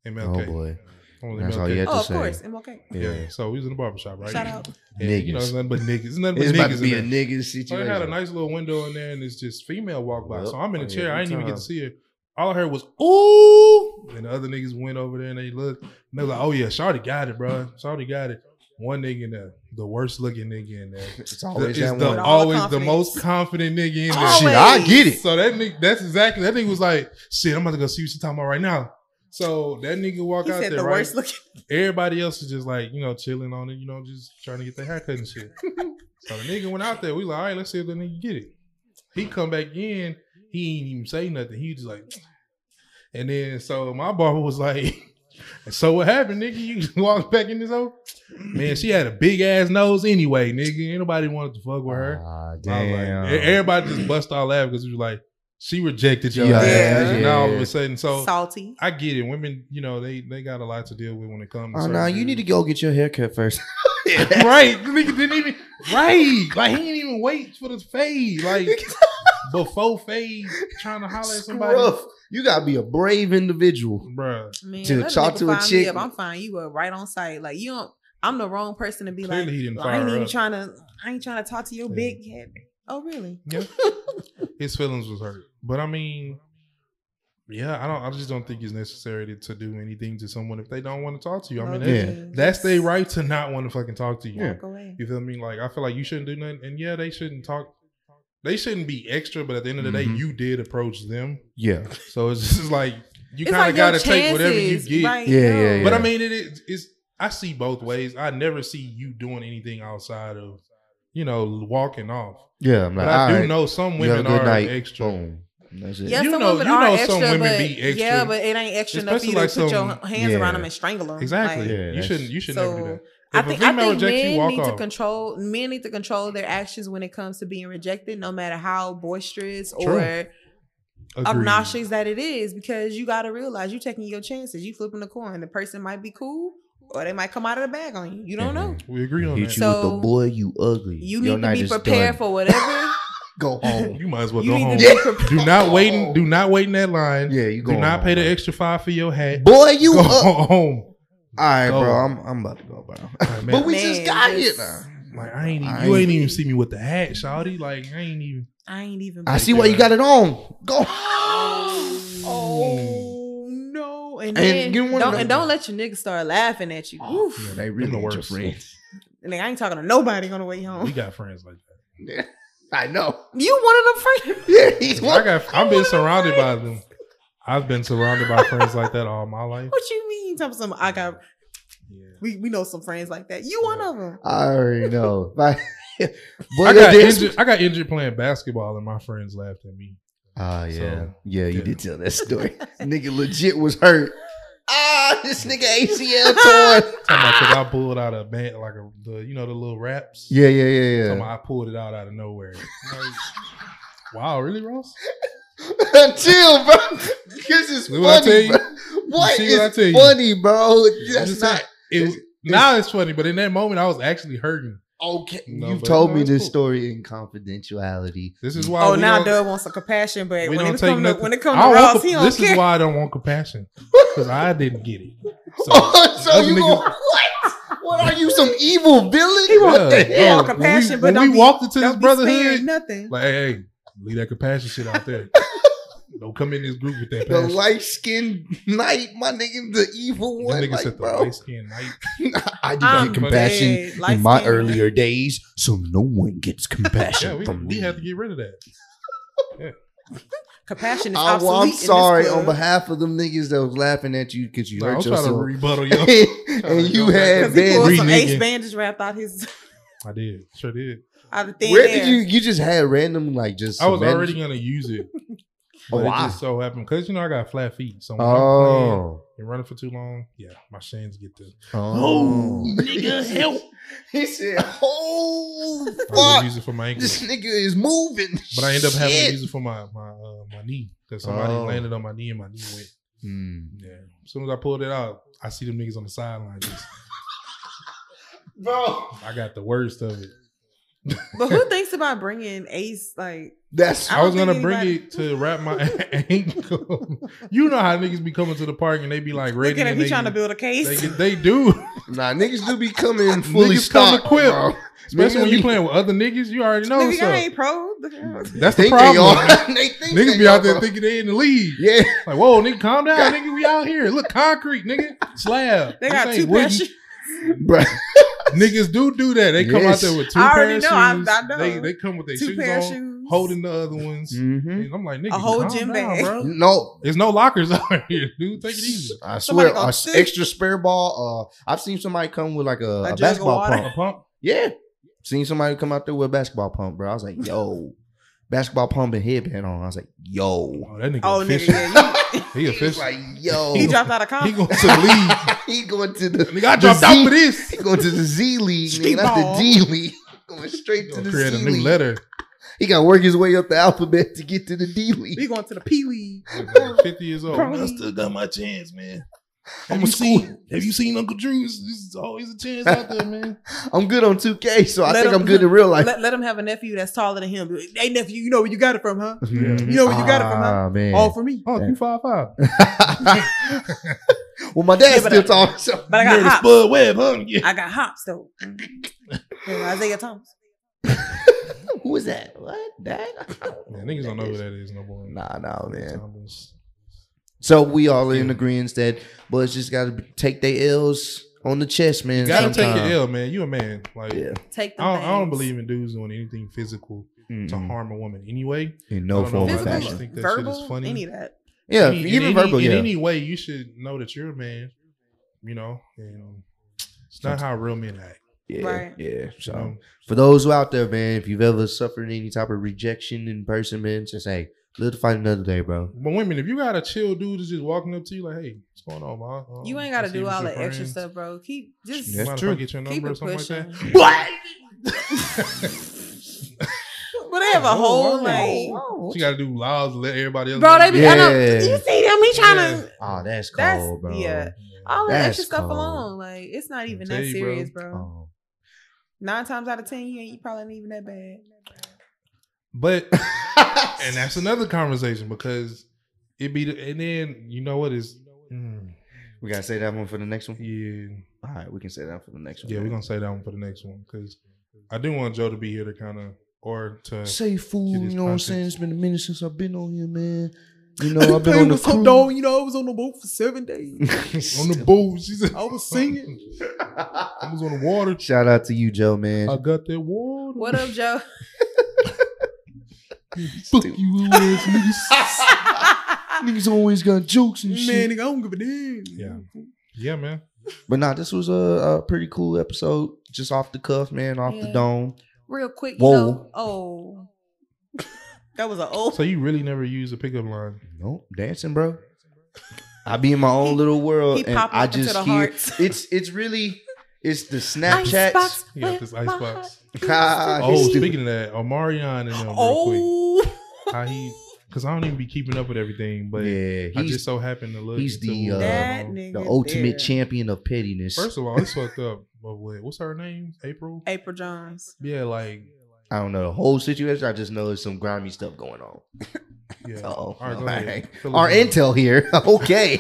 Speaker 5: Oh
Speaker 4: MLK.
Speaker 5: boy.
Speaker 4: from
Speaker 5: That's all
Speaker 4: MLK.
Speaker 5: you had
Speaker 1: Oh,
Speaker 5: to
Speaker 1: of
Speaker 5: say.
Speaker 1: course, MLK.
Speaker 4: yeah.
Speaker 5: Yeah.
Speaker 4: So we was in the barbershop, right?
Speaker 1: Shout out.
Speaker 4: And, You know,
Speaker 5: Niggas.
Speaker 4: it's nothing but niggas. It's nothing but
Speaker 5: It's
Speaker 4: niggas.
Speaker 5: about to
Speaker 4: in
Speaker 5: be
Speaker 4: there.
Speaker 5: a nigga
Speaker 4: So
Speaker 5: situation.
Speaker 4: they had a nice little window in there, and it's just female walk by.
Speaker 5: Well,
Speaker 4: so I'm in a
Speaker 5: oh,
Speaker 4: chair.
Speaker 5: yeah,
Speaker 4: I didn't even get
Speaker 5: time.
Speaker 4: to see her. All I heard was "ooh," and the other niggas went over there and they looked. And they was like, "Oh yeah, Shawty got it, bro. Shawty got it." One nigga in there, the worst looking nigga in there.
Speaker 5: It's
Speaker 4: The,
Speaker 5: always
Speaker 4: is
Speaker 5: that
Speaker 4: the
Speaker 5: one.
Speaker 1: all the
Speaker 4: always the
Speaker 1: confidence.
Speaker 4: most confident nigga in there.
Speaker 5: Shit, I get it.
Speaker 4: So that nigga, that's exactly that nigga was like, "Shit, I'm about to go see what you talking about right now." So that nigga walk
Speaker 1: He
Speaker 4: out
Speaker 1: said
Speaker 4: there,
Speaker 1: the
Speaker 4: right?
Speaker 1: worst looking.
Speaker 4: Everybody else is just like, you know, chilling on it, you know, just trying to get their haircut and shit. so the nigga went out there. We like, all right, let's see if the nigga get it. He come back in. He ain't even say nothing. He just like, and then so my barber was like, so what happened, nigga? You just walked back in this hole? Man, she had a big ass nose anyway, nigga. Ain't nobody wanted to fuck with her.
Speaker 5: Ah,
Speaker 4: I was like-
Speaker 5: damn.
Speaker 4: e- everybody just bust all laughing because we was like, she rejected y'all.
Speaker 5: Yeah,
Speaker 4: ass, nigga.
Speaker 5: yeah.
Speaker 4: Now all of a sudden, so
Speaker 1: salty.
Speaker 4: I get it. Women, you know, they they got a lot to deal with when it comes.
Speaker 5: oh
Speaker 4: to
Speaker 5: no,
Speaker 4: certain
Speaker 5: you need to
Speaker 4: things.
Speaker 5: go get your haircut first.
Speaker 4: right. The nigga didn't even right. Like he didn't even wait for the fade. Like before fade, trying to holler at somebody,
Speaker 5: Scruff. You gotta be a brave individual.
Speaker 4: bruh.
Speaker 1: Man,
Speaker 5: To
Speaker 1: let a
Speaker 5: talk
Speaker 1: nigga
Speaker 5: to a
Speaker 1: find me
Speaker 5: chick-
Speaker 1: up, I'm fine. You were right on site. Like you don't. I'm the wrong person to be
Speaker 4: Clearly,
Speaker 1: like.
Speaker 4: he didn't
Speaker 1: "Well, I
Speaker 4: fire
Speaker 1: ain't
Speaker 4: her
Speaker 1: even
Speaker 4: up.
Speaker 1: trying to. I ain't trying to talk to your
Speaker 4: Yeah.
Speaker 1: big head. Oh really?
Speaker 4: Yeah. His feelings was hurt, but I mean, yeah, I don't. I just don't think it's necessary to, to do anything to someone if they don't want to talk to you. I mean,
Speaker 1: No,
Speaker 4: that's,
Speaker 5: Yeah.
Speaker 1: dude,
Speaker 4: that's their
Speaker 1: Oh, just
Speaker 4: right to not want to fucking talk to you.
Speaker 1: Walk away.
Speaker 4: You feel me? Like I feel like you shouldn't do nothing, and yeah, they shouldn't talk. They shouldn't be extra, but at the end of the
Speaker 5: Mhm.
Speaker 4: day, you did approach them.
Speaker 5: Yeah.
Speaker 4: So it's just like you
Speaker 1: It's
Speaker 4: kind of
Speaker 1: like your
Speaker 4: got to take whatever you
Speaker 1: chances,
Speaker 4: get.
Speaker 1: right?
Speaker 5: Yeah,
Speaker 1: No.
Speaker 5: yeah, yeah.
Speaker 4: But I mean, it is. It's, I see both ways. I never see you doing anything outside of you know walking off.
Speaker 5: Yeah. I'm
Speaker 4: But
Speaker 5: like,
Speaker 4: I
Speaker 5: all
Speaker 4: do
Speaker 5: right,
Speaker 4: know some
Speaker 5: you have a
Speaker 4: women
Speaker 5: good
Speaker 4: are
Speaker 5: night.
Speaker 4: extra.
Speaker 5: Boom. That's it.
Speaker 1: Yeah,
Speaker 4: You
Speaker 1: some
Speaker 4: know-
Speaker 1: women
Speaker 4: you
Speaker 1: are
Speaker 4: know
Speaker 1: extra,
Speaker 4: some women
Speaker 1: but,
Speaker 4: be extra.
Speaker 1: Yeah, but it ain't extra enough for
Speaker 4: Especially
Speaker 1: you to
Speaker 4: like
Speaker 1: put
Speaker 4: some-
Speaker 1: your hands
Speaker 5: yeah.
Speaker 1: around them and strangle them.
Speaker 4: Exactly.
Speaker 5: Yeah,
Speaker 4: you
Speaker 5: that's-
Speaker 4: shouldn't. You should never do
Speaker 1: so,
Speaker 4: that. If
Speaker 1: I
Speaker 4: a
Speaker 1: think I
Speaker 4: female
Speaker 1: think
Speaker 4: rejects you,
Speaker 1: men
Speaker 4: walk
Speaker 1: need to
Speaker 4: off.
Speaker 1: control men need to control their actions when it comes to being rejected, no matter how boisterous
Speaker 4: True.
Speaker 1: or
Speaker 4: Agreed.
Speaker 1: obnoxious that it is, because you gotta realize you're taking your chances. You flipping the coin. The person might be cool or they might come out of the bag on you. You don't know.
Speaker 4: We agree on
Speaker 5: Hit you
Speaker 4: that.
Speaker 1: So-
Speaker 5: with the boy, you ugly.
Speaker 1: You
Speaker 5: Your
Speaker 1: need to
Speaker 5: night
Speaker 1: be
Speaker 5: is
Speaker 1: prepared
Speaker 5: done.
Speaker 1: for whatever.
Speaker 5: Go home.
Speaker 4: You might as well
Speaker 1: you
Speaker 4: go
Speaker 1: need
Speaker 4: home.
Speaker 1: to be prepared.
Speaker 4: Do not wait. in- Do not wait in that line.
Speaker 5: yeah, you go.
Speaker 4: do not
Speaker 5: home,
Speaker 4: pay the
Speaker 5: bro.
Speaker 4: extra five for your hat.
Speaker 5: Boy, you
Speaker 4: go
Speaker 5: ug-
Speaker 4: home.
Speaker 5: All right,
Speaker 4: Go.
Speaker 5: bro. I'm I'm about to go, bro.
Speaker 4: Like, man,
Speaker 5: But we just
Speaker 1: Man,
Speaker 5: got
Speaker 1: this-
Speaker 5: here. Now.
Speaker 4: Like I ain't, even,
Speaker 5: I
Speaker 4: you
Speaker 5: ain't-
Speaker 4: ain't even see me with the hat, Shawty. Like I ain't even.
Speaker 1: I ain't even
Speaker 5: I see why you got it on. Go.
Speaker 4: Oh.
Speaker 1: Oh no! And,
Speaker 5: And
Speaker 1: then
Speaker 5: you don't wanna
Speaker 1: don't
Speaker 5: know.
Speaker 1: and don't let your niggas start laughing at you. Oof.
Speaker 4: Oh, Yeah,
Speaker 5: They
Speaker 4: them
Speaker 5: really
Speaker 4: the
Speaker 5: ain't your
Speaker 4: worst.
Speaker 5: friends.
Speaker 1: And I ain't talking to nobody on the way
Speaker 4: We
Speaker 1: home.
Speaker 4: got friends like that.
Speaker 5: I know.
Speaker 1: You one of them friends?
Speaker 5: Yeah, he's
Speaker 4: I
Speaker 5: one.
Speaker 4: got. I've been surrounded by them. I've been surrounded by friends like that all my life.
Speaker 1: What you mean? You talking some? I got. We we know some friends like that. You one of them?
Speaker 5: I already know. But
Speaker 4: I got injured. I got injured playing basketball, and my friends laughed at me.
Speaker 5: Oh yeah,
Speaker 4: So,
Speaker 5: yeah. You
Speaker 4: yeah.
Speaker 5: did tell that story. nigga legit was hurt. Ah, this nigga ACL torn.
Speaker 4: Talking about 'cause I pulled out a band like a the you know the little wraps.
Speaker 5: Yeah, yeah, yeah,
Speaker 4: Talking
Speaker 5: yeah.
Speaker 4: about I pulled it out out of nowhere. Like, wow, really, Ross?
Speaker 5: Until bro, this is
Speaker 4: See what I tell
Speaker 5: funny.
Speaker 4: you?
Speaker 5: bro. What
Speaker 4: see what I
Speaker 5: is
Speaker 4: tell you?
Speaker 5: funny, bro? That's
Speaker 4: just
Speaker 5: not
Speaker 4: It, now it's funny, but in that moment, I was actually hurting.
Speaker 5: okay.
Speaker 4: No,
Speaker 5: You've
Speaker 4: but-
Speaker 5: told
Speaker 4: no,
Speaker 5: me
Speaker 4: it's
Speaker 5: this
Speaker 4: cool.
Speaker 5: story in confidentiality.
Speaker 4: This is why.
Speaker 1: Oh,
Speaker 4: we
Speaker 1: now
Speaker 4: don't-
Speaker 1: Doug wants some compassion, but
Speaker 4: We
Speaker 1: when
Speaker 4: don't
Speaker 1: it
Speaker 4: take
Speaker 1: comes to
Speaker 4: nothing.
Speaker 1: when it comes
Speaker 4: I
Speaker 1: to
Speaker 4: don't
Speaker 1: Ross,
Speaker 4: want
Speaker 1: he
Speaker 4: comp-
Speaker 1: don't
Speaker 4: this
Speaker 1: care.
Speaker 4: is why I don't want compassion because I didn't get it. So,
Speaker 5: Oh, so
Speaker 4: other
Speaker 5: you
Speaker 4: niggas-
Speaker 5: going what? What are you, some evil villain?
Speaker 1: He
Speaker 5: what the
Speaker 4: Yeah,
Speaker 1: he
Speaker 5: hell?
Speaker 1: want compassion,
Speaker 4: when we,
Speaker 1: but
Speaker 4: when
Speaker 1: don't
Speaker 4: we
Speaker 1: be-
Speaker 4: walked into this
Speaker 1: Don't be spared
Speaker 4: brotherhood,
Speaker 1: nothing.
Speaker 4: like, hey, hey, leave that compassion shit out there. don't come in this group with that
Speaker 5: The
Speaker 4: passion.
Speaker 5: light skinned knight, my nigga, the evil
Speaker 4: Them
Speaker 5: one.
Speaker 4: niggas
Speaker 5: Like,
Speaker 4: said the
Speaker 5: bro.
Speaker 4: light skin night.
Speaker 5: I didn't
Speaker 1: I'm
Speaker 5: get compassion
Speaker 1: dead.
Speaker 5: in
Speaker 1: Light
Speaker 5: my
Speaker 1: skin.
Speaker 5: earlier days, so no one gets compassion
Speaker 4: Yeah, we,
Speaker 5: from
Speaker 4: we
Speaker 5: me.
Speaker 4: have to get rid of that.
Speaker 1: compassion is
Speaker 5: I,
Speaker 1: obsolete.
Speaker 5: Oh, well,
Speaker 1: in
Speaker 5: I'm
Speaker 1: this
Speaker 5: sorry
Speaker 1: club.
Speaker 5: on behalf of them niggas that was laughing at you because you
Speaker 4: No, I'm
Speaker 5: hurt
Speaker 4: trying to
Speaker 5: yourself.
Speaker 4: rebuttal yo.
Speaker 5: and you
Speaker 4: go back.
Speaker 5: had
Speaker 1: 'Cause he pulled
Speaker 5: been.
Speaker 1: some
Speaker 4: Reneging.
Speaker 1: ace bandage wrapped out his
Speaker 4: I did, sure did.
Speaker 1: out of thin
Speaker 5: Where
Speaker 1: air.
Speaker 5: did you? You just had random like just.
Speaker 4: I was
Speaker 5: random-
Speaker 4: already gonna use it, but
Speaker 5: Oh,
Speaker 4: it
Speaker 5: I-
Speaker 4: just so happened because you know I got flat feet, so when I'm playing
Speaker 5: oh,
Speaker 4: and running for too long, yeah, my shins get the.
Speaker 5: oh,
Speaker 4: nigga, help.
Speaker 5: He said, "Oh
Speaker 4: I was
Speaker 5: fuck,
Speaker 4: use it for my ankles.
Speaker 5: this nigga is moving."
Speaker 4: But I end up having to
Speaker 5: Shit.
Speaker 4: use it for my my uh, my knee because somebody
Speaker 5: Oh.
Speaker 4: landed on my knee and my knee went.
Speaker 5: Hmm.
Speaker 4: Yeah. As soon as I pulled it out, I see them niggas on the sideline. Just,
Speaker 5: Bro,
Speaker 4: I got the worst of it.
Speaker 1: But who thinks about bringing Ace? Like,
Speaker 5: That's
Speaker 1: I
Speaker 4: I, was
Speaker 1: don't
Speaker 4: gonna
Speaker 1: think
Speaker 4: bring
Speaker 1: anybody-
Speaker 4: it to wrap my ankle. you know how niggas be coming to the park and they be like ready.
Speaker 1: looking at
Speaker 4: and
Speaker 1: me
Speaker 4: they-
Speaker 1: trying to build a
Speaker 4: They,
Speaker 1: case.
Speaker 4: get- they do,
Speaker 2: Nah, niggas do be coming fully
Speaker 4: Niggas come
Speaker 2: stocked,
Speaker 4: equipped.
Speaker 2: bro.
Speaker 4: especially when you
Speaker 2: Niggas-
Speaker 4: playing with other niggas. You already know.
Speaker 1: Nigga,
Speaker 4: So.
Speaker 1: I ain't pro.
Speaker 4: That's the
Speaker 2: Think they
Speaker 4: problem.
Speaker 2: are. they think
Speaker 4: Niggas
Speaker 2: they
Speaker 4: be
Speaker 2: are,
Speaker 4: out there
Speaker 2: bro.
Speaker 4: thinking they in the league.
Speaker 2: Yeah,
Speaker 4: Like, whoa, nigga, calm down, nigga. We out here. Look, concrete, nigga. Slab.
Speaker 1: They
Speaker 4: This
Speaker 1: got
Speaker 4: ain't
Speaker 1: two pair
Speaker 4: wooden.
Speaker 1: shoes.
Speaker 2: bro.
Speaker 4: Niggas do do that. They come out
Speaker 2: Yes.
Speaker 4: there with two
Speaker 1: I
Speaker 4: pair
Speaker 1: already
Speaker 4: of
Speaker 1: know.
Speaker 4: shoes.
Speaker 1: I- I know.
Speaker 4: They, they come with their
Speaker 1: Two
Speaker 4: shoes
Speaker 1: pair of
Speaker 4: on,
Speaker 1: shoes.
Speaker 4: holding the other ones.
Speaker 5: Mm-hmm.
Speaker 4: And I'm like, nigga,
Speaker 1: A whole
Speaker 4: calm
Speaker 1: gym
Speaker 4: down,
Speaker 1: bag.
Speaker 4: bro.
Speaker 5: No,
Speaker 4: There's no lockers out here, dude. Take it easy.
Speaker 5: I
Speaker 1: Somebody
Speaker 5: swear,
Speaker 1: gonna
Speaker 5: a
Speaker 1: sit.
Speaker 5: extra spare ball. Uh, I've seen somebody come with like a, a
Speaker 1: jug of
Speaker 5: basketball
Speaker 1: water.
Speaker 5: pump.
Speaker 4: A pump.
Speaker 5: Yeah, seen somebody come out there with a basketball pump, bro. I was like, yo, basketball pump and headband on. I was like, yo,
Speaker 4: Oh, that nigga
Speaker 1: Oh, nigga,
Speaker 4: official.
Speaker 1: yeah.
Speaker 4: He
Speaker 5: He was
Speaker 4: official.
Speaker 5: like, yo,
Speaker 1: You, he dropped out of
Speaker 4: he
Speaker 1: college.
Speaker 4: going to the
Speaker 5: he going to the
Speaker 4: league. Nigga, I
Speaker 5: The
Speaker 4: dropped out
Speaker 5: Z-
Speaker 4: for this.
Speaker 5: He going to the Z League, nigga, not
Speaker 1: Speedball.
Speaker 5: the D League. Going straight
Speaker 4: He
Speaker 5: to
Speaker 4: gonna
Speaker 5: the
Speaker 4: create
Speaker 5: C
Speaker 4: a new
Speaker 5: League.
Speaker 4: letter.
Speaker 5: He got to work his way up the alphabet to get to the D League.
Speaker 1: We going to the Pee League.
Speaker 4: Nigga, 50 years old.
Speaker 1: Pro
Speaker 4: Man, I
Speaker 1: league.
Speaker 4: still got my chance, man.
Speaker 5: I'm
Speaker 4: Have
Speaker 5: a
Speaker 4: you seen? Have you seen Uncle Drew's? There's always a chance out there, man.
Speaker 5: I'm good on 2K, so I
Speaker 1: Let
Speaker 5: think
Speaker 1: him-
Speaker 5: I'm good in real life.
Speaker 1: Let, let him have a nephew that's taller than him. Hey, nephew, you know where you got it from, huh?
Speaker 5: Mhm.
Speaker 1: You know where you got it from, huh?
Speaker 5: Ah, man.
Speaker 1: All for me.
Speaker 4: Oh, you five five.
Speaker 5: well, my dad's
Speaker 1: Yeah, but
Speaker 5: still
Speaker 1: I-
Speaker 5: tall, so
Speaker 1: But I got hops.
Speaker 4: Spud Webb, huh? Yeah.
Speaker 1: I got hops, though. Yeah, Isaiah Thomas.
Speaker 5: who is that? What? Dad?
Speaker 4: Yeah, niggas don't know who that is no more.
Speaker 5: Nah, nah, man.
Speaker 4: Thomas.
Speaker 5: So we all in
Speaker 4: Yeah.
Speaker 5: agreement that boys just got to take their L's on the chest, man.
Speaker 4: You gotta take
Speaker 5: sometime.
Speaker 4: your L, man. You a man. Like
Speaker 5: Yeah.
Speaker 1: Take
Speaker 4: I,
Speaker 1: them
Speaker 4: don't, I don't
Speaker 1: things.
Speaker 4: believe in dudes doing anything physical to
Speaker 5: Mm-mm.
Speaker 4: harm a woman anyway.
Speaker 5: In
Speaker 4: I
Speaker 5: no
Speaker 4: don't
Speaker 5: form
Speaker 4: know
Speaker 5: or
Speaker 4: why
Speaker 1: Physical,
Speaker 4: I just
Speaker 5: fashion.
Speaker 4: think that shit
Speaker 1: verbal,
Speaker 4: is funny.
Speaker 1: any of that.
Speaker 5: Yeah,
Speaker 4: Any- in
Speaker 5: even
Speaker 4: any-
Speaker 5: verbal,
Speaker 4: In
Speaker 5: yeah.
Speaker 4: any way, you should know that you're a man. You know, and it's not how real men act.
Speaker 5: yeah,
Speaker 1: Right.
Speaker 5: yeah.
Speaker 4: You
Speaker 5: So.
Speaker 4: know?
Speaker 5: For those who out there, man, if you've ever suffered any type of rejection in person, man, just hey, live to fight another day, bro.
Speaker 4: But women, if you got a chill dude that's just walking up to you like, "Hey, what's going on, ma?" Um,
Speaker 1: You ain't got to
Speaker 4: I see
Speaker 1: do
Speaker 4: we
Speaker 1: all
Speaker 4: some
Speaker 1: that extra
Speaker 4: friends.
Speaker 1: stuff, bro. Keep just
Speaker 5: Yeah. That's
Speaker 4: Mind if I
Speaker 5: true.
Speaker 4: get your
Speaker 1: keep
Speaker 4: number or
Speaker 1: it
Speaker 4: something like
Speaker 1: pushing.
Speaker 4: that?
Speaker 5: What?
Speaker 1: But they have a
Speaker 4: Oh,
Speaker 1: whole
Speaker 4: wow.
Speaker 1: like,
Speaker 4: She got to do laws to let everybody else.
Speaker 1: bro.
Speaker 4: know.
Speaker 1: They be, I know.
Speaker 5: Yeah.
Speaker 1: Do you see them? He trying to.
Speaker 5: Oh, that's cold,
Speaker 1: That's-
Speaker 5: bro.
Speaker 1: yeah. All that
Speaker 5: That's
Speaker 1: extra stuff
Speaker 5: cold.
Speaker 1: alone, like it's not even
Speaker 4: tell
Speaker 1: that
Speaker 4: you, bro.
Speaker 1: serious, bro.
Speaker 5: Oh.
Speaker 1: Nine times out of ten, you ain't you probably ain't even that bad.
Speaker 4: But and that's another conversation because it be the, and then you know what is mm,
Speaker 5: We gotta say that one for the next one.
Speaker 4: yeah
Speaker 5: All right, we can say that for the next one.
Speaker 4: yeah we're gonna say that one for the next one because I do want Joe to be here to kind of or to
Speaker 5: say fool.
Speaker 4: Get his
Speaker 5: You know what I'm saying?
Speaker 4: context.
Speaker 5: It's been a minute since I've been on here, man. You know I've been on the crew.
Speaker 1: you know, I was on the boat for seven days.
Speaker 4: on the booze. She said
Speaker 1: I was singing.
Speaker 4: I was on the water.
Speaker 5: Shout out to you, Joe, man.
Speaker 4: I got that water.
Speaker 1: What up, Joe?
Speaker 5: Fuck you, ass niggas. niggas always got jokes and shit.
Speaker 1: I don't give a damn.
Speaker 4: Yeah. Yeah, man.
Speaker 5: But nah, this was a, a pretty cool episode, just off the cuff, man, off the
Speaker 1: Yeah.
Speaker 5: dome.
Speaker 1: Real quick,
Speaker 5: Whoa.
Speaker 1: you know. Oh, that was an old.
Speaker 4: So you really never use a pickup line.
Speaker 5: Nope, dancing, bro. I be in my own little world,
Speaker 1: he
Speaker 5: and
Speaker 1: popping
Speaker 5: I
Speaker 1: up into
Speaker 5: just
Speaker 1: the
Speaker 5: hear
Speaker 1: hearts.
Speaker 5: it's it's really it's the Snapchats.
Speaker 4: You got this icebox.
Speaker 5: Ah,
Speaker 4: Oh,
Speaker 5: this stupid-
Speaker 4: speaking of that, Omarion and them real quick.
Speaker 1: Oh,
Speaker 4: How he? Because I don't even be keeping up with everything, but
Speaker 5: yeah,
Speaker 4: I
Speaker 5: he's
Speaker 4: just so happened to look.
Speaker 5: he's the,
Speaker 4: into, um,
Speaker 5: uh,
Speaker 1: that nigga.
Speaker 5: the ultimate
Speaker 1: there.
Speaker 5: champion of pettiness.
Speaker 4: First of all, it's fucked up. But what, what's her name? April.
Speaker 1: April Jones.
Speaker 4: Yeah, like
Speaker 5: I don't know the whole situation. I just know there's some grimy stuff going on.
Speaker 4: yeah.
Speaker 5: Oh,
Speaker 4: All right, go ahead. Fill
Speaker 5: our
Speaker 4: us in.
Speaker 5: intel here. okay,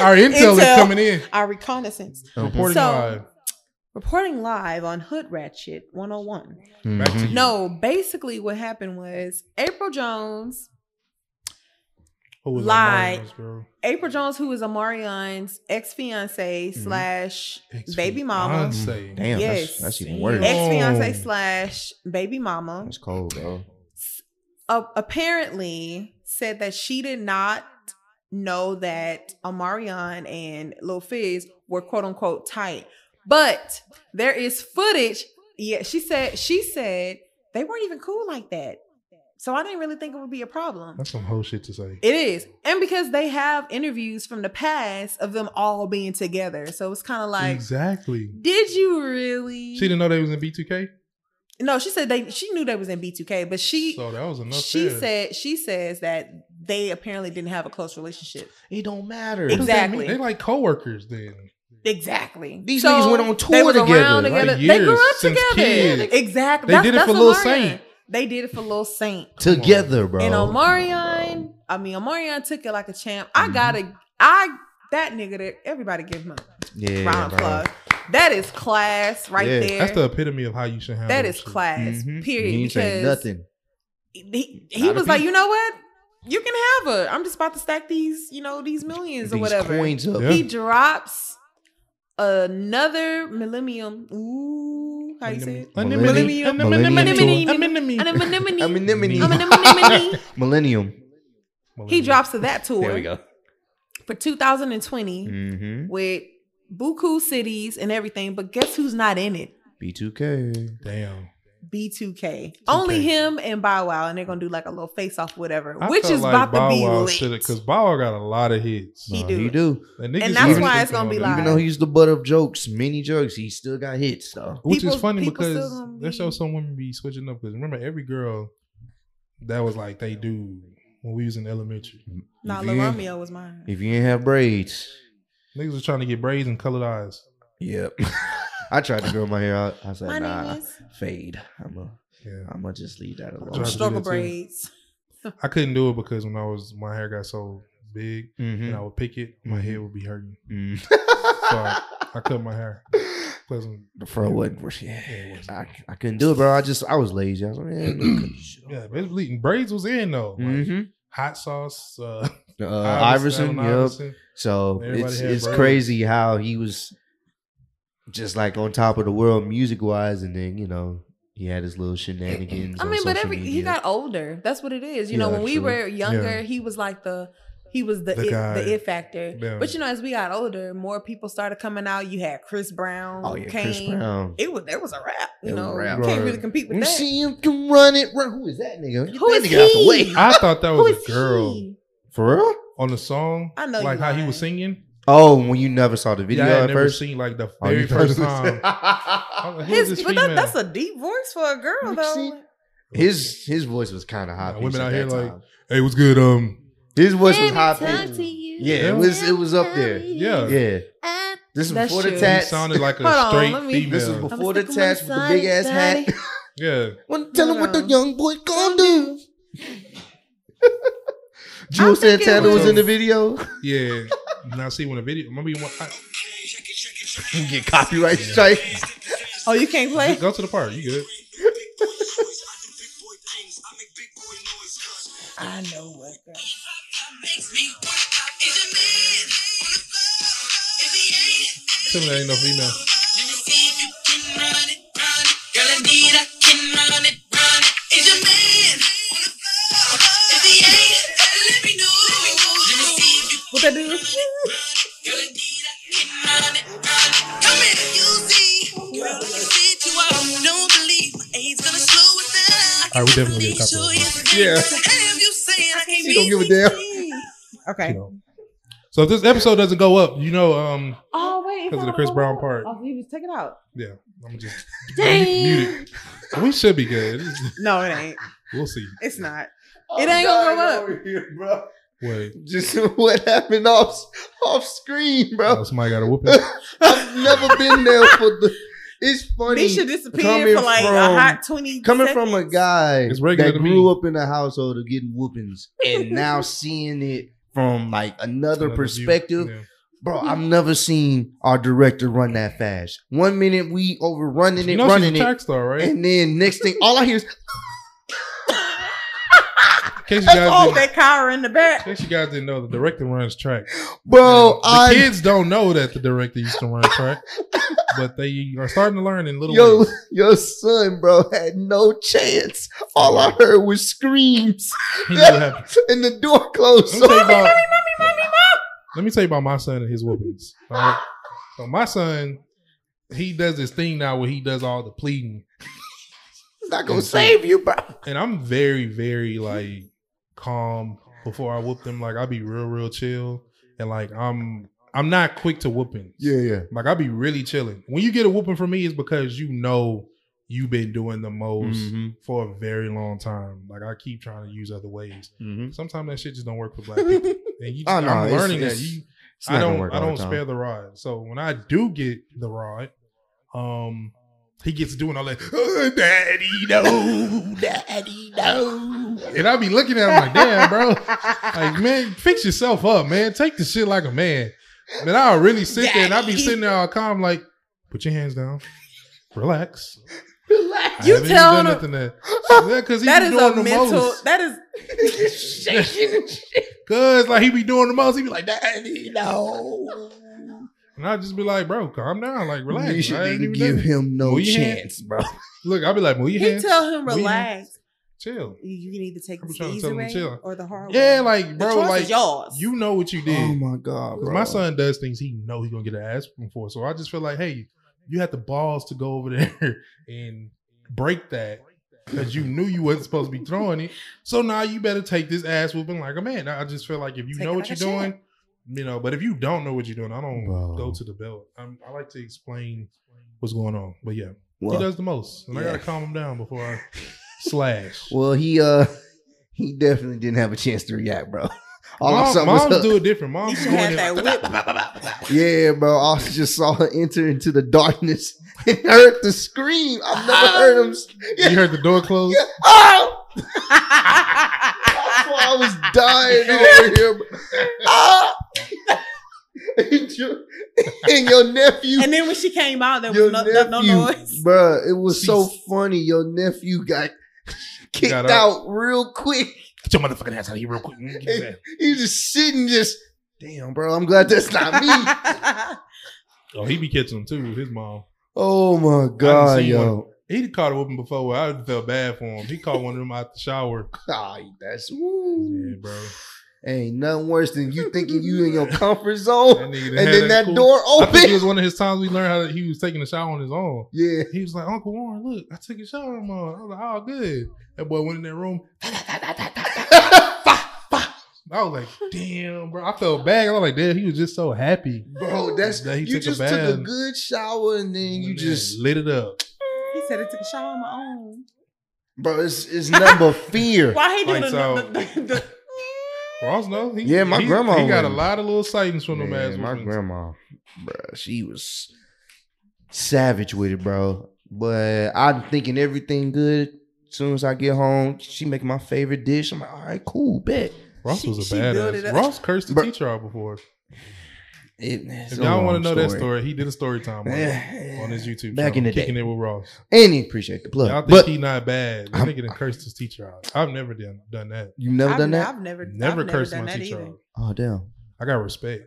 Speaker 4: Our intel,
Speaker 1: Intel.
Speaker 4: is coming in.
Speaker 1: Our reconnaissance.
Speaker 4: Reporting
Speaker 1: So-
Speaker 4: live.
Speaker 1: Reporting live on Hood Ratchet 101.
Speaker 5: Mm-hmm.
Speaker 4: Back to you.
Speaker 1: No, basically what happened was April Jones,
Speaker 4: Who was
Speaker 1: lied.
Speaker 4: Omarion's girl?
Speaker 1: April Jones, who is Amarion's ex fiance
Speaker 5: Mhm.
Speaker 1: slash
Speaker 4: Ex-
Speaker 1: baby mama,
Speaker 4: fiance.
Speaker 5: Mm, Damn,
Speaker 1: Yes.
Speaker 5: that's, that's even worse.
Speaker 1: ex fiance
Speaker 4: Oh.
Speaker 1: slash baby mama,
Speaker 5: That's cold, bro.
Speaker 1: uh, apparently said that she did not know that Amarion and Lil Fizz were quote unquote tight. But there is footage. Yeah, she said she said they weren't even cool like that. So I didn't really think it would be a problem.
Speaker 4: That's some whole shit to say.
Speaker 1: It is. And because they have interviews from the past of them all being together. So it's kind of like,
Speaker 4: exactly.
Speaker 1: did you really?
Speaker 4: She didn't know they was in B2K.
Speaker 1: no, she said they she knew they was in B2K, but she
Speaker 4: so that was enough.
Speaker 1: she
Speaker 4: there.
Speaker 1: said she says that they apparently didn't have a close relationship.
Speaker 5: It don't matter.
Speaker 4: What does that
Speaker 1: Exactly.
Speaker 4: mean? They like coworkers then.
Speaker 1: Exactly.
Speaker 5: These niggas went on
Speaker 1: they
Speaker 5: tour
Speaker 1: was
Speaker 5: together,
Speaker 1: around
Speaker 5: right?
Speaker 1: together. They
Speaker 4: Years,
Speaker 1: grew up
Speaker 4: since
Speaker 1: together.
Speaker 4: kids.
Speaker 1: Exactly.
Speaker 4: They
Speaker 1: That's,
Speaker 4: did it
Speaker 1: that's
Speaker 4: for
Speaker 1: what
Speaker 4: Lil
Speaker 1: I'm saying.
Speaker 4: Saint.
Speaker 1: They did it for Lil Saint.
Speaker 5: together, bro.
Speaker 1: And Omarion, I mean Omarion took it like a champ. I
Speaker 5: Mhm.
Speaker 1: gotta, I that nigga that everybody give him a
Speaker 5: yeah,
Speaker 1: round of
Speaker 5: bro.
Speaker 1: applause. That is class right
Speaker 5: Yeah,
Speaker 1: there.
Speaker 4: That's the epitome of how you should handle
Speaker 1: that is
Speaker 4: shit.
Speaker 1: class.
Speaker 5: Mhm.
Speaker 1: Period.
Speaker 5: He ain't
Speaker 1: because
Speaker 5: say nothing.
Speaker 1: he,
Speaker 5: Not
Speaker 1: he
Speaker 5: a
Speaker 1: was like,
Speaker 5: peep.
Speaker 1: you know what? You can have her. I'm just about to stack these, you know, these millions or
Speaker 5: These
Speaker 1: whatever.
Speaker 5: coins up.
Speaker 4: Yeah.
Speaker 1: He drops another millennium. Ooh, how you say it?
Speaker 5: Millennium.
Speaker 4: Millennium.
Speaker 5: Millennium.
Speaker 4: Millennium.
Speaker 1: Millennium.
Speaker 4: Millennium.
Speaker 1: Anonymity.
Speaker 5: I'm an
Speaker 1: Anonymity.
Speaker 5: millennium.
Speaker 1: He drops to that tour
Speaker 5: There we go.
Speaker 1: for 2020
Speaker 5: Mm-hmm.
Speaker 1: with Buku cities and everything. But guess who's not in it?
Speaker 5: B2K.
Speaker 4: Damn.
Speaker 1: B2K. Only him and Bow Wow, and they're gonna do like a little face off, whatever, which is about to be lit.
Speaker 4: Because Bow Wow got a lot of hits.
Speaker 1: He
Speaker 5: Nah,
Speaker 1: do.
Speaker 5: He do.
Speaker 4: And, niggas
Speaker 1: And that's
Speaker 4: really
Speaker 1: why
Speaker 4: sleep
Speaker 1: it's gonna
Speaker 4: on
Speaker 1: be
Speaker 4: that.
Speaker 1: like-
Speaker 5: Even though he's the butt of jokes, many jokes, he still got hits though.
Speaker 4: Which
Speaker 1: People-
Speaker 4: is funny
Speaker 1: people still
Speaker 4: because
Speaker 1: gonna
Speaker 4: that
Speaker 1: be-
Speaker 4: shows some women be switching up. Because remember, every girl that was like they do when we was in elementary,
Speaker 1: Nah,
Speaker 5: If
Speaker 1: Lil
Speaker 5: you ain't-
Speaker 1: Romeo was mine.
Speaker 5: If you ain't have braids,
Speaker 4: niggas was trying to get braids and colored eyes.
Speaker 5: yep. I tried to grow my hair out. I said,
Speaker 1: My
Speaker 5: nah,
Speaker 1: name is
Speaker 5: fade. I'm a,
Speaker 4: Yeah,
Speaker 5: I'm gonna just leave that
Speaker 4: Tried to do
Speaker 5: alone.
Speaker 1: Struggle
Speaker 4: that too.
Speaker 1: Braids.
Speaker 4: I couldn't do it because when I was my hair got so big and I
Speaker 5: Mm-hmm.
Speaker 4: would pick it, my head would be hurting. So
Speaker 5: Mm.
Speaker 4: I, I cut my hair. Plus,
Speaker 5: the fro wasn't worth
Speaker 4: it
Speaker 5: yeah.
Speaker 4: wasn't.
Speaker 5: I, I couldn't do it, bro. I just I was lazy. I was like, man,
Speaker 4: yeah, but it's bleeding. braids was in though. Like,
Speaker 5: mm-hmm.
Speaker 4: Hot sauce, uh,
Speaker 5: uh, Iverson,
Speaker 4: Allen
Speaker 5: yep.
Speaker 4: Iverson.
Speaker 5: So
Speaker 4: Everybody
Speaker 5: it's
Speaker 4: had
Speaker 5: it's
Speaker 4: braids.
Speaker 5: crazy how he was just like on top of the world music wise, and then you know he had his little shenanigans.
Speaker 1: I
Speaker 5: on
Speaker 1: mean, but
Speaker 5: social
Speaker 1: every he
Speaker 5: media.
Speaker 1: got older. That's what it is. You know,
Speaker 5: Yeah,
Speaker 1: when we
Speaker 5: true.
Speaker 1: were younger,
Speaker 4: Yeah.
Speaker 1: he was like the he was the
Speaker 4: The
Speaker 1: it,
Speaker 4: guy.
Speaker 1: the it factor.
Speaker 4: Yeah.
Speaker 1: But you know, as we got older, more people started coming out. You had Chris Brown.
Speaker 5: oh yeah,
Speaker 1: Kane.
Speaker 5: Chris Brown.
Speaker 1: It was there was a rap. You
Speaker 5: It was a
Speaker 1: know,
Speaker 5: rap.
Speaker 1: you can't
Speaker 4: Right.
Speaker 1: really compete with
Speaker 5: You
Speaker 1: that.
Speaker 5: see him come run it. Run. Who is that nigga? Get
Speaker 1: Who
Speaker 5: that
Speaker 1: is
Speaker 5: nigga out the
Speaker 1: he?
Speaker 5: way.
Speaker 4: I thought that
Speaker 1: Who
Speaker 4: was
Speaker 1: is
Speaker 4: a girl
Speaker 1: he?
Speaker 5: For real?
Speaker 4: on the song.
Speaker 1: Oh, I know you
Speaker 4: like how he
Speaker 1: lying.
Speaker 4: was singing.
Speaker 5: Oh, when you never saw the video
Speaker 4: yeah, I had
Speaker 5: at
Speaker 4: never
Speaker 5: first.
Speaker 4: seen like the
Speaker 5: Oh, you
Speaker 4: very
Speaker 5: thought
Speaker 4: first
Speaker 5: it
Speaker 4: time. I
Speaker 5: was-
Speaker 4: was like, who
Speaker 1: His,
Speaker 4: is this
Speaker 1: but that,
Speaker 4: female?
Speaker 1: that's a deep voice for a girl,
Speaker 5: You see?
Speaker 1: though.
Speaker 5: his his voice was kind of high.
Speaker 4: Yeah,
Speaker 5: pitched
Speaker 4: women
Speaker 5: at
Speaker 4: out
Speaker 5: that
Speaker 4: here like-
Speaker 5: time.
Speaker 4: Hey, what's good? Um,
Speaker 5: his voice was
Speaker 6: Every
Speaker 5: high.
Speaker 6: time
Speaker 5: pitched.
Speaker 6: to you,
Speaker 5: Yeah, it
Speaker 4: Yeah.
Speaker 5: was it was up there.
Speaker 4: yeah,
Speaker 5: Yeah,
Speaker 6: up
Speaker 5: this was
Speaker 1: That's
Speaker 5: before the
Speaker 1: true.
Speaker 4: He
Speaker 5: tats.
Speaker 4: sounded like a
Speaker 1: Hold on,
Speaker 4: straight
Speaker 1: let me-
Speaker 4: female.
Speaker 5: this was
Speaker 1: I'm
Speaker 5: before the
Speaker 1: sticking my
Speaker 5: tats with the big ass
Speaker 1: side,
Speaker 5: hat.
Speaker 4: yeah,
Speaker 5: Wanna tell him what the
Speaker 1: No.
Speaker 5: young boy gonna do. Jewel
Speaker 1: thinking
Speaker 5: Santana was
Speaker 4: was-
Speaker 5: in the video.
Speaker 4: yeah. Now see when the video. Remember, when I,
Speaker 5: You get copyright strike.
Speaker 1: Oh, you can't play.
Speaker 4: go to the park. You good?
Speaker 1: I know what. Girl.
Speaker 4: Tell me that ain't no female.
Speaker 1: What that do?
Speaker 4: All right, we definitely get copyright. Yeah.
Speaker 5: She don't give a damn.
Speaker 1: Okay.
Speaker 4: So if this episode doesn't go up, you know, um,
Speaker 1: Oh wait, it
Speaker 4: 'Cause of the
Speaker 1: fell
Speaker 4: Chris
Speaker 1: off.
Speaker 4: Brown part.
Speaker 1: Oh, he was take it out.
Speaker 4: yeah, I'm just mute it. We should be good. It's-
Speaker 1: No, it ain't.
Speaker 4: We'll see.
Speaker 1: It's not. It ain't
Speaker 5: Oh,
Speaker 1: gonna go up.
Speaker 5: Here, bro.
Speaker 4: Wait,
Speaker 5: Just what happened off off screen,
Speaker 4: oh,
Speaker 5: bro.
Speaker 4: somebody got a whooping.
Speaker 5: I've never been there for the. It's funny.
Speaker 1: Misha disappeared
Speaker 5: coming
Speaker 1: for like
Speaker 5: from-
Speaker 1: a hot twenty.
Speaker 5: Coming from a guy
Speaker 4: It's regular
Speaker 5: that
Speaker 4: to me.
Speaker 5: grew up in a household of getting whoopings and now seeing it from like another
Speaker 4: Another view.
Speaker 5: perspective,
Speaker 4: Yeah.
Speaker 5: bro, I've never seen our director run that fast. One minute we overrunning
Speaker 4: You
Speaker 5: it,
Speaker 4: know
Speaker 5: running
Speaker 4: she's a
Speaker 5: it,
Speaker 4: track star, right? In
Speaker 5: and then next thing, oh, all I hear is
Speaker 4: case you guys,
Speaker 1: Oh,
Speaker 4: didn't,
Speaker 1: that car in the back.
Speaker 4: in case you guys didn't know, the director runs track.
Speaker 5: Bro,
Speaker 4: the
Speaker 5: I
Speaker 4: kids don't know that the director used to run track, but they are starting to learn in little
Speaker 5: yo,
Speaker 4: ways.
Speaker 5: your son, bro, had no chance. All I heard was screams
Speaker 4: He knew what happened.
Speaker 5: and the door closed.
Speaker 4: Let me, tell you
Speaker 5: So,
Speaker 4: about, let me tell you about my son and his whoopings. all right? So my son, he does this thing now where he does all the pleading,
Speaker 5: it's not gonna save you, bro.
Speaker 4: and I'm very, very like calm before I whoop them. Like I'll be real, real chill, and like I'm, I'm not quick to whooping.
Speaker 5: yeah.
Speaker 4: Like I'll be really chilling. When you get a whooping from me, it's because you know you've been doing the most
Speaker 5: Mm-hmm.
Speaker 4: for a very long time. Like I keep trying to use other ways. Sometimes that shit just don't work for black people. And you just,
Speaker 5: Oh, no,
Speaker 4: Mm-hmm. I'm
Speaker 5: it's-
Speaker 4: learning
Speaker 5: it's-
Speaker 4: that. You
Speaker 5: It's
Speaker 4: I
Speaker 5: not gonna
Speaker 4: don't
Speaker 5: work
Speaker 4: I
Speaker 5: all the
Speaker 4: don't
Speaker 5: time.
Speaker 4: spare the rod. So when I do get the rod, um he gets doing all that "Oh, daddy no, daddy no. And I be looking at him like, damn, bro. Like, man, fix yourself up, man. Take the shit like a man. Then I'll really sit there and I'll be sitting there all calm, like, put your hands down. Relax. Relax.
Speaker 1: You tell him-
Speaker 4: nothing that. Yeah, cause he
Speaker 1: That
Speaker 4: be
Speaker 1: is
Speaker 4: doing
Speaker 1: a
Speaker 4: the
Speaker 1: mental.
Speaker 4: most.
Speaker 1: That is
Speaker 4: Cause like he be doing the most, he be like, Daddy, no. And I'd just be like, bro, calm down, like relax.
Speaker 5: You should
Speaker 4: I ain't
Speaker 5: even
Speaker 4: even
Speaker 5: give
Speaker 4: done it."
Speaker 5: him no
Speaker 4: Well, you had-
Speaker 5: chance, bro.
Speaker 4: Look, I'd be like, move your
Speaker 1: he
Speaker 4: hands,
Speaker 1: tell him
Speaker 4: Move your hands.
Speaker 1: relax.
Speaker 4: chill.
Speaker 1: You you need to take
Speaker 4: I'm
Speaker 1: this
Speaker 4: trying to
Speaker 1: easy
Speaker 4: tell him to
Speaker 1: way
Speaker 4: chill.
Speaker 1: or the hard way.
Speaker 4: Yeah, like
Speaker 1: The
Speaker 4: bro,
Speaker 1: choice
Speaker 4: like
Speaker 1: is yours.
Speaker 4: you know what you did.
Speaker 5: Oh my god,
Speaker 4: 'Cause
Speaker 5: bro.
Speaker 4: my son does things he know he gonna get an ass whooping for. So I just feel like, hey, you had the balls to go over there and break that because you knew you wasn't supposed to be throwing it. So now you better take this ass whooping like a man. I just feel like if you
Speaker 1: Take
Speaker 4: know
Speaker 1: it
Speaker 4: what
Speaker 1: like
Speaker 4: you're
Speaker 1: a
Speaker 4: doing,
Speaker 1: champ.
Speaker 4: you know. But if you don't know what you're doing, I don't
Speaker 5: Bro.
Speaker 4: go to the belt. I'm, I like to explain what's going on. But yeah,
Speaker 5: Well,
Speaker 4: he does the most, and I
Speaker 5: yeah.
Speaker 4: gotta calm him down before I slash.
Speaker 5: well, he uh, he definitely didn't have a chance to react, bro. All I
Speaker 4: Mom-
Speaker 5: saw was
Speaker 4: moms
Speaker 5: her-
Speaker 4: do it different.
Speaker 1: You
Speaker 4: Moms
Speaker 1: should
Speaker 4: do it.
Speaker 1: have that whip.
Speaker 5: Yeah, bro. I just saw her enter into the darkness and heard the scream. I've never heard him.
Speaker 4: You heard the door close.
Speaker 5: Oh! I was dying over here. bro. Ah! and, your, and your nephew.
Speaker 1: and then when she came out, there
Speaker 5: your
Speaker 1: was no, no,
Speaker 5: nephew,
Speaker 1: no noise.
Speaker 5: Bruh, it was so funny. Your nephew got kicked
Speaker 4: Got
Speaker 5: out real quick.
Speaker 4: Get your motherfucking ass out of here real quick. Get his ass.
Speaker 5: He was just sitting, just damn, bro. I'm glad that's not me.
Speaker 4: Oh, he be catching them too. His mom.
Speaker 5: oh my god,
Speaker 4: seen
Speaker 5: yo.
Speaker 4: He caught a whooping before. Where I felt bad for him. He caught one of them out the shower.
Speaker 5: Ah, that's woo.
Speaker 4: Yeah, bro.
Speaker 5: Ain't nothing worse than you thinking you in your comfort zone
Speaker 4: That nigga
Speaker 5: and then that
Speaker 4: cool-
Speaker 5: door
Speaker 4: I think it
Speaker 5: open.
Speaker 4: was one of his times we learned how that he was taking a shower on his own.
Speaker 5: Yeah.
Speaker 4: He was like, Uncle Warren, look, I took a shower on. my own." I was like, oh, good. That boy went in that room. I was like, damn, bro. I felt bad. I was like, damn, he was just so happy.
Speaker 5: Bro, that's
Speaker 4: That he
Speaker 5: you
Speaker 4: took a
Speaker 5: just took a
Speaker 4: bath.
Speaker 5: good shower and then you
Speaker 4: And
Speaker 5: just
Speaker 4: lit it up.
Speaker 1: he said it took a shower on my own.
Speaker 5: bro, it's it's number fear.
Speaker 1: Why he doing
Speaker 4: Lights
Speaker 1: the,
Speaker 4: out.
Speaker 1: the, the, the
Speaker 4: Ross, no. He,
Speaker 5: Yeah, my
Speaker 4: he-
Speaker 5: grandma
Speaker 4: He got a
Speaker 5: went.
Speaker 4: lot of little sightings from them ass
Speaker 5: Man, my
Speaker 4: whoopings.
Speaker 5: grandma, bro, she was savage with it, bro. But I'm thinking everything good. soon as I get home, she making my favorite dish. I'm like, all right, cool, bet.
Speaker 4: Ross
Speaker 1: She-
Speaker 4: was a
Speaker 1: she built it
Speaker 4: badass.
Speaker 1: up.
Speaker 4: Ross cursed the
Speaker 5: Bro.
Speaker 4: teacher out before.
Speaker 5: It, it's
Speaker 4: If
Speaker 5: a
Speaker 4: y'all
Speaker 5: long
Speaker 4: want to know that story, he did a story time on, it
Speaker 5: Yeah.
Speaker 4: on his YouTube
Speaker 5: Back
Speaker 4: channel,
Speaker 5: in the
Speaker 4: kicking
Speaker 5: day.
Speaker 4: it with Ross.
Speaker 5: And he appreciate the
Speaker 4: y'all
Speaker 5: plug.
Speaker 4: think
Speaker 5: But
Speaker 4: he not bad? That
Speaker 5: I'm-
Speaker 4: nigga done cursed his teacher out. I've never done done that.
Speaker 5: you never
Speaker 1: I've,
Speaker 5: done that?
Speaker 1: I've never,
Speaker 4: Never
Speaker 1: I've
Speaker 4: cursed
Speaker 1: never
Speaker 4: my
Speaker 1: done that
Speaker 4: teacher
Speaker 1: either.
Speaker 4: out.
Speaker 5: oh damn.
Speaker 4: I got respect.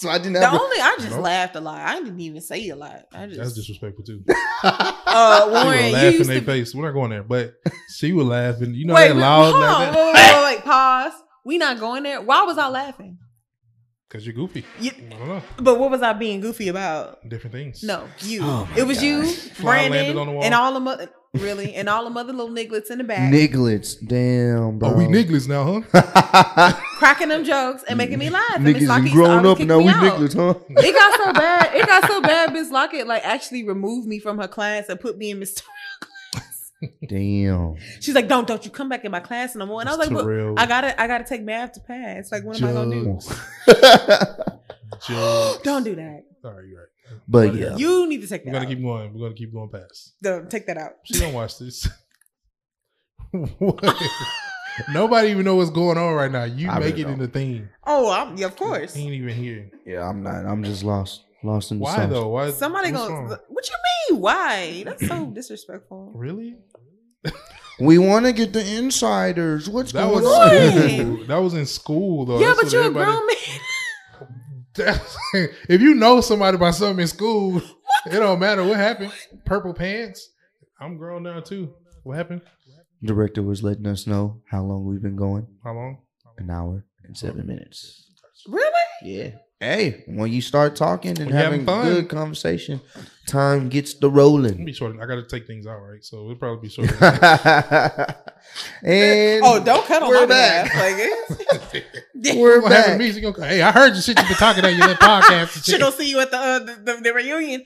Speaker 5: So I didn't
Speaker 1: The
Speaker 5: have a-
Speaker 1: only I just
Speaker 4: Nope.
Speaker 1: laughed a lot. I didn't even say a lot. I just,
Speaker 4: That's disrespectful too.
Speaker 1: uh,
Speaker 4: She would
Speaker 1: Warren, you
Speaker 4: laugh in
Speaker 1: used
Speaker 4: their
Speaker 1: to
Speaker 4: face. We're not going there, but she was laughing. You know
Speaker 1: wait,
Speaker 4: that
Speaker 1: wait,
Speaker 4: loud
Speaker 1: hold on,
Speaker 4: like that
Speaker 1: wait, wait, wait, wait, pause. We not going there. Why was I laughing?
Speaker 4: because you're goofy.
Speaker 1: You-
Speaker 4: I don't know
Speaker 1: But what was I being goofy about?
Speaker 4: different things.
Speaker 1: No, you.
Speaker 5: Oh my
Speaker 1: it was you,
Speaker 4: Fly landed
Speaker 1: Brandon,
Speaker 4: on the wall.
Speaker 1: and all the mother really, and all the mother little nigglets in the back,
Speaker 5: Nigglets. Damn, bro.
Speaker 4: Oh, we niggas now, huh?
Speaker 1: cracking them jokes and making me laugh. And Miss
Speaker 5: Niggas
Speaker 1: Lockett
Speaker 5: and
Speaker 1: used to
Speaker 5: grown
Speaker 1: always
Speaker 5: up
Speaker 1: kick
Speaker 5: now
Speaker 1: me
Speaker 5: we
Speaker 1: out.
Speaker 5: nigglets, huh?
Speaker 1: It got so bad. It got so bad. Miss Lockett like actually removed me from her class and put me in Miss.
Speaker 5: Damn.
Speaker 1: She's like, "Don't, don't you come back in my class no more." And I was like, "But
Speaker 4: Terrell,
Speaker 1: I gotta, I gotta take math to pass. Like, what am I gonna do?
Speaker 4: Joe.
Speaker 1: Don't do that.
Speaker 4: Sorry, you're right.
Speaker 5: But yeah.
Speaker 1: You need to take
Speaker 4: We're
Speaker 1: that.
Speaker 4: gonna
Speaker 1: Out.
Speaker 4: keep going. We're gonna keep going past.
Speaker 1: The- take that out.
Speaker 4: She don't watch this. what? Nobody even know what's going on right now. You
Speaker 5: I
Speaker 4: make
Speaker 5: really
Speaker 4: it in the theme.
Speaker 1: Oh, I'm, yeah, of course.
Speaker 4: He ain't even here.
Speaker 5: Yeah, I'm not. I'm just lost. Lost in the
Speaker 4: Why
Speaker 5: sauce.
Speaker 4: though? Why?
Speaker 1: Somebody
Speaker 4: what's
Speaker 1: gonna.
Speaker 4: wrong?
Speaker 1: What you mean? Why? That's so disrespectful.
Speaker 4: really?
Speaker 5: We want to get the insiders. What's
Speaker 4: That
Speaker 5: going
Speaker 4: was
Speaker 5: on?
Speaker 1: What?
Speaker 4: school. that was in school though.
Speaker 1: yeah,
Speaker 4: That's
Speaker 1: but
Speaker 4: what
Speaker 1: you're a
Speaker 4: everybody-
Speaker 1: grown man.
Speaker 4: That's- if you know somebody by something in school, it don't matter what happened. Purple pants. I'm grown now too. What happened?
Speaker 5: Director was letting us know how long we've been going.
Speaker 4: How long?
Speaker 5: An hour and seven minutes.
Speaker 1: really?
Speaker 5: Yeah. Hey, when you start talking and
Speaker 4: When you're
Speaker 5: having
Speaker 4: having fun.
Speaker 5: good conversation, time gets the
Speaker 4: It'll
Speaker 5: rolling.
Speaker 4: be short. I gotta take things out right, so it'll probably be short.
Speaker 5: and
Speaker 1: Oh, don't cut on
Speaker 5: we're
Speaker 1: my
Speaker 5: back.
Speaker 1: behalf. Like, eh? it's-
Speaker 5: we're
Speaker 4: What happened?
Speaker 5: back.
Speaker 4: Music. Okay. Hey, I heard you shit you been talking on your little podcast. and
Speaker 1: she
Speaker 4: shit.
Speaker 1: gonna see you at the uh, the, the, the reunion.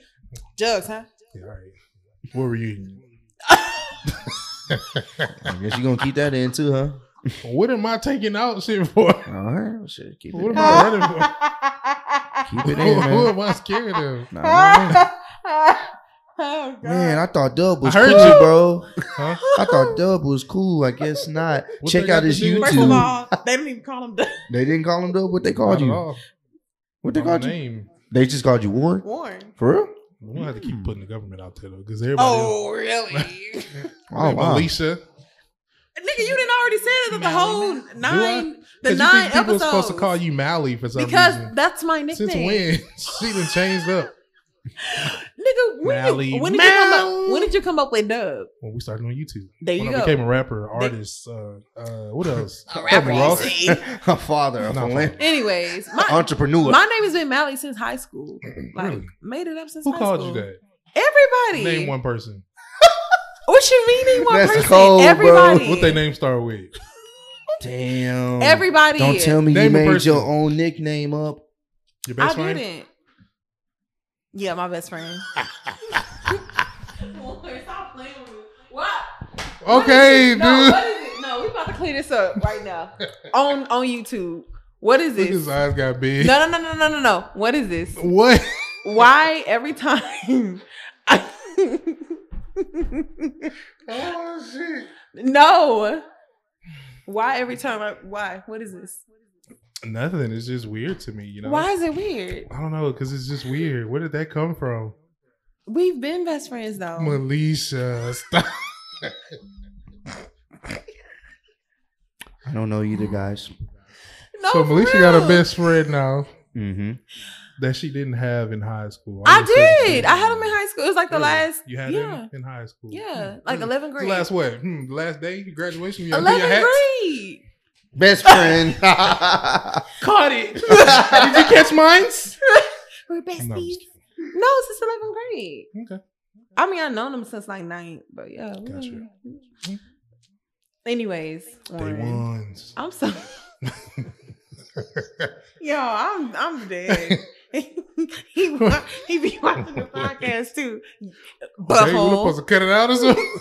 Speaker 1: Jugs, huh?
Speaker 4: Yeah, all right. What were you?
Speaker 5: I guess you're gonna keep that in too, huh?
Speaker 4: What am I taking out shit for?
Speaker 5: All right. Oh shit, keep
Speaker 4: What
Speaker 5: it.
Speaker 4: about Oh, running boy?
Speaker 5: Keep it in,
Speaker 4: Who
Speaker 5: man.
Speaker 4: am I scared of?
Speaker 5: Nah, man.
Speaker 1: oh, God.
Speaker 5: Man, I thought Dub was
Speaker 4: I heard
Speaker 5: cool,
Speaker 4: you.
Speaker 5: bro.
Speaker 4: Huh?
Speaker 5: I thought Dub was cool. I guess not.
Speaker 4: What
Speaker 5: Check
Speaker 4: they got
Speaker 5: out his
Speaker 4: to do with
Speaker 1: First of
Speaker 5: YouTube.
Speaker 1: all, they didn't even call him Doug
Speaker 5: They didn't call him Dub. What they
Speaker 4: Not
Speaker 5: called
Speaker 4: at
Speaker 5: you?
Speaker 4: all.
Speaker 5: What they
Speaker 4: Not my
Speaker 5: called you?
Speaker 4: name.
Speaker 5: They just called you Warren.
Speaker 1: Warren.
Speaker 5: For real?
Speaker 4: We don't have to keep putting the government out there though, because everybody.
Speaker 1: Oh, really? Nigga,
Speaker 5: Oh wow.
Speaker 4: Alicia.
Speaker 1: you didn't already say that the whole nine, the
Speaker 4: 'Cause you
Speaker 1: nine
Speaker 4: think people are
Speaker 1: episodes.
Speaker 4: supposed to call you Mally for some
Speaker 1: because
Speaker 4: reason.
Speaker 1: that's my
Speaker 4: Since
Speaker 1: nickname.
Speaker 4: when? she done changed up.
Speaker 1: Nigga, when,
Speaker 4: Mally.
Speaker 1: you, when did you come
Speaker 4: Mally.
Speaker 1: up? When did you come up with Dub?
Speaker 4: When we started on YouTube.
Speaker 1: There you
Speaker 4: when I
Speaker 1: go.
Speaker 4: became a rapper, artist, uh, uh, what else?
Speaker 1: A rapper,
Speaker 4: Kevin
Speaker 1: you
Speaker 4: Ross.
Speaker 1: see.
Speaker 5: a father, a
Speaker 4: No.
Speaker 5: philan-
Speaker 1: Anyways, my,
Speaker 5: entrepreneur.
Speaker 1: my name has been Mally since high school. Like
Speaker 4: Oh, Really?
Speaker 1: made it up since
Speaker 4: Who
Speaker 1: high
Speaker 4: called
Speaker 1: school.
Speaker 4: you that?
Speaker 1: Everybody.
Speaker 4: Name one person.
Speaker 1: What you mean name one
Speaker 5: That's
Speaker 1: person?
Speaker 5: cold, bro.
Speaker 1: Everybody.
Speaker 4: What they name start with?
Speaker 5: Damn.
Speaker 1: Everybody.
Speaker 5: Don't tell me you
Speaker 4: Name a
Speaker 5: made
Speaker 4: person.
Speaker 5: your own nickname up.
Speaker 4: Your
Speaker 1: I
Speaker 4: best friend?
Speaker 1: didn't. Yeah, my best friend. Stop playing with me. What?
Speaker 4: Okay,
Speaker 1: What is it?
Speaker 4: dude.
Speaker 1: No, what is it? No, we about to clean this up right now on on YouTube. What is
Speaker 4: Look,
Speaker 1: this?
Speaker 4: his eyes got big.
Speaker 1: No, no, no, no, no, no, no. What is this?
Speaker 4: What?
Speaker 1: Why every time? I-
Speaker 4: Oh, shit.
Speaker 1: no. Why every time? I, why? What is this?
Speaker 4: Nothing. It's just weird to me, you know?
Speaker 1: Why is it weird?
Speaker 4: I don't know, because it's just weird. Where did that come from?
Speaker 1: We've been best friends though.
Speaker 4: Melissa, stop.
Speaker 5: I don't know either, guys.
Speaker 1: No,
Speaker 4: so
Speaker 1: for
Speaker 4: Melissa got
Speaker 1: real.
Speaker 4: a best friend now
Speaker 5: Mm-hmm.
Speaker 4: that she didn't have in high school.
Speaker 1: I
Speaker 4: just said she
Speaker 1: did. I had him in high school. It was like the
Speaker 4: Really?
Speaker 1: last.
Speaker 4: You had
Speaker 1: yeah,
Speaker 4: him in high school.
Speaker 1: yeah,
Speaker 4: Hmm.
Speaker 1: like
Speaker 4: Hmm.
Speaker 1: eleventh
Speaker 4: The
Speaker 1: grade.
Speaker 4: Last what? Hmm. the Last day graduation. You had to do your
Speaker 1: Eleventh
Speaker 4: hats?
Speaker 1: Mm-hmm. grade.
Speaker 5: Best friend.
Speaker 4: Caught it. did you catch mines?
Speaker 1: We're besties.
Speaker 4: No, I'm just
Speaker 1: No, since eleventh grade.
Speaker 4: kidding. okay.
Speaker 1: I mean, I known him since like ninth, but yeah. we-
Speaker 4: Gotcha.
Speaker 1: Mm-hmm. Anyways,
Speaker 4: Day
Speaker 1: Warren.
Speaker 4: ones.
Speaker 1: I'm so yo. I'm I'm dead. he wa- he be watching the podcast too.
Speaker 4: Hey, we supposed
Speaker 1: Butthole.
Speaker 4: to cut it out or something?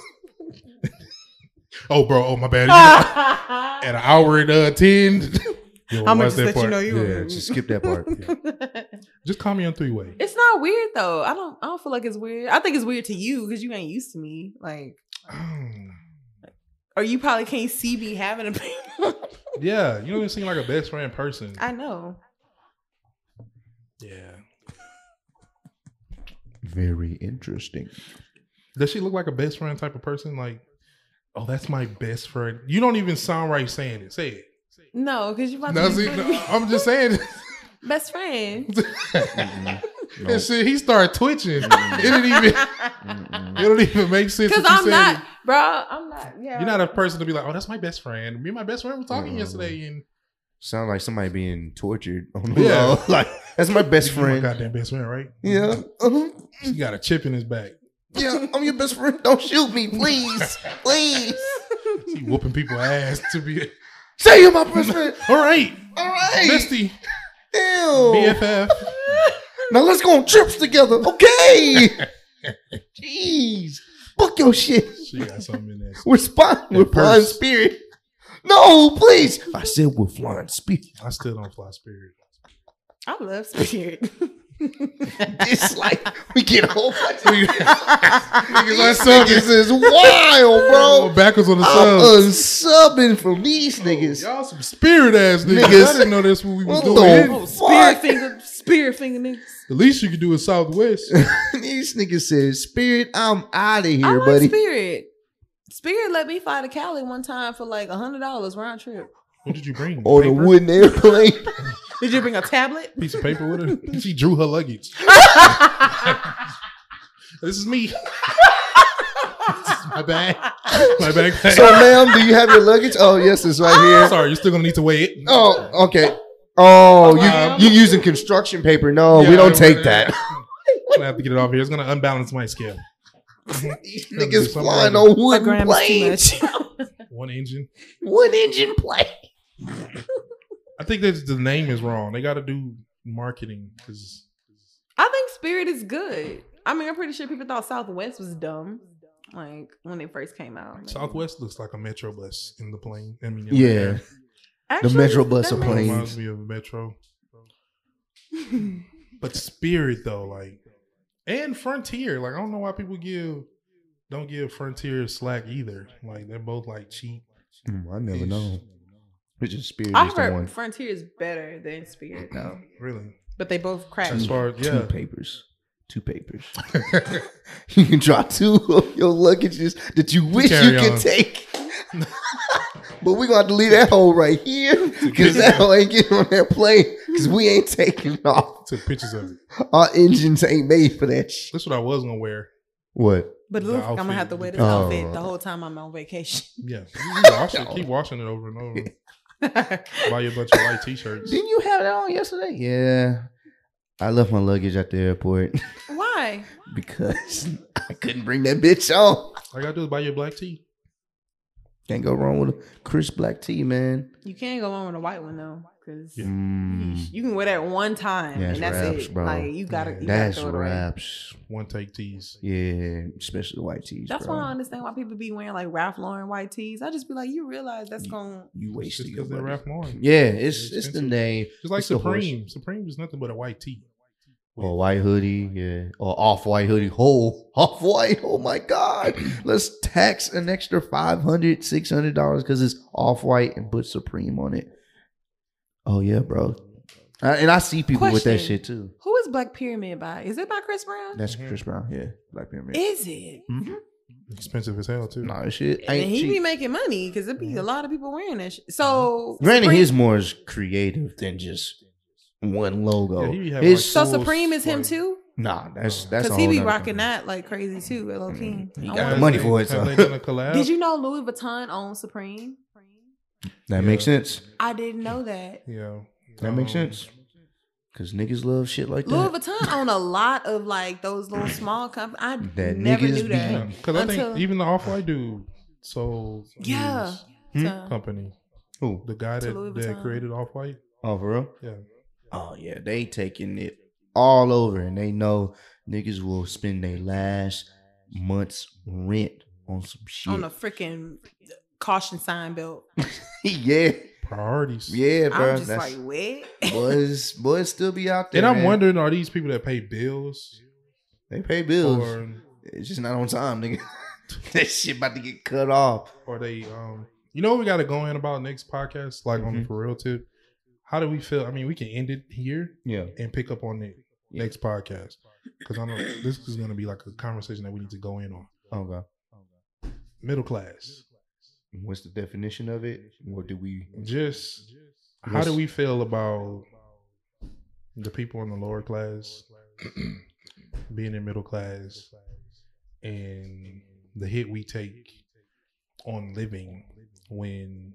Speaker 4: oh, bro. Oh, my bad. At an hour and uh, ten. Yo,
Speaker 1: I'ma
Speaker 4: watch
Speaker 1: just
Speaker 4: that
Speaker 1: let you
Speaker 4: part.
Speaker 1: know you-
Speaker 5: yeah, just skip that part.
Speaker 4: Just call me on three way.
Speaker 1: It's not weird though. I don't. I don't feel like it's weird. I think it's weird to you because you ain't used to me. Like,
Speaker 4: Um,
Speaker 1: or you probably can't see me having a.
Speaker 4: yeah, you don't even seem like a best friend person.
Speaker 1: I know.
Speaker 4: yeah.
Speaker 5: Very interesting.
Speaker 4: Does she look like a best friend type of person? Like, oh, that's my best friend. You don't even sound right saying it. Say it.
Speaker 1: No, because you about
Speaker 4: No,
Speaker 1: to
Speaker 4: see,
Speaker 1: be
Speaker 4: no, I'm just saying.
Speaker 1: best friend.
Speaker 5: No.
Speaker 4: And shit, he started twitching. it didn't even. It don't even make sense.
Speaker 1: Because
Speaker 4: that you
Speaker 1: I'm
Speaker 4: said
Speaker 1: not,
Speaker 4: it.
Speaker 1: bro. I'm not. Yeah.
Speaker 4: You're not a person to be like, oh, that's my best friend. Me and my best friend were talking
Speaker 5: Mm.
Speaker 4: yesterday, and
Speaker 5: Sound like somebody being tortured on the
Speaker 4: Yeah.
Speaker 5: low. Like that's my best
Speaker 4: You my
Speaker 5: friend.
Speaker 4: goddamn best friend, right?
Speaker 5: yeah. Uh-huh.
Speaker 4: She got a chip in his back.
Speaker 5: Yeah, I'm your best friend. Don't shoot me, please. Please.
Speaker 4: She whooping people ass to be.
Speaker 5: Say you're my best friend.
Speaker 4: All right,
Speaker 5: All right.
Speaker 4: bestie,
Speaker 5: Damn.
Speaker 4: BFF.
Speaker 5: Now let's go on trips together. Okay. Jeez. Book your shit.
Speaker 4: She got something in there.
Speaker 5: We're spying with
Speaker 4: purse.
Speaker 5: flying spirit. No, please. I said we're flying spirit.
Speaker 4: I still don't fly spirit.
Speaker 1: I love spirit.
Speaker 5: It's like we get a whole bunch of
Speaker 4: Niggas are
Speaker 5: niggas
Speaker 4: subbing.
Speaker 5: is wild,
Speaker 4: Going
Speaker 5: bro.
Speaker 4: backwards on the
Speaker 5: I'm
Speaker 4: subs.
Speaker 5: unsubbing from these niggas.
Speaker 4: Y'all some spirit ass niggas.
Speaker 5: Niggas.
Speaker 4: I didn't know that's what we was
Speaker 5: What
Speaker 4: doing.
Speaker 5: the
Speaker 1: spirit
Speaker 5: fuck?
Speaker 1: finger. Spirit finger niggas.
Speaker 4: The least you could do is Southwest.
Speaker 5: These niggas said, "Spirit, I'm out of
Speaker 1: I
Speaker 5: here,
Speaker 1: like
Speaker 5: buddy."
Speaker 1: spirit. Spirit let me fly to Cali one time for like a hundred dollars round trip.
Speaker 4: what did you bring?
Speaker 5: On a
Speaker 4: Paper?
Speaker 5: wooden airplane.
Speaker 1: Did you bring a tablet?
Speaker 4: Piece of paper with her. She drew her luggage. this is me. this is my bag. My backpack.
Speaker 5: so, ma'am, do you have your luggage? Oh, yes, it's right here.
Speaker 4: Sorry, you're still gonna need to wait.
Speaker 5: Oh, okay. Oh,
Speaker 4: Wow.
Speaker 5: you you using construction paper? No,
Speaker 4: Yeah,
Speaker 5: oh, we don't
Speaker 4: I-
Speaker 5: take that.
Speaker 4: I'm gonna have to get it off here. It's gonna unbalance my scale.
Speaker 5: These
Speaker 4: Gotta do
Speaker 5: niggas
Speaker 4: something
Speaker 5: flying
Speaker 4: like
Speaker 5: on
Speaker 1: A
Speaker 5: wooden
Speaker 1: gram is too
Speaker 5: planes.
Speaker 1: much.
Speaker 4: One engine.
Speaker 5: Wood engine plane.
Speaker 4: I think that's the name is wrong. They got to do marketing because
Speaker 1: I think Spirit is good. I mean, I'm pretty sure people thought Southwest was dumb, like when it first came out.
Speaker 4: Southwest looks like a metro bus in the plane. I mean, in the
Speaker 5: Yeah.
Speaker 4: air.
Speaker 1: Actually,
Speaker 5: Metro bus
Speaker 1: that
Speaker 5: are
Speaker 1: makes-
Speaker 5: playing.
Speaker 4: Reminds me of Metro. but Spirit though, like and Frontier. Like I don't know why people give don't give Frontier slack either. Like they're both like cheap.
Speaker 5: Mm, I never know. It's just spirit
Speaker 1: I
Speaker 5: is the
Speaker 1: heard
Speaker 5: one.
Speaker 1: Frontier is better than Spirit though,
Speaker 4: Really.
Speaker 1: but they both crack.
Speaker 4: As far as yeah.
Speaker 5: Two papers. Two papers. you can drop two of your luggages that you wish you
Speaker 4: carry
Speaker 5: could
Speaker 4: on.
Speaker 5: take. but we're gonna have to leave that hole right here because that hole ain't getting on that plane because we ain't taking off.
Speaker 4: Took pictures of it.
Speaker 5: Our engines ain't made for that. Shit.
Speaker 4: That's what I was gonna wear.
Speaker 5: What?
Speaker 1: But
Speaker 4: The
Speaker 1: look, I'm gonna
Speaker 4: outfit.
Speaker 1: have to wear this
Speaker 5: Oh.
Speaker 1: outfit the whole time I'm on vacation.
Speaker 4: Yeah. You wash it. Keep washing it over and over.
Speaker 5: Oh.
Speaker 4: Buy you a bunch of white t shirts.
Speaker 5: Didn't you have that on yesterday? Yeah. I left my luggage at the airport
Speaker 1: Why?
Speaker 5: because I couldn't bring that bitch on.
Speaker 4: All I gotta do is buy you a black tee.
Speaker 5: Can't go wrong with a crisp black tea, man.
Speaker 1: You can't go on with a white one though, because
Speaker 4: Yeah.
Speaker 5: Mm,
Speaker 1: you can wear that one time
Speaker 5: Yeah,
Speaker 1: and
Speaker 5: it's
Speaker 1: that's
Speaker 5: wraps,
Speaker 1: it.
Speaker 5: bro.
Speaker 1: Like you gotta, you
Speaker 5: that's
Speaker 1: gotta throw it away.
Speaker 5: wraps.
Speaker 4: One take tees.
Speaker 5: Yeah, especially the white tees.
Speaker 1: That's
Speaker 5: bro.
Speaker 1: why I don't understand why people be wearing like Ralph Lauren white tees. I just be like, you realize that's gonna
Speaker 5: you
Speaker 4: It's
Speaker 5: wasted
Speaker 4: just
Speaker 5: your
Speaker 4: because they're
Speaker 5: money.
Speaker 4: Ralph Lauren.
Speaker 5: Yeah, it's
Speaker 4: They're
Speaker 5: it's the
Speaker 4: expensive.
Speaker 5: name
Speaker 4: Just like
Speaker 5: It's the horse.
Speaker 4: Supreme. Supreme is nothing but a white tee.
Speaker 5: or white hoodie, yeah, or off white hoodie. Oh, off white. Oh my God, let's tax an extra 500 600 dollars because it's off white and put Supreme on it. Oh yeah, bro. I- and I see people with that
Speaker 1: Question.
Speaker 5: shit too.
Speaker 1: Who is Black Pyramid by? Is it by Chris Brown?
Speaker 5: That's
Speaker 4: Mhm.
Speaker 5: Chris Brown. Yeah, Black Pyramid.
Speaker 1: Is it?
Speaker 4: Expensive as hell too.
Speaker 5: Nah, that shit
Speaker 1: And
Speaker 5: ain't
Speaker 1: he be
Speaker 5: cheap.
Speaker 1: making money because there be a lot of people wearing that. Sh- so
Speaker 5: Granted,
Speaker 1: Supreme-
Speaker 5: his more is creative than just one logo.
Speaker 4: Yeah, he be having,
Speaker 5: his
Speaker 1: so
Speaker 4: like, full
Speaker 1: Supreme is him
Speaker 4: like-
Speaker 1: too,
Speaker 5: nah, that's
Speaker 4: Nah.
Speaker 5: that's
Speaker 1: because
Speaker 5: a
Speaker 1: he
Speaker 5: whole
Speaker 1: be
Speaker 5: nother
Speaker 1: rocking
Speaker 5: company.
Speaker 1: that like crazy too. Low King.
Speaker 5: He
Speaker 1: I
Speaker 5: got
Speaker 1: wanna-
Speaker 5: the money for it,
Speaker 4: Have
Speaker 5: so.
Speaker 4: they done a collab?
Speaker 1: Did you know Louis Vuitton owns Supreme?
Speaker 5: That makes
Speaker 4: Yeah.
Speaker 5: sense.
Speaker 1: I didn't know that.
Speaker 4: Yeah, Um,
Speaker 5: That makes
Speaker 4: Oh.
Speaker 5: sense. Cause niggas love shit like
Speaker 1: Louis
Speaker 5: that.
Speaker 1: Vuitton own a lot of like those little small companies. I
Speaker 5: Mm. That
Speaker 1: never
Speaker 5: niggas
Speaker 1: knew that.
Speaker 5: be-
Speaker 4: Because I think
Speaker 1: Until-
Speaker 4: even the Off White dude sold
Speaker 1: Yeah.
Speaker 4: his
Speaker 5: Hmm?
Speaker 1: So-
Speaker 4: company.
Speaker 5: Who?
Speaker 4: The guy
Speaker 1: To
Speaker 4: that,
Speaker 1: Louis
Speaker 4: that
Speaker 1: Vuitton.
Speaker 4: created Off White.
Speaker 5: Oh, for real?
Speaker 4: Yeah,
Speaker 5: Oh yeah, they taking it all over, and they know niggas will spend their last month's rent on some shit.
Speaker 1: on a freaking caution sign belt.
Speaker 5: yeah,
Speaker 4: priorities.
Speaker 5: yeah, bro.
Speaker 1: I'm just
Speaker 5: That's
Speaker 1: like, what?
Speaker 5: boys, boys still be out there.
Speaker 4: And I'm
Speaker 5: man.
Speaker 4: wondering, are these people that pay bills
Speaker 5: they pay bills.
Speaker 4: or
Speaker 5: it's just not on time, nigga. that shit about to get cut off.
Speaker 4: are they? Um, you know what we got to go in about next podcast, like on the
Speaker 5: Mhm.
Speaker 4: for real tip. How do we feel? I mean, we can end it here
Speaker 5: Yeah,
Speaker 4: and pick up on it next podcast because I know this is going to be like a conversation that we need to go in on.
Speaker 5: Okay.
Speaker 4: Middle class,
Speaker 5: What's the definition of it? What do we?
Speaker 4: just how do we feel about the people in the lower class being in middle class and the hit we take on living when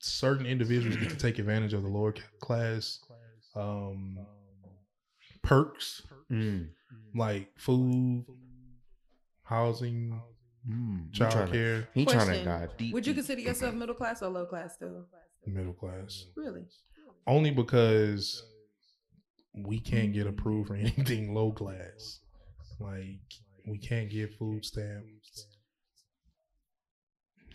Speaker 4: certain individuals get to take advantage of the lower ca- class um, perks
Speaker 5: Mm.
Speaker 4: like food, housing,
Speaker 5: Mm. He tryna-
Speaker 4: Hmm. childcare,
Speaker 5: He trying to
Speaker 1: Question.
Speaker 5: dive deep.
Speaker 1: Would you
Speaker 5: deep.
Speaker 1: consider yourself middle class or low class still?
Speaker 5: Mm.
Speaker 4: middle class.
Speaker 1: Really?
Speaker 4: only because we can't get approved for anything low class. Like we can't get food stamps,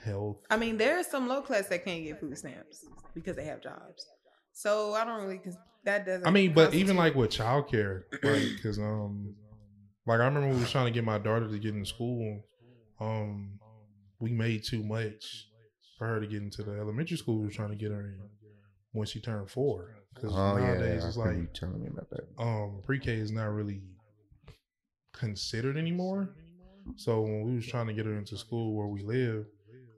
Speaker 4: health.
Speaker 1: I mean, there are some low class that can't get food stamps because they have jobs. So I don't really. Cause that doesn't.
Speaker 4: I mean, but even
Speaker 1: constitute-
Speaker 4: like with childcare, like because um, like I remember when we was trying to get my daughter to get in school, um, we made too much for her to get into the elementary school we were trying to get her in when she turned four. Because
Speaker 5: Oh yeah,
Speaker 4: nowadays
Speaker 5: I
Speaker 4: it's
Speaker 5: remember
Speaker 4: like
Speaker 5: you telling me about that.
Speaker 4: um pre-K is not really considered anymore. So when we was trying to get her into school where we live,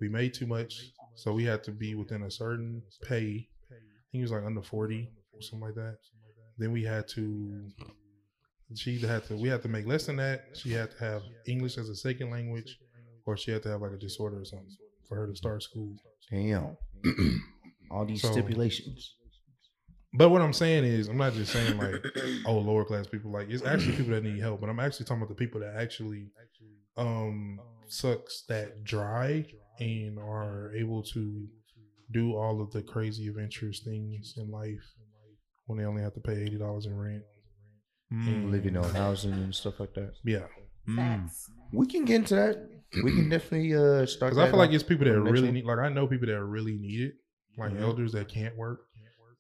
Speaker 4: we made too much, so we had to be within a certain pay. I think it was like under forty or something like that. Then we had to. She had to. We had to make less than that. She had to have English as a second language, or she had to have like a disorder or something for her to start school.
Speaker 5: Damn. All these
Speaker 4: So-
Speaker 5: stipulations.
Speaker 4: But what I'm saying is, I'm not just saying like, oh, lower class people. Like, it's actually people that need help. But I'm actually talking about the people that actually um sucks that dry and are able to do all of the crazy adventurous things in life when they only have to pay eighty dollars in rent. Mm.
Speaker 5: Living on housing and stuff like that.
Speaker 4: Yeah,
Speaker 5: We can get into that. We can definitely uh start.
Speaker 4: because I
Speaker 5: that
Speaker 4: feel like
Speaker 5: off
Speaker 4: it's people that
Speaker 5: on the next
Speaker 4: really
Speaker 5: one.
Speaker 4: need. Like, I know people that really need it, like
Speaker 5: Mhm.
Speaker 4: elders that Mm-hmm. can't work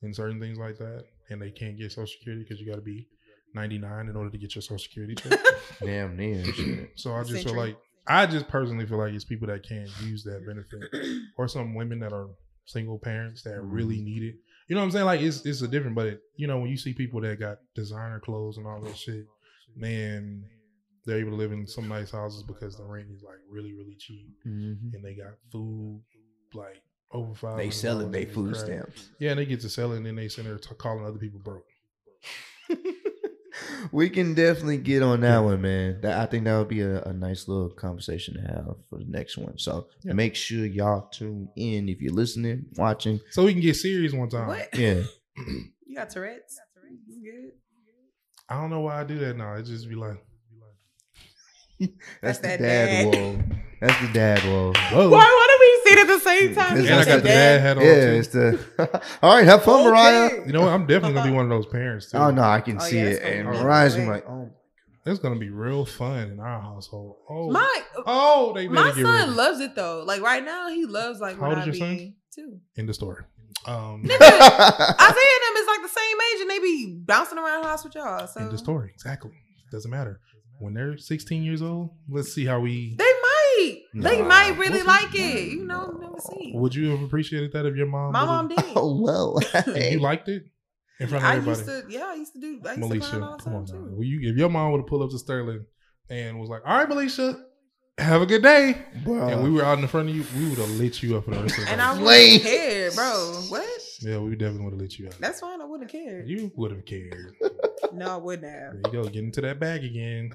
Speaker 4: and certain things like that, and they can't get Social Security because you got to be 99 in order to get your Social Security check.
Speaker 5: Damn near. shit.
Speaker 4: so I just feel
Speaker 1: Century.
Speaker 4: like I just personally feel like it's people that can't use that benefit, or some women that are single parents that really need it. You know what I'm saying? Like it's it's a different, but it, you know when you see people that got designer clothes and all that shit, man, they're able to live in some nice houses because the rent is like really really cheap,
Speaker 5: Mhm.
Speaker 4: and they got food like over five.
Speaker 5: They selling
Speaker 4: their
Speaker 5: their food stamps.
Speaker 4: Yeah, and they get to sell it, and then they send there to calling other people broke.
Speaker 5: we can definitely get on that one, man. That I think that would be a, a nice little conversation to have for the next one. So
Speaker 4: Yeah.
Speaker 5: make sure y'all tune in if you're listening, watching.
Speaker 4: So we can get serious one
Speaker 5: um,
Speaker 4: time.
Speaker 1: What?
Speaker 5: Yeah.
Speaker 1: You got Tourette's? You Good.
Speaker 4: I don't know why I do that now. It just be like,
Speaker 5: That's,
Speaker 1: That's
Speaker 5: the
Speaker 1: that
Speaker 5: dad,
Speaker 1: dad.
Speaker 5: wall. That's the dad wall.
Speaker 4: whoa.
Speaker 1: Why? Why do we see it at the same time?
Speaker 5: And
Speaker 1: You
Speaker 4: And I
Speaker 1: said
Speaker 4: got the dad hat on.
Speaker 5: Yeah,
Speaker 4: too.
Speaker 5: it's the. All right, have fun, Oh, Mariah.
Speaker 1: Okay.
Speaker 4: You know what? I'm definitely gonna be one of those parents too.
Speaker 5: Oh no, I can
Speaker 1: Oh,
Speaker 5: see
Speaker 1: yeah,
Speaker 5: it.
Speaker 1: it's gonna
Speaker 5: And
Speaker 4: be
Speaker 5: Mariah's
Speaker 1: great.
Speaker 5: like, oh,
Speaker 4: It's gonna be real fun in our household. Oh,
Speaker 1: My
Speaker 4: oh, they better
Speaker 1: my
Speaker 4: get
Speaker 1: son
Speaker 4: ready
Speaker 1: loves it though. Like right now, he loves like
Speaker 4: How
Speaker 1: when
Speaker 4: old
Speaker 1: I
Speaker 4: is your son?
Speaker 1: be too.
Speaker 4: in the store. Um,
Speaker 1: Isaiah and them is like the same age, and they be bouncing around the house with y'all. So
Speaker 4: in the store, exactly. Doesn't matter when they're 16 years old. Let's see how we.
Speaker 1: they might, they
Speaker 5: Nah.
Speaker 1: might really
Speaker 5: What's-
Speaker 1: like it. You know, you never see.
Speaker 4: Would you have appreciated that if your mom?
Speaker 1: My
Speaker 4: would've-
Speaker 1: mom did.
Speaker 5: oh well.
Speaker 4: If you liked it in front of
Speaker 1: I
Speaker 4: everybody.
Speaker 1: used to, yeah, I used to do. I used to clown all
Speaker 4: Melisha,
Speaker 1: the
Speaker 4: come on
Speaker 1: time
Speaker 4: now.
Speaker 1: too.
Speaker 4: Will you, if your mom would have pulled up to Sterling and was like, "All right, Melisha, have a good day,"
Speaker 5: Uh,
Speaker 4: and we were out in the front of you, we would have lit you up for the rest of the
Speaker 1: And
Speaker 4: day.
Speaker 1: I
Speaker 5: Lame.
Speaker 1: wouldn't care, bro. What?
Speaker 4: yeah, we definitely would have lit you up.
Speaker 1: That's fine. I wouldn't care.
Speaker 4: you would have cared.
Speaker 1: No, I wouldn't have.
Speaker 4: There you go, get into that bag again.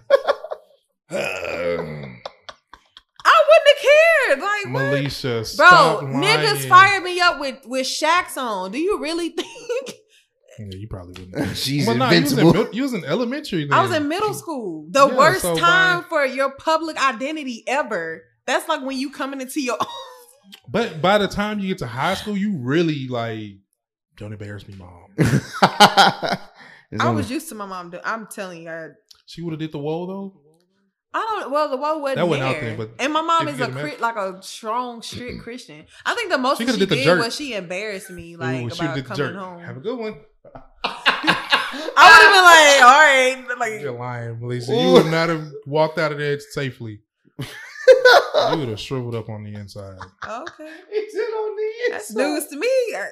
Speaker 1: I wouldn't have cared. Like what?
Speaker 4: Melisha,
Speaker 1: Bro,
Speaker 4: stop
Speaker 1: niggas
Speaker 4: lying.
Speaker 1: fired me up with with Shaq's on. Do you really think
Speaker 4: Yeah, you probably wouldn't.
Speaker 5: She's
Speaker 4: Well, nah, you was in
Speaker 5: invincible.
Speaker 4: mil- you was in elementary. Then.
Speaker 1: I was in middle school? The
Speaker 4: Yeah,
Speaker 1: worst
Speaker 4: so why-
Speaker 1: time for your public identity ever. That's like when you coming into your
Speaker 4: but by the time you get to high school, you really like don't embarrass me, mom.
Speaker 5: It's
Speaker 1: I
Speaker 5: only-
Speaker 1: was used to my mom do I'm telling you, I,
Speaker 4: She would have did the whoa though.
Speaker 1: I don't well the woe wasn't
Speaker 4: That
Speaker 1: there.
Speaker 4: wasn't out there, but
Speaker 1: and my mom
Speaker 4: if
Speaker 1: is
Speaker 4: you
Speaker 1: a
Speaker 4: could
Speaker 1: cri- like a strong, strict Christian. I think the most
Speaker 4: She
Speaker 1: she,
Speaker 4: could've
Speaker 1: she
Speaker 4: did the
Speaker 1: did
Speaker 4: jerk.
Speaker 1: was she embarrassed me like
Speaker 4: Ooh, she
Speaker 1: about
Speaker 4: did the
Speaker 1: coming
Speaker 4: jerk.
Speaker 1: home.
Speaker 4: Have a good one.
Speaker 1: I would have been like, all right, like
Speaker 4: You're lying, Melissa.
Speaker 5: Ooh.
Speaker 4: You would not have walked out of there safely. you would have shriveled up on the inside.
Speaker 1: Okay.
Speaker 5: It's in on the
Speaker 1: That's
Speaker 5: inside.
Speaker 1: news to me. I-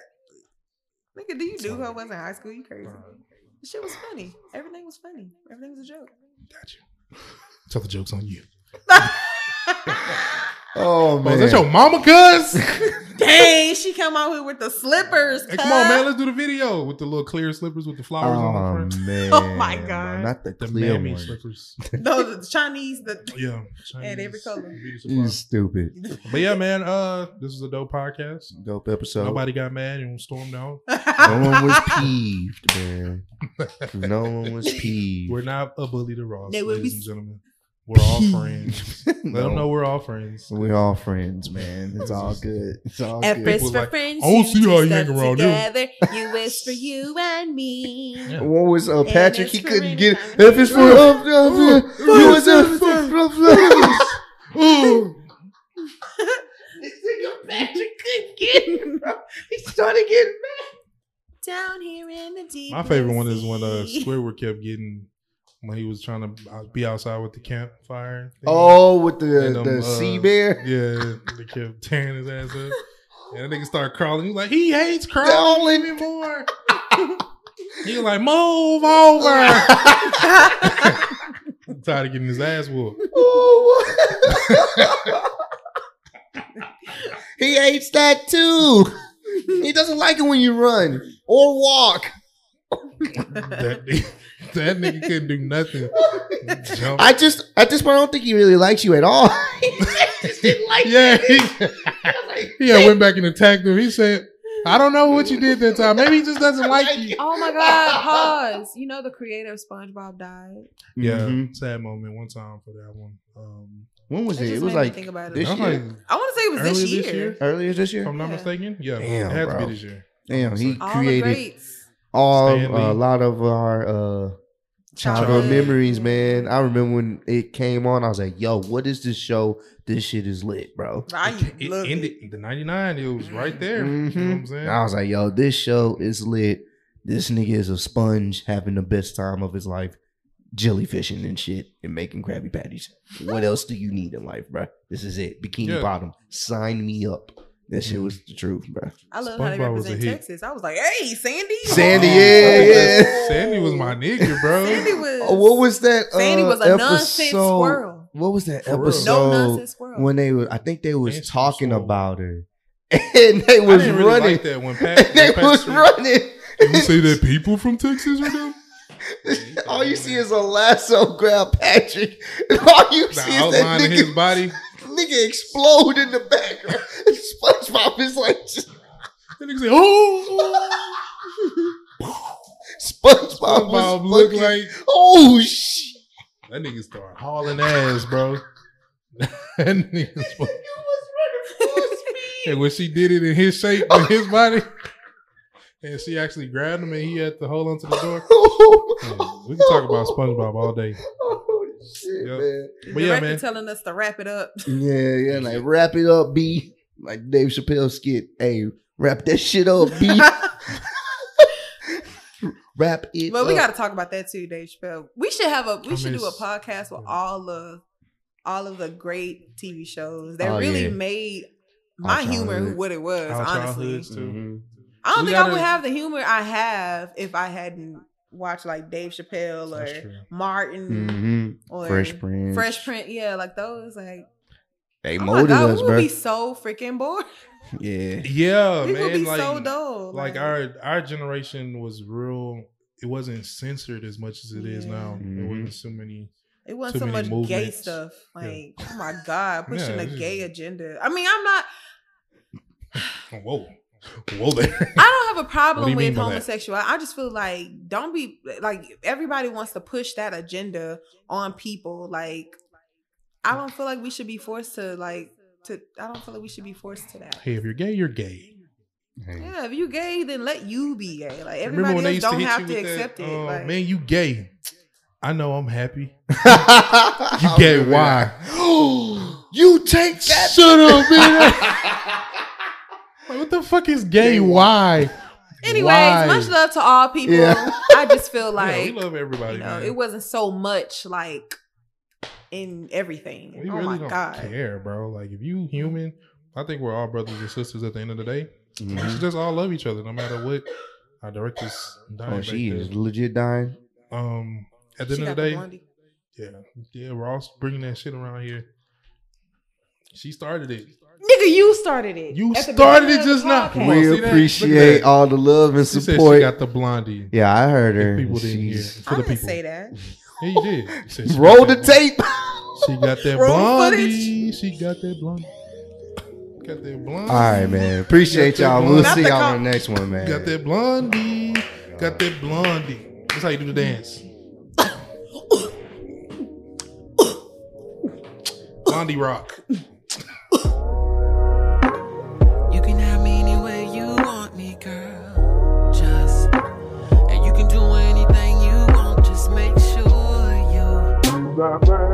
Speaker 1: nigga, do you do who I was in high school? You crazy. The shit was funny. Everything was funny. Everything was a joke.
Speaker 4: Got you. Tell the jokes on you.
Speaker 5: Oh
Speaker 4: Oh,
Speaker 5: man,
Speaker 4: is that your mama, cuz?
Speaker 1: Dang, she come out here with the slippers.
Speaker 4: Hey, come on, man. Let's do the video with the little clear slippers with the flowers on the
Speaker 5: Oh
Speaker 4: front.
Speaker 5: man!
Speaker 1: Oh, my
Speaker 5: bro.
Speaker 1: God.
Speaker 5: Not the,
Speaker 4: The
Speaker 5: clear
Speaker 4: mammy
Speaker 5: one.
Speaker 4: slippers.
Speaker 1: cuz. No, the Chinese, the
Speaker 4: Yeah.
Speaker 1: And every
Speaker 4: Chinese
Speaker 1: color.
Speaker 4: beauty supply.
Speaker 5: You stupid.
Speaker 4: But yeah, man, uh, this is a dope podcast.
Speaker 5: Dope episode.
Speaker 4: Nobody got mad and stormed out.
Speaker 5: No one was peeved, man. No one was peeved.
Speaker 4: We're not a bully to Ross,
Speaker 1: They would
Speaker 4: ladies
Speaker 1: be
Speaker 4: and gentlemen. We're all friends. Let them
Speaker 5: No.
Speaker 4: know we're all friends.
Speaker 5: We're all friends, man. It's all good. It's all
Speaker 1: At
Speaker 5: good.
Speaker 1: first
Speaker 4: People
Speaker 1: for
Speaker 4: like,
Speaker 1: friends.
Speaker 4: I don't
Speaker 1: you
Speaker 4: see
Speaker 1: two
Speaker 4: how you
Speaker 1: stuck
Speaker 4: hang around them.
Speaker 1: together. You is for you and me.
Speaker 4: Yeah.
Speaker 5: What was uh, Patrick?
Speaker 1: it's
Speaker 5: He
Speaker 1: for
Speaker 5: couldn't
Speaker 1: any
Speaker 5: get it.
Speaker 1: time.
Speaker 5: If it's for uh, uh, you was uh, for- for- for-
Speaker 4: Ooh.
Speaker 5: He started getting
Speaker 1: Down here in the deep.
Speaker 4: My favorite one is when uh, Squidward kept getting when he was trying to out- be outside with the campfire. thing.
Speaker 5: oh with the
Speaker 4: And them,
Speaker 5: the
Speaker 4: uh,
Speaker 5: sea bear.
Speaker 4: Yeah, they kept tearing his ass up. And the nigga started crawling. He's like, he hates crawling
Speaker 5: Only
Speaker 4: anymore. he was like, move over. Tired of getting his ass whooped.
Speaker 5: he hates that too. He doesn't like it when you run or walk.
Speaker 4: That, nigga- that nigga couldn't do nothing. Jump.
Speaker 5: I just at this point I don't think he really likes you at all. he just didn't like
Speaker 4: yeah, he, he had went back and attacked him. He said, I don't know what you did that time. Maybe he just doesn't like you.
Speaker 1: Oh my God, pause. You know the creator of SpongeBob died.
Speaker 4: Yeah,
Speaker 5: Mhm.
Speaker 4: sad moment. One time for that one. Um,
Speaker 5: When was
Speaker 1: That
Speaker 5: it?
Speaker 1: just
Speaker 5: It
Speaker 1: made
Speaker 5: was
Speaker 1: me
Speaker 5: like
Speaker 1: think about it.
Speaker 5: this
Speaker 4: I'm
Speaker 5: year?
Speaker 4: like,
Speaker 1: I want to say it was this
Speaker 4: Earlier
Speaker 1: year.
Speaker 4: this year?
Speaker 5: earlier this
Speaker 4: if
Speaker 5: year.
Speaker 4: I'm not
Speaker 1: Yeah.
Speaker 4: mistaken, yeah,
Speaker 5: Damn,
Speaker 4: it had to
Speaker 5: bro.
Speaker 4: be this year.
Speaker 5: Damn, he
Speaker 1: All the
Speaker 5: created
Speaker 1: greats.
Speaker 5: all uh,
Speaker 4: Stan Lee.
Speaker 5: a lot of our uh Childhood
Speaker 1: Childhood.
Speaker 5: memories, man. I remember when it came on, I was like, yo, what is this show? This shit is lit, bro.
Speaker 1: I
Speaker 4: It
Speaker 1: love
Speaker 4: ended the '99. It was right there. You know what I'm saying?
Speaker 5: And I was like, yo, this show is lit. This nigga is a sponge having the best time of his life, jellyfishing and shit and making Krabby Patties. What else do you need in life, bro? This is it. Bikini
Speaker 4: Yeah.
Speaker 5: Bottom. Sign me up. That shit was the truth, bro.
Speaker 1: I love how they
Speaker 4: SpongeBob was a
Speaker 1: represent
Speaker 4: hit.
Speaker 1: Texas. I was like, hey, Sandy.
Speaker 5: Sandy,
Speaker 1: Oh.
Speaker 5: yeah, yeah.
Speaker 4: Sandy was my nigga, bro.
Speaker 1: Sandy was.
Speaker 5: Oh, what was that?
Speaker 1: Sandy
Speaker 5: uh,
Speaker 1: was a nonsense
Speaker 5: episode?
Speaker 1: squirrel.
Speaker 5: What was that
Speaker 4: For real.
Speaker 5: episode?
Speaker 1: No nonsense squirrel.
Speaker 5: when they were, I think they was
Speaker 4: Nonsense
Speaker 5: talking
Speaker 4: squirrel.
Speaker 5: about her, and they was
Speaker 4: I didn't really
Speaker 5: running.
Speaker 4: like that when Pat.
Speaker 5: and they
Speaker 4: when Pat
Speaker 5: was
Speaker 4: said,
Speaker 5: running.
Speaker 4: "Did You say that people from Texas are them.
Speaker 5: All you see is a lasso grab Patrick. All you
Speaker 4: The
Speaker 5: see is that
Speaker 4: outline of his
Speaker 5: nigga,
Speaker 4: body.
Speaker 5: nigga explode in the background. SpongeBob is like, just-
Speaker 4: That nigga said, "Oh,
Speaker 5: SpongeBob,
Speaker 4: Bob
Speaker 5: was
Speaker 4: look
Speaker 5: looking
Speaker 4: like."
Speaker 5: oh shit.
Speaker 4: That nigga started hauling ass, bro. that nigga was And when she did it in his shape, in his body, and she actually grabbed him and he had to hold onto the door. Man, we can talk about SpongeBob all day.
Speaker 5: Oh shit,
Speaker 4: Yep.
Speaker 5: man.
Speaker 1: The
Speaker 4: But yeah,
Speaker 1: director
Speaker 4: man.
Speaker 1: telling us to wrap it up.
Speaker 5: Yeah, yeah, like wrap it up, B. Like Dave Chappelle skit. Hey, wrap that shit up, B. wrap it.
Speaker 1: But we
Speaker 5: up.
Speaker 1: got to talk about that too, Dave Chappelle. We should have a we
Speaker 4: uh, I
Speaker 1: should do a
Speaker 4: miss-
Speaker 1: podcast with
Speaker 4: yeah.
Speaker 1: all of all of the great TV shows that
Speaker 5: Oh,
Speaker 1: really
Speaker 5: yeah.
Speaker 1: made my
Speaker 5: Our
Speaker 1: humor
Speaker 5: childhood.
Speaker 1: what it was.
Speaker 4: Our
Speaker 1: honestly,
Speaker 4: childhoods, too.
Speaker 5: Mm-hmm.
Speaker 1: I don't
Speaker 4: We
Speaker 1: think I
Speaker 4: gotta-
Speaker 1: would have the humor I have if I hadn't watched like Dave Chappelle
Speaker 4: That's
Speaker 1: or
Speaker 4: true. Mm.
Speaker 1: Martin
Speaker 5: Mhm.
Speaker 1: or
Speaker 5: Fresh Prince.
Speaker 1: Fresh Print. Yeah, like those. Like,
Speaker 5: They
Speaker 1: oh my
Speaker 5: molded
Speaker 1: god,
Speaker 5: us,
Speaker 1: we would
Speaker 5: bro.
Speaker 1: be so freaking bored.
Speaker 5: yeah.
Speaker 4: Yeah,
Speaker 1: we
Speaker 4: Oh, man.
Speaker 1: would be
Speaker 4: like,
Speaker 1: so dull.
Speaker 4: like our our generation was real. It wasn't censored as much as it is
Speaker 1: Yeah.
Speaker 4: now. There
Speaker 5: Mhm.
Speaker 4: wasn't so many.
Speaker 1: It wasn't
Speaker 4: too
Speaker 1: so much
Speaker 4: many
Speaker 1: gay
Speaker 4: movements.
Speaker 1: stuff.
Speaker 4: Yeah.
Speaker 1: Like, oh my God, pushing
Speaker 4: Yeah,
Speaker 1: a
Speaker 4: this is-
Speaker 1: gay agenda. I mean, I'm not,
Speaker 4: oh, Whoa, whoa there.
Speaker 1: I don't have a
Speaker 4: What do
Speaker 1: problem
Speaker 4: you
Speaker 1: with
Speaker 4: mean by that?
Speaker 1: homosexuality. I just feel like, don't be, like, everybody wants to push that agenda on people. Like, I don't feel like we should be forced to, like, to, I don't feel like we should be forced to that.
Speaker 4: Hey, if you're gay, you're gay.
Speaker 1: Yeah, if you gay, then let you be gay. Like,
Speaker 4: Remember when
Speaker 1: everybody
Speaker 4: they
Speaker 1: else
Speaker 4: used to
Speaker 1: don't
Speaker 4: hit you
Speaker 1: have to
Speaker 4: with
Speaker 1: accept
Speaker 4: that?
Speaker 1: it.
Speaker 4: uh,
Speaker 1: like,
Speaker 4: man, you gay. I know. I'm happy.
Speaker 5: you
Speaker 4: You gay? Why?
Speaker 5: you take that.
Speaker 4: Shut up, man. like, what the fuck is gay? Why?
Speaker 1: anyways,
Speaker 4: Why?
Speaker 1: much love to all people.
Speaker 5: Yeah.
Speaker 1: I just feel
Speaker 4: Yeah,
Speaker 1: like,
Speaker 4: we love everybody.
Speaker 1: you know,
Speaker 4: man.
Speaker 1: it wasn't so much like in everything.
Speaker 4: We
Speaker 1: oh
Speaker 4: really
Speaker 1: my
Speaker 4: don't
Speaker 1: god. Mm-hmm.
Speaker 4: care, bro. Like if you human, I think we're all brothers and sisters at the end of the day. We
Speaker 5: Mhm.
Speaker 4: should just all love each other, no matter what. Our director's dying.
Speaker 5: Oh,
Speaker 4: back
Speaker 5: she
Speaker 4: there.
Speaker 5: is legit dying.
Speaker 4: Um, at the
Speaker 1: She
Speaker 4: end of
Speaker 1: got
Speaker 4: the
Speaker 1: the
Speaker 4: day,
Speaker 1: blondie.
Speaker 4: yeah, yeah, we're all bringing that shit around here. She started it.
Speaker 1: Nigga, you started it.
Speaker 4: You
Speaker 1: At the
Speaker 4: started
Speaker 1: beginning
Speaker 4: it
Speaker 1: of the
Speaker 4: just now.
Speaker 1: podcast.
Speaker 4: Come on, see that?
Speaker 5: We
Speaker 4: Look at
Speaker 5: appreciate
Speaker 4: that.
Speaker 5: all the love and
Speaker 4: She said she
Speaker 5: support.
Speaker 4: got the blondie.
Speaker 5: yeah, I heard her.
Speaker 4: If people didn't hear.
Speaker 5: She's-
Speaker 4: For
Speaker 1: I
Speaker 4: the
Speaker 1: didn't
Speaker 4: people.
Speaker 1: say that.
Speaker 4: Yeah, you did. You said she
Speaker 5: Roll
Speaker 4: got
Speaker 5: the
Speaker 4: that
Speaker 5: tape.
Speaker 4: She got that
Speaker 1: Roll
Speaker 4: blondie. She got that blondie. Got that blondie.
Speaker 5: All right, man. Appreciate y'all. We'll
Speaker 4: Not
Speaker 5: see
Speaker 1: the
Speaker 5: y'all
Speaker 1: cop.
Speaker 5: on the next one, man.
Speaker 4: Got that blondie. Got that blondie. That's how you do the dance. Blondie rock.
Speaker 7: You can have me any way you want me, girl. Just and you can do anything you want. Just make sure you.